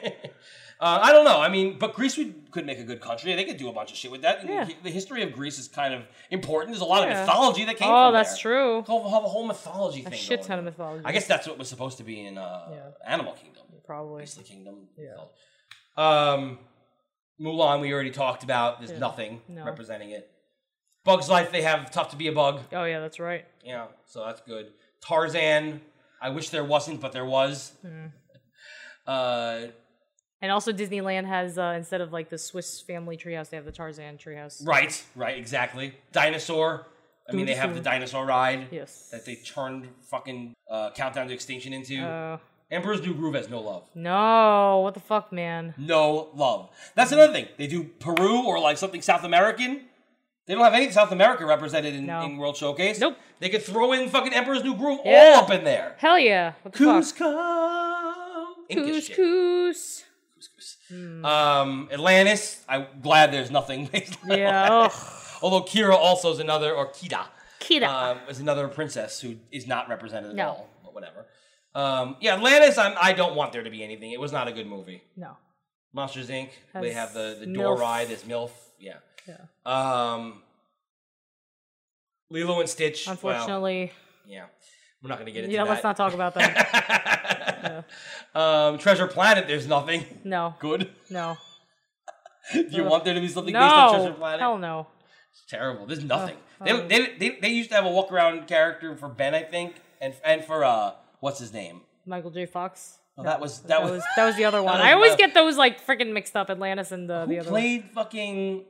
[SPEAKER 1] I don't know. I mean, but Greece would, could make a good country. They could do a bunch of shit with that. And
[SPEAKER 2] Yeah.
[SPEAKER 1] The history of Greece is kind of important. There's a lot
[SPEAKER 2] Yeah.
[SPEAKER 1] of mythology that came
[SPEAKER 2] Oh,
[SPEAKER 1] from
[SPEAKER 2] that's
[SPEAKER 1] there.
[SPEAKER 2] true.
[SPEAKER 1] Whole, whole, whole mythology
[SPEAKER 2] A
[SPEAKER 1] thing.
[SPEAKER 2] shit
[SPEAKER 1] going
[SPEAKER 2] ton of
[SPEAKER 1] on.
[SPEAKER 2] mythology.
[SPEAKER 1] I guess that's what was supposed to be in uh, Animal Kingdom.
[SPEAKER 2] Probably.
[SPEAKER 1] Beastly Kingdom.
[SPEAKER 2] Yeah.
[SPEAKER 1] Um, Mulan, we already talked about. There's
[SPEAKER 2] Yeah.
[SPEAKER 1] nothing
[SPEAKER 2] No.
[SPEAKER 1] representing it. Bug's Life, they have Tough to Be a Bug.
[SPEAKER 2] Oh yeah, that's right.
[SPEAKER 1] Yeah, so that's good. Tarzan, I wish there wasn't, but there was.
[SPEAKER 2] Mm.
[SPEAKER 1] Uh,
[SPEAKER 2] And also Disneyland has uh, instead of like the Swiss Family Treehouse, they have the Tarzan Treehouse.
[SPEAKER 1] right, right, exactly. Dinosaur. I mean, they have the dinosaur ride.
[SPEAKER 2] Yes.
[SPEAKER 1] That they turned fucking uh, Countdown to Extinction into.
[SPEAKER 2] Oh.
[SPEAKER 1] Emperor's New Groove has no love.
[SPEAKER 2] No, what the fuck, man?
[SPEAKER 1] No love. That's another thing. They do Peru or like something South American. They don't have any South America represented in, in World Showcase. Nope. They could throw in fucking Emperor's New Groove
[SPEAKER 2] Yeah.
[SPEAKER 1] all up in there.
[SPEAKER 2] Hell yeah. What the fuck?
[SPEAKER 1] Cusco. Inca shit.
[SPEAKER 2] Couscous.
[SPEAKER 1] Um, Atlantis. I'm glad there's nothing based on
[SPEAKER 2] Yeah,
[SPEAKER 1] Atlantis. Although Kira also is another, or Kida.
[SPEAKER 14] Kida.
[SPEAKER 1] Um, is another princess who is not represented
[SPEAKER 14] No.
[SPEAKER 1] at all, but whatever. Um, yeah, Atlantis, I'm, I don't want there to be anything. It was not a good movie.
[SPEAKER 2] No.
[SPEAKER 1] Monsters, Inc. they
[SPEAKER 2] Has
[SPEAKER 1] have the, the
[SPEAKER 2] MILF.
[SPEAKER 1] Dorai, this MILF. Yeah.
[SPEAKER 2] Yeah.
[SPEAKER 1] Um, Lilo and Stitch. well,
[SPEAKER 2] Unfortunately.
[SPEAKER 1] yeah. We're not going to get into
[SPEAKER 2] yeah,
[SPEAKER 1] that.
[SPEAKER 2] let's not talk about that.
[SPEAKER 1] Um, Treasure Planet, there's nothing.
[SPEAKER 2] No.
[SPEAKER 1] Good.
[SPEAKER 2] No.
[SPEAKER 1] Do you
[SPEAKER 2] Ugh.
[SPEAKER 1] want there to be something based on Treasure
[SPEAKER 2] Uh, no.
[SPEAKER 1] Planet?
[SPEAKER 2] Hell no.
[SPEAKER 1] It's terrible. There's nothing.
[SPEAKER 2] Oh,
[SPEAKER 1] They,
[SPEAKER 2] oh.
[SPEAKER 1] they, they, they used to have a walk around character for Ben, I think, and and for uh, what's his name?
[SPEAKER 2] Michael J. Fox.
[SPEAKER 1] Oh,
[SPEAKER 2] No.
[SPEAKER 1] that was that, was,
[SPEAKER 2] that was the other one.
[SPEAKER 1] was
[SPEAKER 2] I always
[SPEAKER 1] the-
[SPEAKER 2] get those like freaking mixed up. Atlantis and uh, the other
[SPEAKER 1] played one. fucking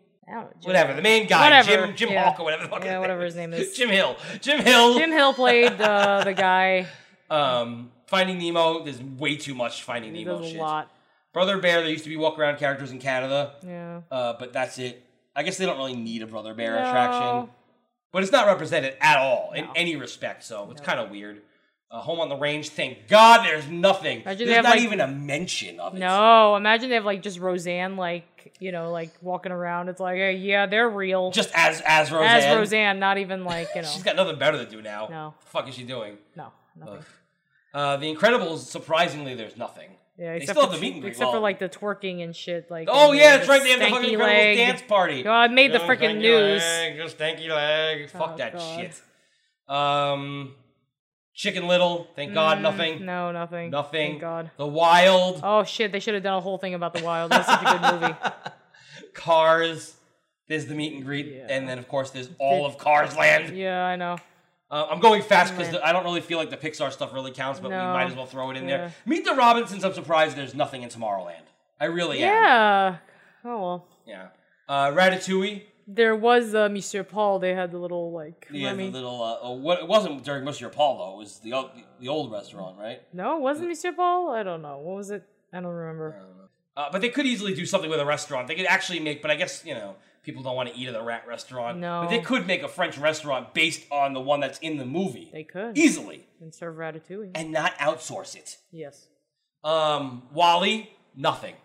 [SPEAKER 2] whatever.
[SPEAKER 1] the main guy,
[SPEAKER 2] Whatever.
[SPEAKER 1] Jim- Jim
[SPEAKER 2] yeah.
[SPEAKER 1] Hawk or whatever the fuck
[SPEAKER 2] Yeah,
[SPEAKER 1] his
[SPEAKER 2] whatever his name is.
[SPEAKER 1] Jim Hill. Jim Hill.
[SPEAKER 2] Jim Hill played uh, the guy.
[SPEAKER 1] Um, Finding Nemo. There's way too much Finding
[SPEAKER 2] He
[SPEAKER 1] Nemo
[SPEAKER 2] does a
[SPEAKER 1] shit.
[SPEAKER 2] lot.
[SPEAKER 1] Brother Bear. There used to be walk around characters in Canada.
[SPEAKER 2] Yeah.
[SPEAKER 1] Uh, but that's it. I guess they don't really need a Brother Bear
[SPEAKER 2] No.
[SPEAKER 1] attraction. But it's not represented at all in any respect, so it's kind of weird. Uh, Home on the Range, thank God there's nothing.
[SPEAKER 2] Imagine they
[SPEAKER 1] there's
[SPEAKER 2] have,
[SPEAKER 1] not
[SPEAKER 2] like-
[SPEAKER 1] even a mention of it.
[SPEAKER 2] No, imagine they have like just Roseanne, like you know, like walking around. It's like, hey, yeah, they're real.
[SPEAKER 1] Just as as Roseanne.
[SPEAKER 2] As Roseanne, not even like you know.
[SPEAKER 1] She's got nothing better to do now.
[SPEAKER 2] No.
[SPEAKER 1] The fuck is she doing?
[SPEAKER 2] No,
[SPEAKER 1] Ugh. Uh, the Incredibles, surprisingly, there's nothing.
[SPEAKER 2] yeah,
[SPEAKER 1] they
[SPEAKER 2] except
[SPEAKER 1] still
[SPEAKER 2] for,
[SPEAKER 1] have the meet and greet.
[SPEAKER 2] except for
[SPEAKER 1] Well,
[SPEAKER 2] like the twerking and shit. Like,
[SPEAKER 1] Oh
[SPEAKER 2] and
[SPEAKER 1] yeah, that's right. They have the
[SPEAKER 2] stanky
[SPEAKER 1] fucking Incredibles
[SPEAKER 2] leg.
[SPEAKER 1] dance party.
[SPEAKER 2] Oh, I made the
[SPEAKER 1] Oh, stanky
[SPEAKER 2] freaking news.
[SPEAKER 1] Leg, your stanky leg. Fuck
[SPEAKER 2] Oh,
[SPEAKER 1] that
[SPEAKER 2] God.
[SPEAKER 1] shit. Um, Chicken Little. Thank God,
[SPEAKER 2] Mm,
[SPEAKER 1] nothing.
[SPEAKER 2] No, nothing.
[SPEAKER 1] Nothing.
[SPEAKER 2] Thank God.
[SPEAKER 1] The Wild.
[SPEAKER 2] Oh shit, they should have done a whole thing about the Wild. That's such a good movie.
[SPEAKER 1] Cars. There's the meet and greet, and then of course there's all of Cars Land.
[SPEAKER 2] Yeah, I know.
[SPEAKER 1] Uh, I'm going fast because I don't really feel like the Pixar stuff really counts, but we
[SPEAKER 2] No.
[SPEAKER 1] might as well throw it in
[SPEAKER 2] Yeah.
[SPEAKER 1] there. Meet the Robinsons. I'm surprised there's nothing in Tomorrowland. I really am.
[SPEAKER 2] Yeah. Oh well.
[SPEAKER 1] Yeah. Uh, Ratatouille.
[SPEAKER 2] There was uh, Monsieur Paul. They had the little like.
[SPEAKER 1] Yeah,
[SPEAKER 2] Remy-
[SPEAKER 1] the little. Uh, oh, what, it wasn't during Monsieur Paul though. It was the old, the old restaurant, right?
[SPEAKER 2] No, it wasn't Monsieur Paul. I don't know. What was it? I don't remember.
[SPEAKER 1] Uh, but they could easily do something with a restaurant. They could actually make. But I guess you know people don't want to eat at a rat restaurant.
[SPEAKER 2] No.
[SPEAKER 1] But they could make a French restaurant based on the one that's in the movie
[SPEAKER 2] They could
[SPEAKER 1] easily
[SPEAKER 2] and serve ratatouille
[SPEAKER 1] and not outsource it.
[SPEAKER 2] Yes.
[SPEAKER 1] Um, Wally, nothing.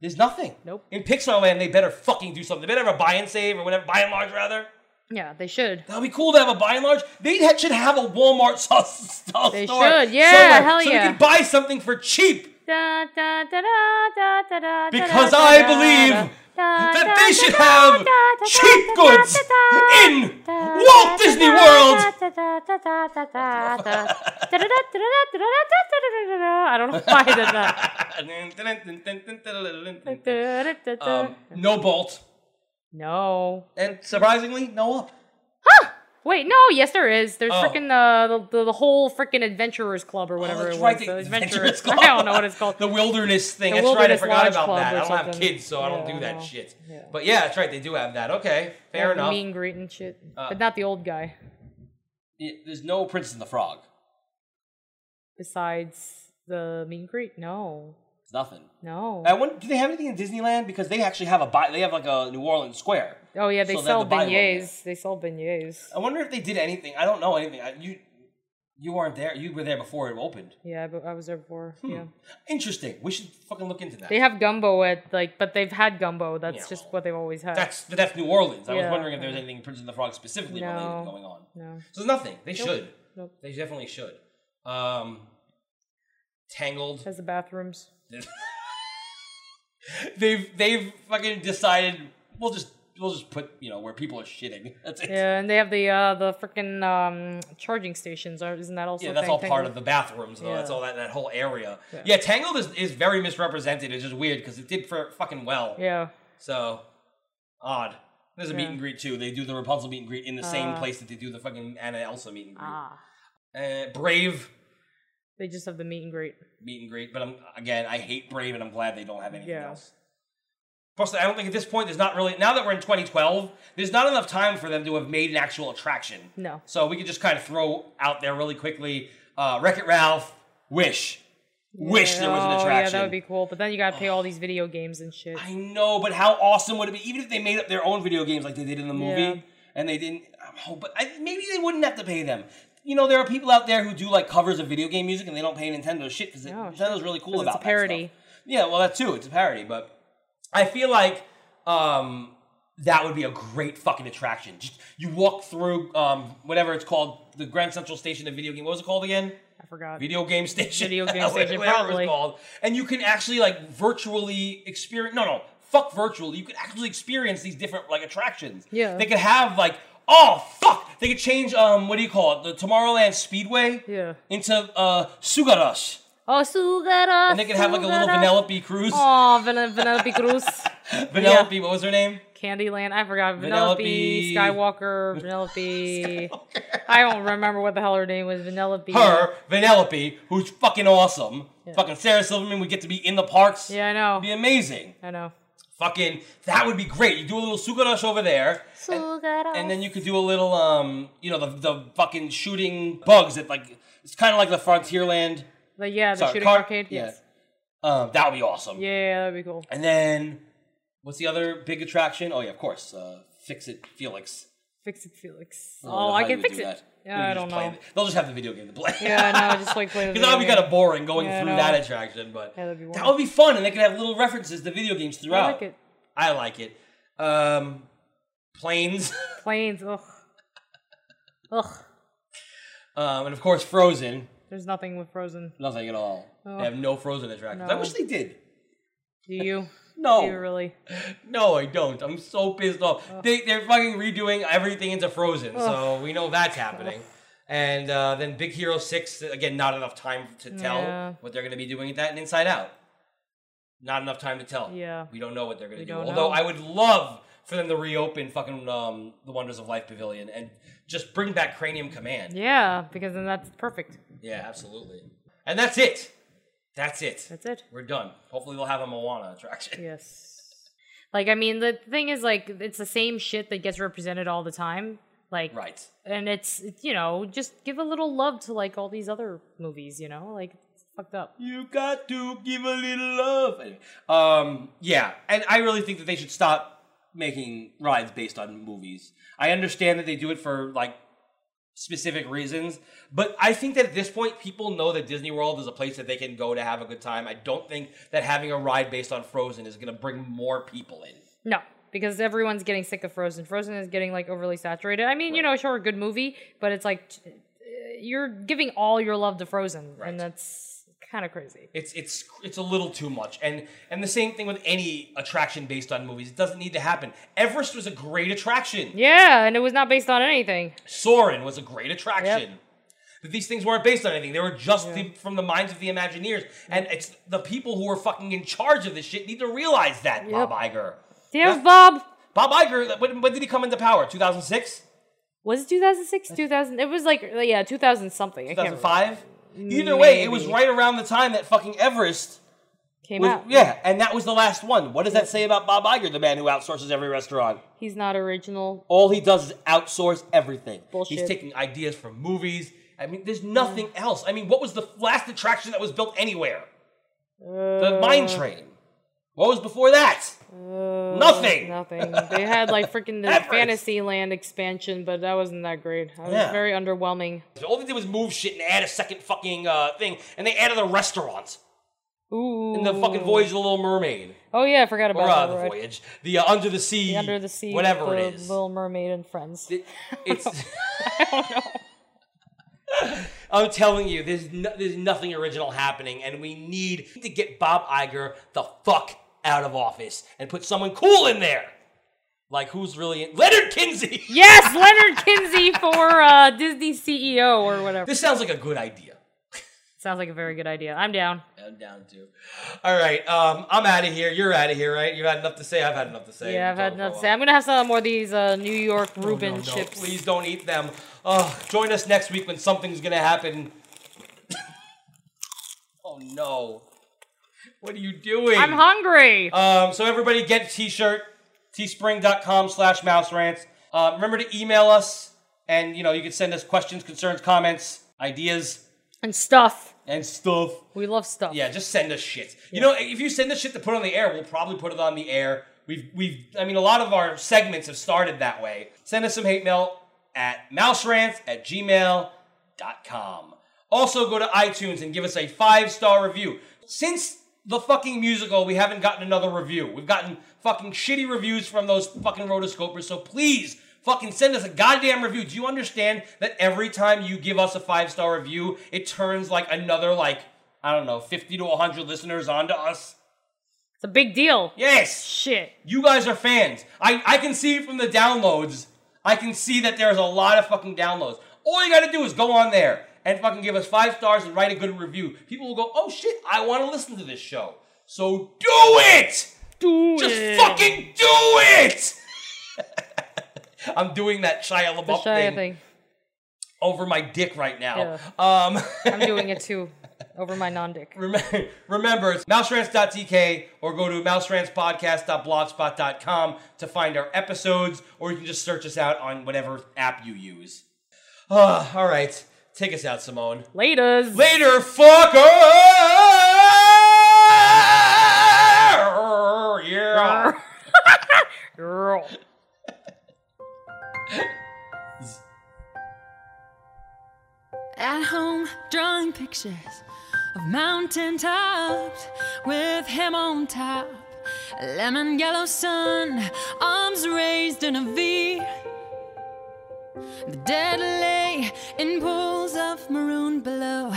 [SPEAKER 1] There's nothing.
[SPEAKER 2] Hmm. Nope.
[SPEAKER 1] In Pixar land, they better fucking do something. They better have a buy and save or whatever, buy and large rather.
[SPEAKER 2] Yeah, they should.
[SPEAKER 1] That would be cool to have a buy and large. They ha- should have a Walmart sauce store.
[SPEAKER 2] They should, yeah, hell
[SPEAKER 1] so
[SPEAKER 2] yeah.
[SPEAKER 1] you can buy something for cheap
[SPEAKER 2] Da, da, da, da, da, da, da,
[SPEAKER 1] because
[SPEAKER 2] da, da,
[SPEAKER 1] I
[SPEAKER 2] da,
[SPEAKER 1] believe
[SPEAKER 2] da, da,
[SPEAKER 1] that they
[SPEAKER 2] da,
[SPEAKER 1] should
[SPEAKER 2] da,
[SPEAKER 1] have
[SPEAKER 2] da, da,
[SPEAKER 1] cheap
[SPEAKER 2] da, da,
[SPEAKER 1] goods
[SPEAKER 2] da, da,
[SPEAKER 1] in Walt Disney World.
[SPEAKER 2] da, da, da, da, da, da, da, da, da, da, da, da, da, da, da, da, da, da. I don't know why I did that. Da, da, da, da.
[SPEAKER 1] Um, no bolt.
[SPEAKER 2] No.
[SPEAKER 1] And surprisingly, no up.
[SPEAKER 2] Wait, no, yes, there is. There's
[SPEAKER 1] Oh.
[SPEAKER 2] frickin' fricking the, the the whole frickin' Adventurers Club or whatever
[SPEAKER 1] that's
[SPEAKER 2] it was.
[SPEAKER 1] right, the
[SPEAKER 2] The
[SPEAKER 1] Adventurers Club.
[SPEAKER 2] I don't know what it's called.
[SPEAKER 1] The wilderness thing.
[SPEAKER 2] The
[SPEAKER 1] that's right. I
[SPEAKER 2] Wilderness
[SPEAKER 1] forgot
[SPEAKER 2] Lodge
[SPEAKER 1] about
[SPEAKER 2] Club
[SPEAKER 1] that.
[SPEAKER 2] or
[SPEAKER 1] I don't have
[SPEAKER 2] something.
[SPEAKER 1] kids, so I don't
[SPEAKER 2] Yeah,
[SPEAKER 1] do
[SPEAKER 2] I
[SPEAKER 1] that
[SPEAKER 2] know.
[SPEAKER 1] shit.
[SPEAKER 2] Yeah.
[SPEAKER 1] But yeah, that's right. They do have that. Okay, fair
[SPEAKER 2] Yeah,
[SPEAKER 1] enough.
[SPEAKER 2] Mean greet and shit.
[SPEAKER 1] Uh,
[SPEAKER 2] but not the old guy.
[SPEAKER 1] Y- There's no Princess and the Frog.
[SPEAKER 2] Besides the mean greet, no,
[SPEAKER 1] It's nothing.
[SPEAKER 2] no.
[SPEAKER 1] I wonder, do they have anything in Disneyland? Because they actually have a bi- they have like a New Orleans square.
[SPEAKER 2] oh yeah, they
[SPEAKER 1] so they
[SPEAKER 2] sell
[SPEAKER 1] have the Bible Oh. there.
[SPEAKER 2] beignets. They sell beignets.
[SPEAKER 1] I wonder if they did anything. I don't know anything. I, you you weren't there. You were there before it opened.
[SPEAKER 2] Yeah, but I was there before.
[SPEAKER 1] Hmm.
[SPEAKER 2] Yeah,
[SPEAKER 1] Interesting. We should fucking look into that.
[SPEAKER 2] they have gumbo at like, but they've had gumbo. That's
[SPEAKER 1] Yeah,
[SPEAKER 2] just what they've always had.
[SPEAKER 1] That's but that's New Orleans. I was
[SPEAKER 2] Yeah,
[SPEAKER 1] wondering if there was
[SPEAKER 2] yeah.
[SPEAKER 1] anything Princess and the Frog specifically
[SPEAKER 2] No.
[SPEAKER 1] related going on.
[SPEAKER 2] no.
[SPEAKER 1] So there's nothing. They
[SPEAKER 2] Nope.
[SPEAKER 1] should.
[SPEAKER 2] Nope.
[SPEAKER 1] They definitely should. Um, Tangled.
[SPEAKER 2] Has the bathrooms.
[SPEAKER 1] they've they've fucking decided we'll just we'll just put you know where people are shitting. That's it.
[SPEAKER 2] Yeah, and they have the uh the freaking um charging stations. Aren't- Isn't that also?
[SPEAKER 1] Yeah,
[SPEAKER 2] a
[SPEAKER 1] that's
[SPEAKER 2] thing-
[SPEAKER 1] all
[SPEAKER 2] thing?
[SPEAKER 1] part of the bathrooms, though. That's
[SPEAKER 2] Yeah.
[SPEAKER 1] all that, that whole area.
[SPEAKER 2] Yeah.
[SPEAKER 1] Yeah, Tangled is, is very misrepresented. It's just weird because it did for fucking well.
[SPEAKER 2] Yeah.
[SPEAKER 1] So odd. There's a meet
[SPEAKER 2] Yeah.
[SPEAKER 1] and greet too. They do the Rapunzel meet and greet in the same
[SPEAKER 2] Ah.
[SPEAKER 1] place that they do the fucking Anna Elsa meet and greet.
[SPEAKER 2] Ah,
[SPEAKER 1] Uh, Brave
[SPEAKER 2] they just have the meet and greet.
[SPEAKER 1] meet and greet, but I'm again I hate Brave and I'm glad they don't have anything
[SPEAKER 2] Yeah.
[SPEAKER 1] else. Plus, I don't think at this point there's not really now that we're in 2012, there's not enough time for them to have made an actual attraction.
[SPEAKER 2] No.
[SPEAKER 1] So we could just kind of throw out there really quickly. Uh, Wreck It Ralph, Wish, Wish there was an
[SPEAKER 2] Oh,
[SPEAKER 1] attraction.
[SPEAKER 2] Yeah, that would be cool. But then you gotta pay all these video games and shit.
[SPEAKER 1] I know, but how awesome would it be? Even if they made up their own video games like they did in the movie,
[SPEAKER 2] Yeah.
[SPEAKER 1] and they didn't. Oh, but I, maybe they wouldn't have to pay them. You know, there are people out there who do like covers of video game music, and they don't pay Nintendo shit because Nintendo's really cool
[SPEAKER 2] Oh, 'Cause it's
[SPEAKER 1] about
[SPEAKER 2] a parody.
[SPEAKER 1] That stuff. Yeah, well, that too. It's a parody, but I feel like um, that would be a great fucking attraction. Just you walk through um, whatever it's called, the Grand Central Station, the video game. What was it called again?
[SPEAKER 2] I forgot.
[SPEAKER 1] Video game station.
[SPEAKER 2] Video game
[SPEAKER 1] Whatever
[SPEAKER 2] station, probably.
[SPEAKER 1] It was called. And you can actually like virtually experience. No, no, fuck virtual. You can actually experience these different like attractions.
[SPEAKER 2] Yeah.
[SPEAKER 1] They could have like oh fuck. They could change um what do you call it the Tomorrowland Speedway
[SPEAKER 2] Yeah.
[SPEAKER 1] into uh Sugarush.
[SPEAKER 2] Oh, Sugara.
[SPEAKER 1] And they could have like a little Vanellope Cruz.
[SPEAKER 2] Oh, Ven- Vanellope Cruz.
[SPEAKER 1] Vanellope, what was her name?
[SPEAKER 2] Candyland. I forgot.
[SPEAKER 1] Vanellope.
[SPEAKER 2] Vanellope, Skywalker, Vanellope. I don't remember what the hell her name was. Vanellope.
[SPEAKER 1] Her, Vanellope, who's fucking awesome.
[SPEAKER 2] Yeah.
[SPEAKER 1] Fucking Sarah Silverman would get to be in the parks.
[SPEAKER 2] Yeah, I know.
[SPEAKER 1] Be amazing.
[SPEAKER 2] I know.
[SPEAKER 1] Fucking, that would be great. You do a little Sugarush over there,
[SPEAKER 2] Sugara.
[SPEAKER 1] and then you could do a little, um, you know, the, the fucking shooting bugs that like it's kind of like the Frontierland.
[SPEAKER 2] But yeah, the
[SPEAKER 1] sorry,
[SPEAKER 2] shooting
[SPEAKER 1] car-
[SPEAKER 2] arcade.
[SPEAKER 1] Yeah,
[SPEAKER 2] Yes.
[SPEAKER 1] um, that would be awesome.
[SPEAKER 2] Yeah, that'd be cool.
[SPEAKER 1] And then, what's the other big attraction? Oh yeah, of course, uh, Fix It Felix.
[SPEAKER 2] Fix it, Felix.
[SPEAKER 1] don't know
[SPEAKER 2] Oh,
[SPEAKER 1] how
[SPEAKER 2] I
[SPEAKER 1] you
[SPEAKER 2] can
[SPEAKER 1] would
[SPEAKER 2] fix
[SPEAKER 1] do
[SPEAKER 2] it.
[SPEAKER 1] that. Maybe
[SPEAKER 2] Yeah, I
[SPEAKER 1] just
[SPEAKER 2] don't
[SPEAKER 1] play
[SPEAKER 2] know.
[SPEAKER 1] the- They'll just have the video game to play.
[SPEAKER 2] Yeah, no, just like play the
[SPEAKER 1] Because that would be
[SPEAKER 2] video
[SPEAKER 1] kind of
[SPEAKER 2] game.
[SPEAKER 1] boring going
[SPEAKER 2] Yeah, I
[SPEAKER 1] through
[SPEAKER 2] know.
[SPEAKER 1] that attraction, but
[SPEAKER 2] Yeah, that'd be
[SPEAKER 1] that would be fun, and they could have little references to video games throughout.
[SPEAKER 2] I like it.
[SPEAKER 1] I like it. Um, planes,
[SPEAKER 2] Planes. Ugh. Ugh.
[SPEAKER 1] um, and of course Frozen.
[SPEAKER 2] There's nothing with Frozen.
[SPEAKER 1] Nothing at all.
[SPEAKER 2] Oh.
[SPEAKER 1] They have no Frozen attractions. I
[SPEAKER 2] No.
[SPEAKER 1] wish they did.
[SPEAKER 2] Do you?
[SPEAKER 1] No.
[SPEAKER 2] Do you really? Oh.
[SPEAKER 1] No, I don't. I'm so pissed off. They they're fucking redoing everything into Frozen, so
[SPEAKER 2] Ugh.
[SPEAKER 1] we know that's happening. And uh, then Big Hero Six again, not enough time to tell
[SPEAKER 2] Yeah.
[SPEAKER 1] what they're going to be doing with that. And Inside Out, not enough time to tell.
[SPEAKER 2] Yeah.
[SPEAKER 1] we don't know what they're going to
[SPEAKER 2] We
[SPEAKER 1] do.
[SPEAKER 2] don't
[SPEAKER 1] Although
[SPEAKER 2] know.
[SPEAKER 1] I would love for them to reopen fucking um, the Wonders of Life Pavilion and just bring back Cranium Command.
[SPEAKER 2] Yeah, because then that's perfect.
[SPEAKER 1] Yeah, absolutely. And that's it. That's it. That's
[SPEAKER 2] it.
[SPEAKER 1] We're done. Hopefully, they'll have a Moana attraction.
[SPEAKER 2] Yes. Like, I mean, the thing is, like, it's the same shit that gets represented all the time. Like,
[SPEAKER 1] right.
[SPEAKER 2] And it's, you know, just give a little love to, like, all these other movies, you know? Like, it's fucked up.
[SPEAKER 1] You got to give a little love. Anyway, Um, yeah, and I really think that they should stop making rides based on movies. I understand that they do it for like specific reasons, but I think that at this point, people know that Disney World is a place that they can go to have a good time. I don't think that having a ride based on Frozen is going to bring more people in.
[SPEAKER 2] No, because everyone's getting sick of Frozen. Frozen is getting, like, overly saturated. I mean, you know, sure, a good movie, but it's like, t- uh, you're giving all your love to Frozen. And that's kind of crazy.
[SPEAKER 1] It's it's it's a little too much, and and the same thing with any attraction based on movies. It doesn't need to happen. Everest was a great attraction.
[SPEAKER 2] Yeah, and it was not based on anything.
[SPEAKER 1] Soren was a great attraction. But these things weren't based on anything. They were just the, from the minds of the Imagineers. And it's the people who are fucking in charge of this shit need to realize that, Bob Iger.
[SPEAKER 2] Damn, Bob.
[SPEAKER 1] Bob Iger, when, when did he come into power? 2006?
[SPEAKER 2] Was it 2006? 2000? It was like, yeah, 2000 something. I can't remember.
[SPEAKER 1] 2005? Either way, it was
[SPEAKER 2] Maybe.
[SPEAKER 1] right around the time that fucking Everest
[SPEAKER 2] Came
[SPEAKER 1] was-
[SPEAKER 2] out.
[SPEAKER 1] Yeah, and that was the last one. What does that say about Bob Iger, the man who outsources every restaurant?
[SPEAKER 2] He's not original.
[SPEAKER 1] All he does is outsource everything. He's
[SPEAKER 2] Bullshit.
[SPEAKER 1] taking ideas from movies. I mean, there's nothing else. I mean, what was the last attraction that was built anywhere? The mine train. What was before that?
[SPEAKER 2] Uh,
[SPEAKER 1] Nothing.
[SPEAKER 2] Nothing. They had like freaking the
[SPEAKER 1] Everest.
[SPEAKER 2] Fantasyland expansion, but that wasn't that great. It was
[SPEAKER 1] Yeah.
[SPEAKER 2] very underwhelming.
[SPEAKER 1] All they did was move shit and add a second fucking uh, thing, and they added a restaurant.
[SPEAKER 2] Ooh.
[SPEAKER 1] In the fucking Voyage of the Little Mermaid.
[SPEAKER 2] Oh yeah, I forgot
[SPEAKER 1] Or
[SPEAKER 2] about
[SPEAKER 1] uh,
[SPEAKER 2] that
[SPEAKER 1] the
[SPEAKER 2] ride.
[SPEAKER 1] Voyage. The uh, Under the Sea.
[SPEAKER 2] The Under the Sea, with
[SPEAKER 1] Whatever
[SPEAKER 2] the
[SPEAKER 1] it is.
[SPEAKER 2] Little Mermaid and Friends.
[SPEAKER 1] It's. I'm telling you, there's no, there's nothing original happening, and we need to get Bob Iger the fuck out of office and put someone cool in there, like who's really in- Leonard Kinsey.
[SPEAKER 2] yes, Leonard Kinsey for uh, Disney CEO or whatever.
[SPEAKER 1] This sounds like a good idea.
[SPEAKER 2] Sounds like a very good idea. I'm down.
[SPEAKER 1] I'm down too. All right, um, I'm out of here. You're out of here, right? You've had enough to say. I've had enough to say.
[SPEAKER 2] yeah, I've
[SPEAKER 1] We've
[SPEAKER 2] had
[SPEAKER 1] talked
[SPEAKER 2] enough to
[SPEAKER 1] for a
[SPEAKER 2] say. I'm gonna have some more of these uh, New York
[SPEAKER 1] while.
[SPEAKER 2] Reuben
[SPEAKER 1] No, no, no,
[SPEAKER 2] chips.
[SPEAKER 1] Please don't eat them. Ugh, join us next week when something's gonna happen. oh no! What are you doing?
[SPEAKER 2] I'm hungry.
[SPEAKER 1] Um, so everybody get a t-shirt, teespring.com slash mouse rants. Uh, remember to email us and you know you can send us questions, concerns, comments, ideas.
[SPEAKER 2] And stuff.
[SPEAKER 1] And stuff.
[SPEAKER 2] We love stuff.
[SPEAKER 1] Yeah, just send us shit. You know, if you send us shit to put on the air, we'll probably put it on the air. We've we've I mean a lot of our segments have started that way. Send us some hate mail at mouserants at gmail.com. Also go to iTunes and give us a five-star review. Since the fucking musical, we haven't gotten another review. We've gotten fucking shitty reviews from those fucking rotoscopers. So please fucking send us a goddamn review. Do you understand that every time you give us a five star review, it turns like another like I don't know, 50 to 100 listeners onto us?
[SPEAKER 2] It's a big deal.
[SPEAKER 1] Yes.
[SPEAKER 2] Shit.
[SPEAKER 1] You guys are fans. I, I can see from the downloads. I can see that there's a lot of fucking downloads. All you gotta do is go on there and fucking give us five stars and write a good review. People will go, oh shit, I wanna listen to this show. So do it!
[SPEAKER 2] Do
[SPEAKER 1] Just fucking do it! I'm doing that Shia LaBeouf
[SPEAKER 2] Shia
[SPEAKER 1] thing,
[SPEAKER 2] thing.
[SPEAKER 1] over my dick right now. Um,
[SPEAKER 2] I'm doing it too, over my non-dick.
[SPEAKER 1] Remember, remember it's mouserants.tk or go to mouserantspodcast.blogspot.com to find our episodes, or you can just search us out on whatever app you use. Ah, all right, take us out, Simone.
[SPEAKER 2] Laters.
[SPEAKER 1] Later, fucker! Yeah.
[SPEAKER 2] Girl.
[SPEAKER 17] At home, drawing pictures of mountain tops with him on top. Lemon yellow sun, arms raised in a V. The dead lay in pools of maroon below.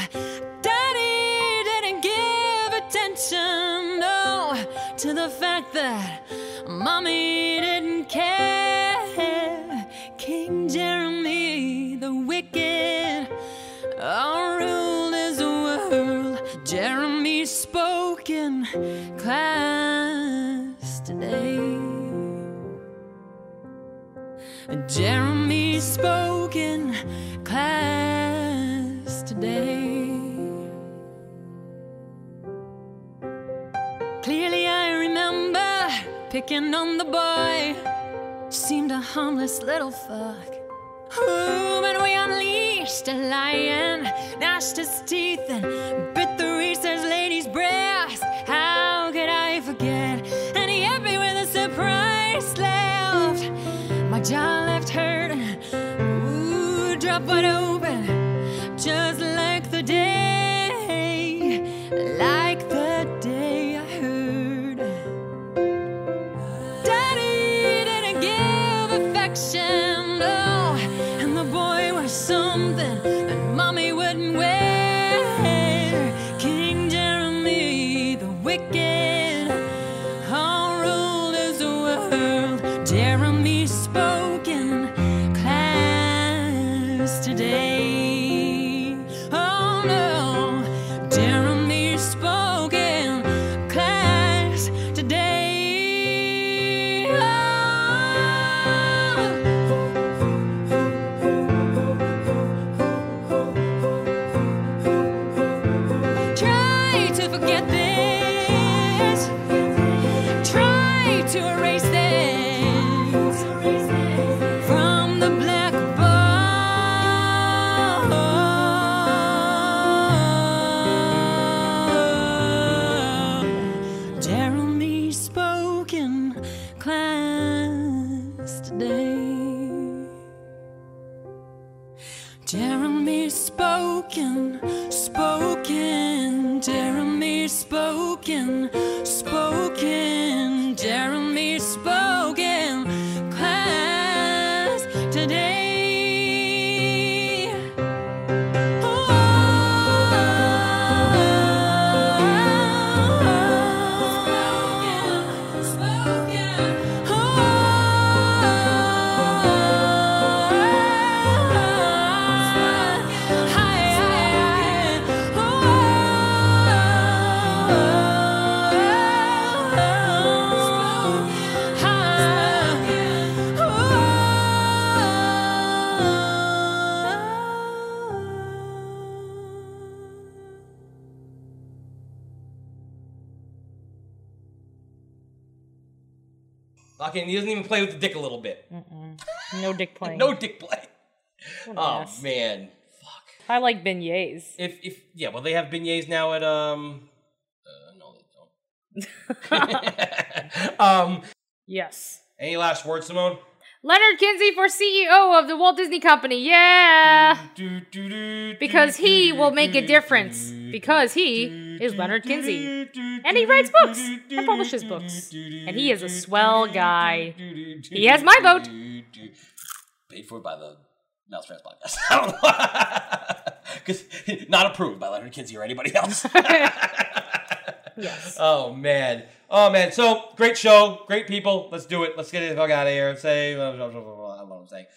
[SPEAKER 17] Daddy didn't give attention, no, to the fact that mommy didn't care. King Jeremy the Wicked all ruled his world. Jeremy spoke in class today. Jeremy spoke in class today. Clearly, I remember picking on the boy. Seemed a harmless little fuck. Whom and we unleashed a lion, gnashed his teeth and bit the research lady's breast. How could I forget? And he hit me with a surprise left. My jaw left hurt. Ooh, drop wide open, just like the day, like the day I heard. Daddy didn't give affection, no, and the boy was something that mommy wouldn't wear. King Jeremy the Wicked all ruled his world. Jeremy spoke in class today. Oh no, Jeremy spoke in class today. Ah. Oh. Try to forget this. Try to erase this from the blackboard. Jeremy spoke in class today. Jeremy spoken, spoken, Jeremy spoken, spoken, Jeremy spoken, class today.
[SPEAKER 1] Fucking, he doesn't even play with the dick a little bit.
[SPEAKER 2] Mm-mm. No dick playing.
[SPEAKER 1] No dick play.
[SPEAKER 2] What an
[SPEAKER 1] Oh
[SPEAKER 2] ass.
[SPEAKER 1] man.
[SPEAKER 2] I like beignets.
[SPEAKER 1] If if yeah, well they have beignets now at um uh, no they don't. um
[SPEAKER 2] Yes.
[SPEAKER 1] any last words, Simone?
[SPEAKER 2] Leonard Kinsey for CEO of the Walt Disney Company. Yeah. Because he will make a difference. Because he is Leonard Kinsey. And he writes books and publishes books. And he is a swell guy. He has my vote.
[SPEAKER 1] Paid for by the Mouse Trans podcast. I don't know. Because not approved by Leonard Kinsey or anybody else.
[SPEAKER 2] yes.
[SPEAKER 1] Oh, man. Oh, man. So, great show. Great people. Let's do it. Let's get the fuck out of here. Say, I don't know what I'm saying.